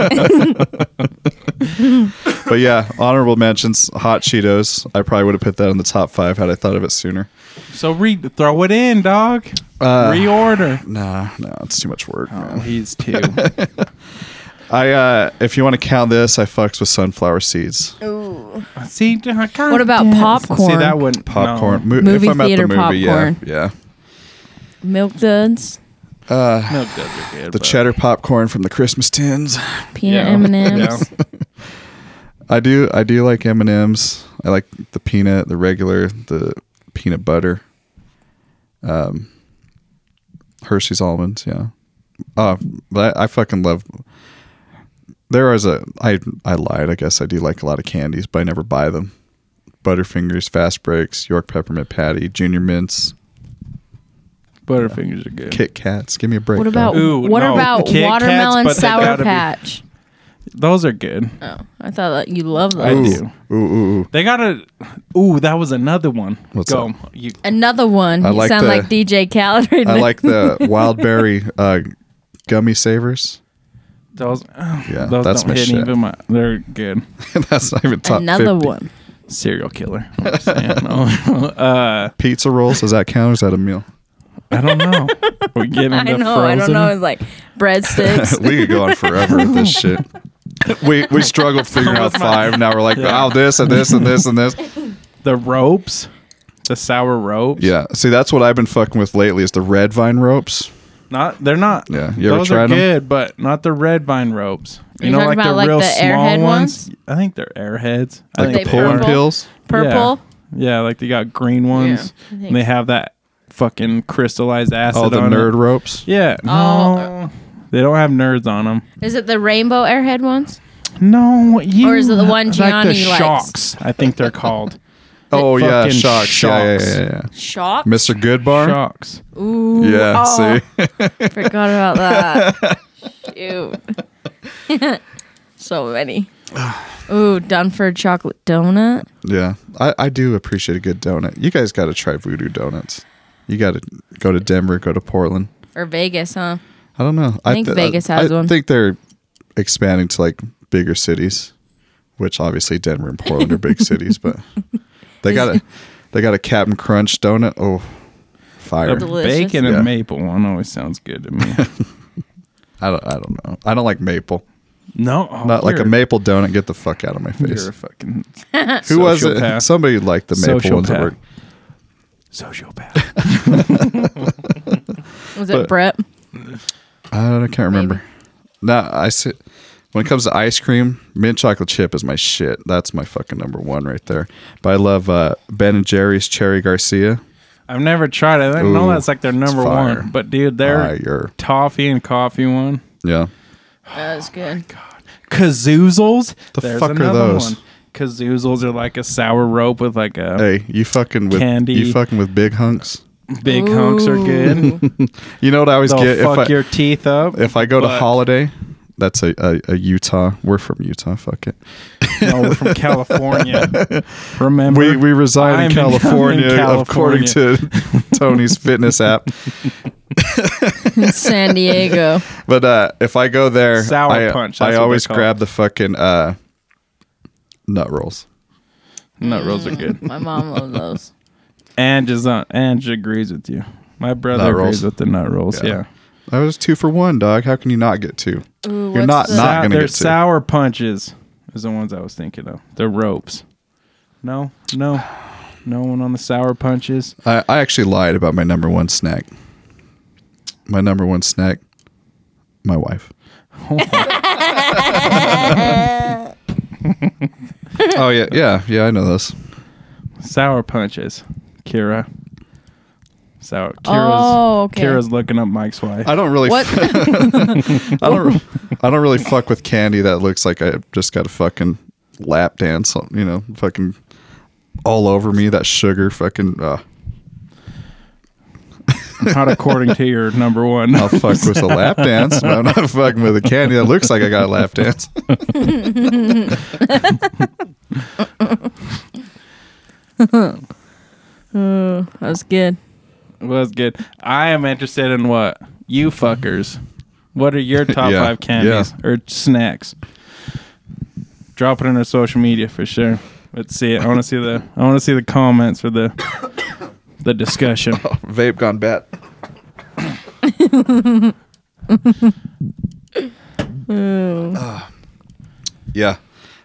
[SPEAKER 2] But yeah, honorable mentions: hot Cheetos. I probably would have put that in the top five had I thought of it sooner.
[SPEAKER 3] so re- throw it in, dog.
[SPEAKER 2] Uh,
[SPEAKER 3] Reorder.
[SPEAKER 2] Nah, no, it's too much work.
[SPEAKER 3] Oh,
[SPEAKER 2] man.
[SPEAKER 3] he's two.
[SPEAKER 2] I uh, if you want to count this, I fucks with sunflower seeds,
[SPEAKER 4] Oh. Ooh.
[SPEAKER 3] See, God
[SPEAKER 4] What about
[SPEAKER 3] damn.
[SPEAKER 4] popcorn?
[SPEAKER 3] See, that wouldn't
[SPEAKER 2] popcorn,
[SPEAKER 3] No.
[SPEAKER 2] Mo-
[SPEAKER 4] Movie theater
[SPEAKER 2] yeah,
[SPEAKER 4] popcorn.
[SPEAKER 2] yeah.
[SPEAKER 4] Milk duds,
[SPEAKER 2] Uh,
[SPEAKER 3] Milk duds are good.
[SPEAKER 2] the
[SPEAKER 3] but-
[SPEAKER 2] cheddar popcorn from the Christmas tins.
[SPEAKER 4] peanut
[SPEAKER 3] Yeah.
[SPEAKER 4] M and M's.
[SPEAKER 3] Yeah.
[SPEAKER 2] I do, I do like M and M's. I like the peanut, the regular, the peanut butter. Um, Hershey's almonds, yeah. Uh, but I, I fucking love. There is a I I lied. I guess I do like a lot of candies, but I never buy them. Butterfingers, Fast Breaks, York Peppermint Patty, Junior Mints,
[SPEAKER 3] Butterfingers are good.
[SPEAKER 2] Kit Kats. Give me a break.
[SPEAKER 4] What
[SPEAKER 2] dog.
[SPEAKER 4] about
[SPEAKER 3] Ooh,
[SPEAKER 4] what
[SPEAKER 3] no.
[SPEAKER 4] about
[SPEAKER 3] Kit Kats,
[SPEAKER 4] watermelon
[SPEAKER 3] but they
[SPEAKER 4] sour
[SPEAKER 3] gotta be-
[SPEAKER 4] patch?
[SPEAKER 3] Those are good.
[SPEAKER 4] Oh, I thought that you love
[SPEAKER 3] I
[SPEAKER 4] those.
[SPEAKER 3] do.
[SPEAKER 2] Ooh, ooh, ooh.
[SPEAKER 3] They got a. Ooh, that was another one.
[SPEAKER 2] What's
[SPEAKER 3] Go.
[SPEAKER 2] up?
[SPEAKER 3] You,
[SPEAKER 4] Another one.
[SPEAKER 2] I
[SPEAKER 4] you
[SPEAKER 2] like
[SPEAKER 4] sound
[SPEAKER 2] the-
[SPEAKER 4] like DJ Khaled right
[SPEAKER 2] I
[SPEAKER 4] now.
[SPEAKER 2] like the wild berry uh, gummy savers.
[SPEAKER 3] those. oh,
[SPEAKER 2] Yeah,
[SPEAKER 3] those
[SPEAKER 2] that's
[SPEAKER 3] don't
[SPEAKER 2] my
[SPEAKER 3] hit
[SPEAKER 2] shit.
[SPEAKER 3] even my. They're good.
[SPEAKER 2] That's not even top
[SPEAKER 4] Another
[SPEAKER 2] 50.
[SPEAKER 4] one.
[SPEAKER 3] Serial killer. I'm just saying. No. uh,
[SPEAKER 2] Pizza rolls. Does that count? Or is that a meal?
[SPEAKER 3] I don't know. We're getting
[SPEAKER 4] I
[SPEAKER 3] into
[SPEAKER 4] know. I
[SPEAKER 3] Frozen.
[SPEAKER 4] don't know. It's like breadsticks.
[SPEAKER 2] we could go on forever with this shit. We we struggled figuring out five. Now we're like,
[SPEAKER 3] Yeah.
[SPEAKER 2] oh, this and this and this and this.
[SPEAKER 3] The ropes. The sour ropes.
[SPEAKER 2] Yeah. See, that's what I've been fucking with lately is the red vine ropes.
[SPEAKER 3] Not. They're not.
[SPEAKER 2] Yeah. You ever
[SPEAKER 3] those
[SPEAKER 2] tried
[SPEAKER 3] are
[SPEAKER 2] 'em?
[SPEAKER 3] good, but not the red vine ropes. You
[SPEAKER 4] You're
[SPEAKER 3] know,
[SPEAKER 4] talking
[SPEAKER 3] like the
[SPEAKER 4] about, like,
[SPEAKER 3] real
[SPEAKER 4] the
[SPEAKER 3] small
[SPEAKER 4] airhead
[SPEAKER 3] ones? I think they're airheads. I
[SPEAKER 2] Like the
[SPEAKER 3] think
[SPEAKER 4] They
[SPEAKER 3] they
[SPEAKER 2] pulling
[SPEAKER 3] are.
[SPEAKER 4] purple.
[SPEAKER 2] pills.
[SPEAKER 4] Purple.
[SPEAKER 3] Yeah, like they got green ones.
[SPEAKER 4] I think
[SPEAKER 3] and they
[SPEAKER 4] so.
[SPEAKER 3] have that fucking crystallized acid.
[SPEAKER 2] Oh, the
[SPEAKER 3] on it.
[SPEAKER 2] nerd ropes.
[SPEAKER 3] Yeah.
[SPEAKER 4] Oh.
[SPEAKER 3] No. They don't have nerds on them.
[SPEAKER 4] Is it the rainbow airhead ones?
[SPEAKER 3] No. You,
[SPEAKER 4] Or is it the one
[SPEAKER 3] like
[SPEAKER 4] Gianni
[SPEAKER 3] the
[SPEAKER 4] likes?
[SPEAKER 3] shocks? I think they're called
[SPEAKER 2] Oh yeah,
[SPEAKER 3] Fucking
[SPEAKER 2] shocks. Yeah,
[SPEAKER 3] shocks.
[SPEAKER 2] yeah, yeah, yeah.
[SPEAKER 4] Shock.
[SPEAKER 2] Mr. Goodbar.
[SPEAKER 3] shocks.
[SPEAKER 4] Ooh.
[SPEAKER 2] Yeah.
[SPEAKER 4] oh,
[SPEAKER 2] See.
[SPEAKER 4] Forgot about that. Shoot. so many. Ooh, Dunford chocolate donut.
[SPEAKER 2] yeah. I I do appreciate a good donut. You guys got to try Voodoo Donuts. You got to go to Denver. Go to Portland.
[SPEAKER 4] Or Vegas, huh?
[SPEAKER 2] I don't know.
[SPEAKER 4] think Vegas has
[SPEAKER 2] I
[SPEAKER 4] one.
[SPEAKER 2] think they're expanding to like bigger cities, which obviously Denver and Portland are big cities, but they got a they got a Captain Crunch donut. Oh, fire!
[SPEAKER 4] Deli-
[SPEAKER 3] The
[SPEAKER 4] Delicious.
[SPEAKER 3] bacon
[SPEAKER 2] Yeah.
[SPEAKER 3] and maple one always sounds good to me.
[SPEAKER 2] I don't I don't know. I don't like maple.
[SPEAKER 3] no, oh,
[SPEAKER 2] Not like a
[SPEAKER 3] you're-
[SPEAKER 2] maple donut. Get the fuck out of my face.
[SPEAKER 3] You're a fucking
[SPEAKER 2] Who was it?
[SPEAKER 3] sociopath.
[SPEAKER 2] Somebody liked the maple ones at
[SPEAKER 3] Sociopath.
[SPEAKER 2] work.
[SPEAKER 3] sociopath.
[SPEAKER 4] Was it
[SPEAKER 2] But-
[SPEAKER 4] Brett?
[SPEAKER 2] I don't- I can't remember. No, I see. When it comes to ice cream, mint chocolate chip is my shit. That's my fucking number one right there. But I love uh, Ben and Jerry's Cherry Garcia.
[SPEAKER 3] I've never tried it. I didn't know
[SPEAKER 2] Ooh,
[SPEAKER 3] that's like their
[SPEAKER 2] it's
[SPEAKER 3] number
[SPEAKER 2] fire.
[SPEAKER 3] one. But dude, their
[SPEAKER 2] Fire.
[SPEAKER 3] toffee and coffee one.
[SPEAKER 2] Yeah.
[SPEAKER 4] That was good.
[SPEAKER 3] Kazoozles.
[SPEAKER 2] The fuck are those?
[SPEAKER 3] Kazoozles are like a sour rope with like a
[SPEAKER 2] Hey, you fucking with
[SPEAKER 3] Candy.
[SPEAKER 2] you fucking with big hunks.
[SPEAKER 3] big hunks are good.
[SPEAKER 2] You know what I always
[SPEAKER 3] They'll
[SPEAKER 2] get if
[SPEAKER 3] fuck
[SPEAKER 2] I,
[SPEAKER 3] your teeth up.
[SPEAKER 2] if I go to
[SPEAKER 3] but-
[SPEAKER 2] holiday. That's a, a, a Utah. We're from Utah. Fuck it.
[SPEAKER 3] No, we're from California. Remember,
[SPEAKER 2] We we reside
[SPEAKER 3] I'm
[SPEAKER 2] in
[SPEAKER 3] I'm
[SPEAKER 2] California, according
[SPEAKER 3] California.
[SPEAKER 2] to Tony's fitness app.
[SPEAKER 4] San Diego.
[SPEAKER 2] But uh, if I go there,
[SPEAKER 3] Sour
[SPEAKER 2] I,
[SPEAKER 3] Punch, that's what
[SPEAKER 2] I
[SPEAKER 3] they're
[SPEAKER 2] always
[SPEAKER 3] called.
[SPEAKER 2] grab the fucking uh, nut rolls.
[SPEAKER 3] nut rolls are good.
[SPEAKER 4] Mm, My mom loved those.
[SPEAKER 3] Ange is on. Ange agrees with you. My brother
[SPEAKER 2] Nut
[SPEAKER 3] agrees
[SPEAKER 2] rolls?
[SPEAKER 3] with the nut rolls.
[SPEAKER 2] Yeah.
[SPEAKER 3] Yeah,
[SPEAKER 2] That was two for one, dog. How can you not get two? You're
[SPEAKER 4] Ooh, what's
[SPEAKER 2] not
[SPEAKER 4] the-
[SPEAKER 2] not
[SPEAKER 3] Sou-
[SPEAKER 2] gonna
[SPEAKER 3] they're
[SPEAKER 2] get two.
[SPEAKER 3] sour punches. Is the ones I was thinking of. They're ropes. No, no, no one on the sour punches.
[SPEAKER 2] I, I actually lied about my number one snack. My number one snack, my wife. oh yeah, yeah, yeah. I know this.
[SPEAKER 3] Sour punches. Kira. So Kira's
[SPEAKER 4] Oh, okay.
[SPEAKER 3] Kira's looking up Mike's wife.
[SPEAKER 2] I don't really.
[SPEAKER 4] What?
[SPEAKER 2] I don't. I don't really fuck with candy that looks like I just got a fucking lap dance. on You know, fucking all over me. That sugar, fucking. Uh,
[SPEAKER 3] Not according to your number one.
[SPEAKER 2] I'll fuck with a lap dance, but I'm not fucking with a candy that looks like I got a lap dance.
[SPEAKER 4] Oh, that was good.
[SPEAKER 3] Well, that's good. I am interested in what you fuckers. What are your top
[SPEAKER 2] Yeah,
[SPEAKER 3] five candies or snacks? Drop it in our social media for sure. Let's see it. I want to see the. I want to see the comments for the. The discussion.
[SPEAKER 2] Oh, Vape gone bad. Yeah,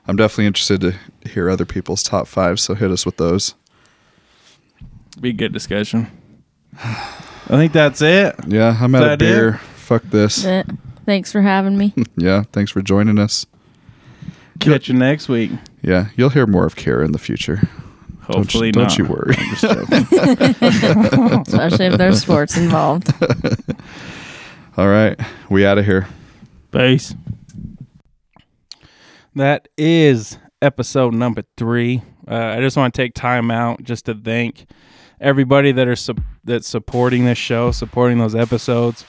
[SPEAKER 2] I'm definitely interested to hear other people's top five. So hit us with those.
[SPEAKER 3] Be good discussion. I think that's it.
[SPEAKER 2] Yeah, I'm
[SPEAKER 3] Is
[SPEAKER 2] out of
[SPEAKER 3] that it?
[SPEAKER 2] beer. Fuck this.
[SPEAKER 4] Eh, Thanks for having me.
[SPEAKER 2] Yeah, thanks for joining us.
[SPEAKER 3] Catch you next week.
[SPEAKER 2] Yeah, you'll hear more of Kara in the future. Don't you-
[SPEAKER 3] Hopefully
[SPEAKER 2] don't
[SPEAKER 3] not.
[SPEAKER 2] you worry.
[SPEAKER 3] I'm just joking.
[SPEAKER 4] Oh, Especially if there's sports involved.
[SPEAKER 2] All right, we out of here.
[SPEAKER 3] Peace. That is episode number three. Uh, I just want to take time out just to thank everybody that are sup that's supporting this show, supporting those episodes.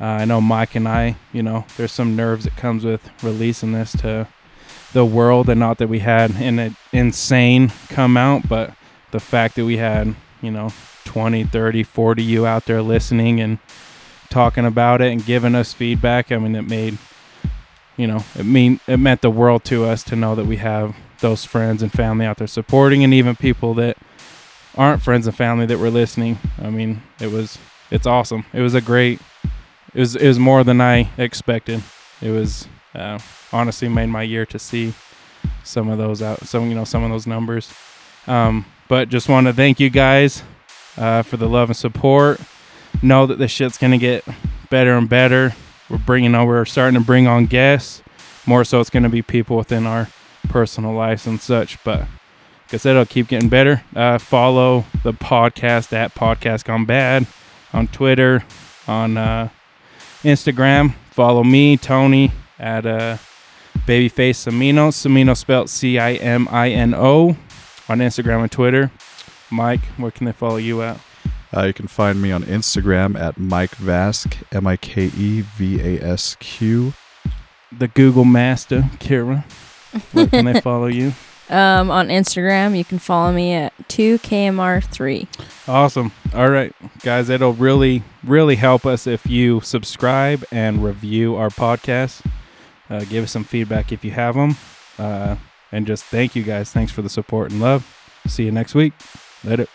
[SPEAKER 3] Uh, I know Mike and I, you know, there's some nerves that comes with releasing this to the world, and not that we had an insane come out, but the fact that we had, you know, 20, 30, 40 you out there listening and talking about it and giving us feedback. I mean, it made, you know, it mean it meant the world to us to know that we have those friends and family out there supporting, and even people that aren't friends and family that were listening. I mean, it was it's awesome. It was a great. It was it was more than I expected. It was uh, honestly made my year to see some of those out some you know some of those numbers. Um, but just want to thank you guys uh, for the love and support know that this shit's gonna get better and better. We're bringing on, we're starting to bring on guests. More so, it's gonna be people within our personal lives and such. But like I said, it'll keep getting better. Uh, follow the podcast at Podcast Gone Bad on Twitter, on uh, Instagram. Follow me, Tony, at uh, Babyface Samino. Samino spelled C I M I N O on Instagram and Twitter. Mike, where can they follow you at?
[SPEAKER 2] Uh, you can find me on Instagram at Mike Vask, M I K E V A S Q.
[SPEAKER 3] the Google master, Kira. Where can they follow you?
[SPEAKER 4] Um, on Instagram, you can follow me at 2KMR3.
[SPEAKER 3] Awesome. All right, guys, it'll really, really help us if you subscribe and review our podcast. Uh, give us some feedback if you have them. Uh, and just thank you guys. Thanks for the support and love. See you next week. Later.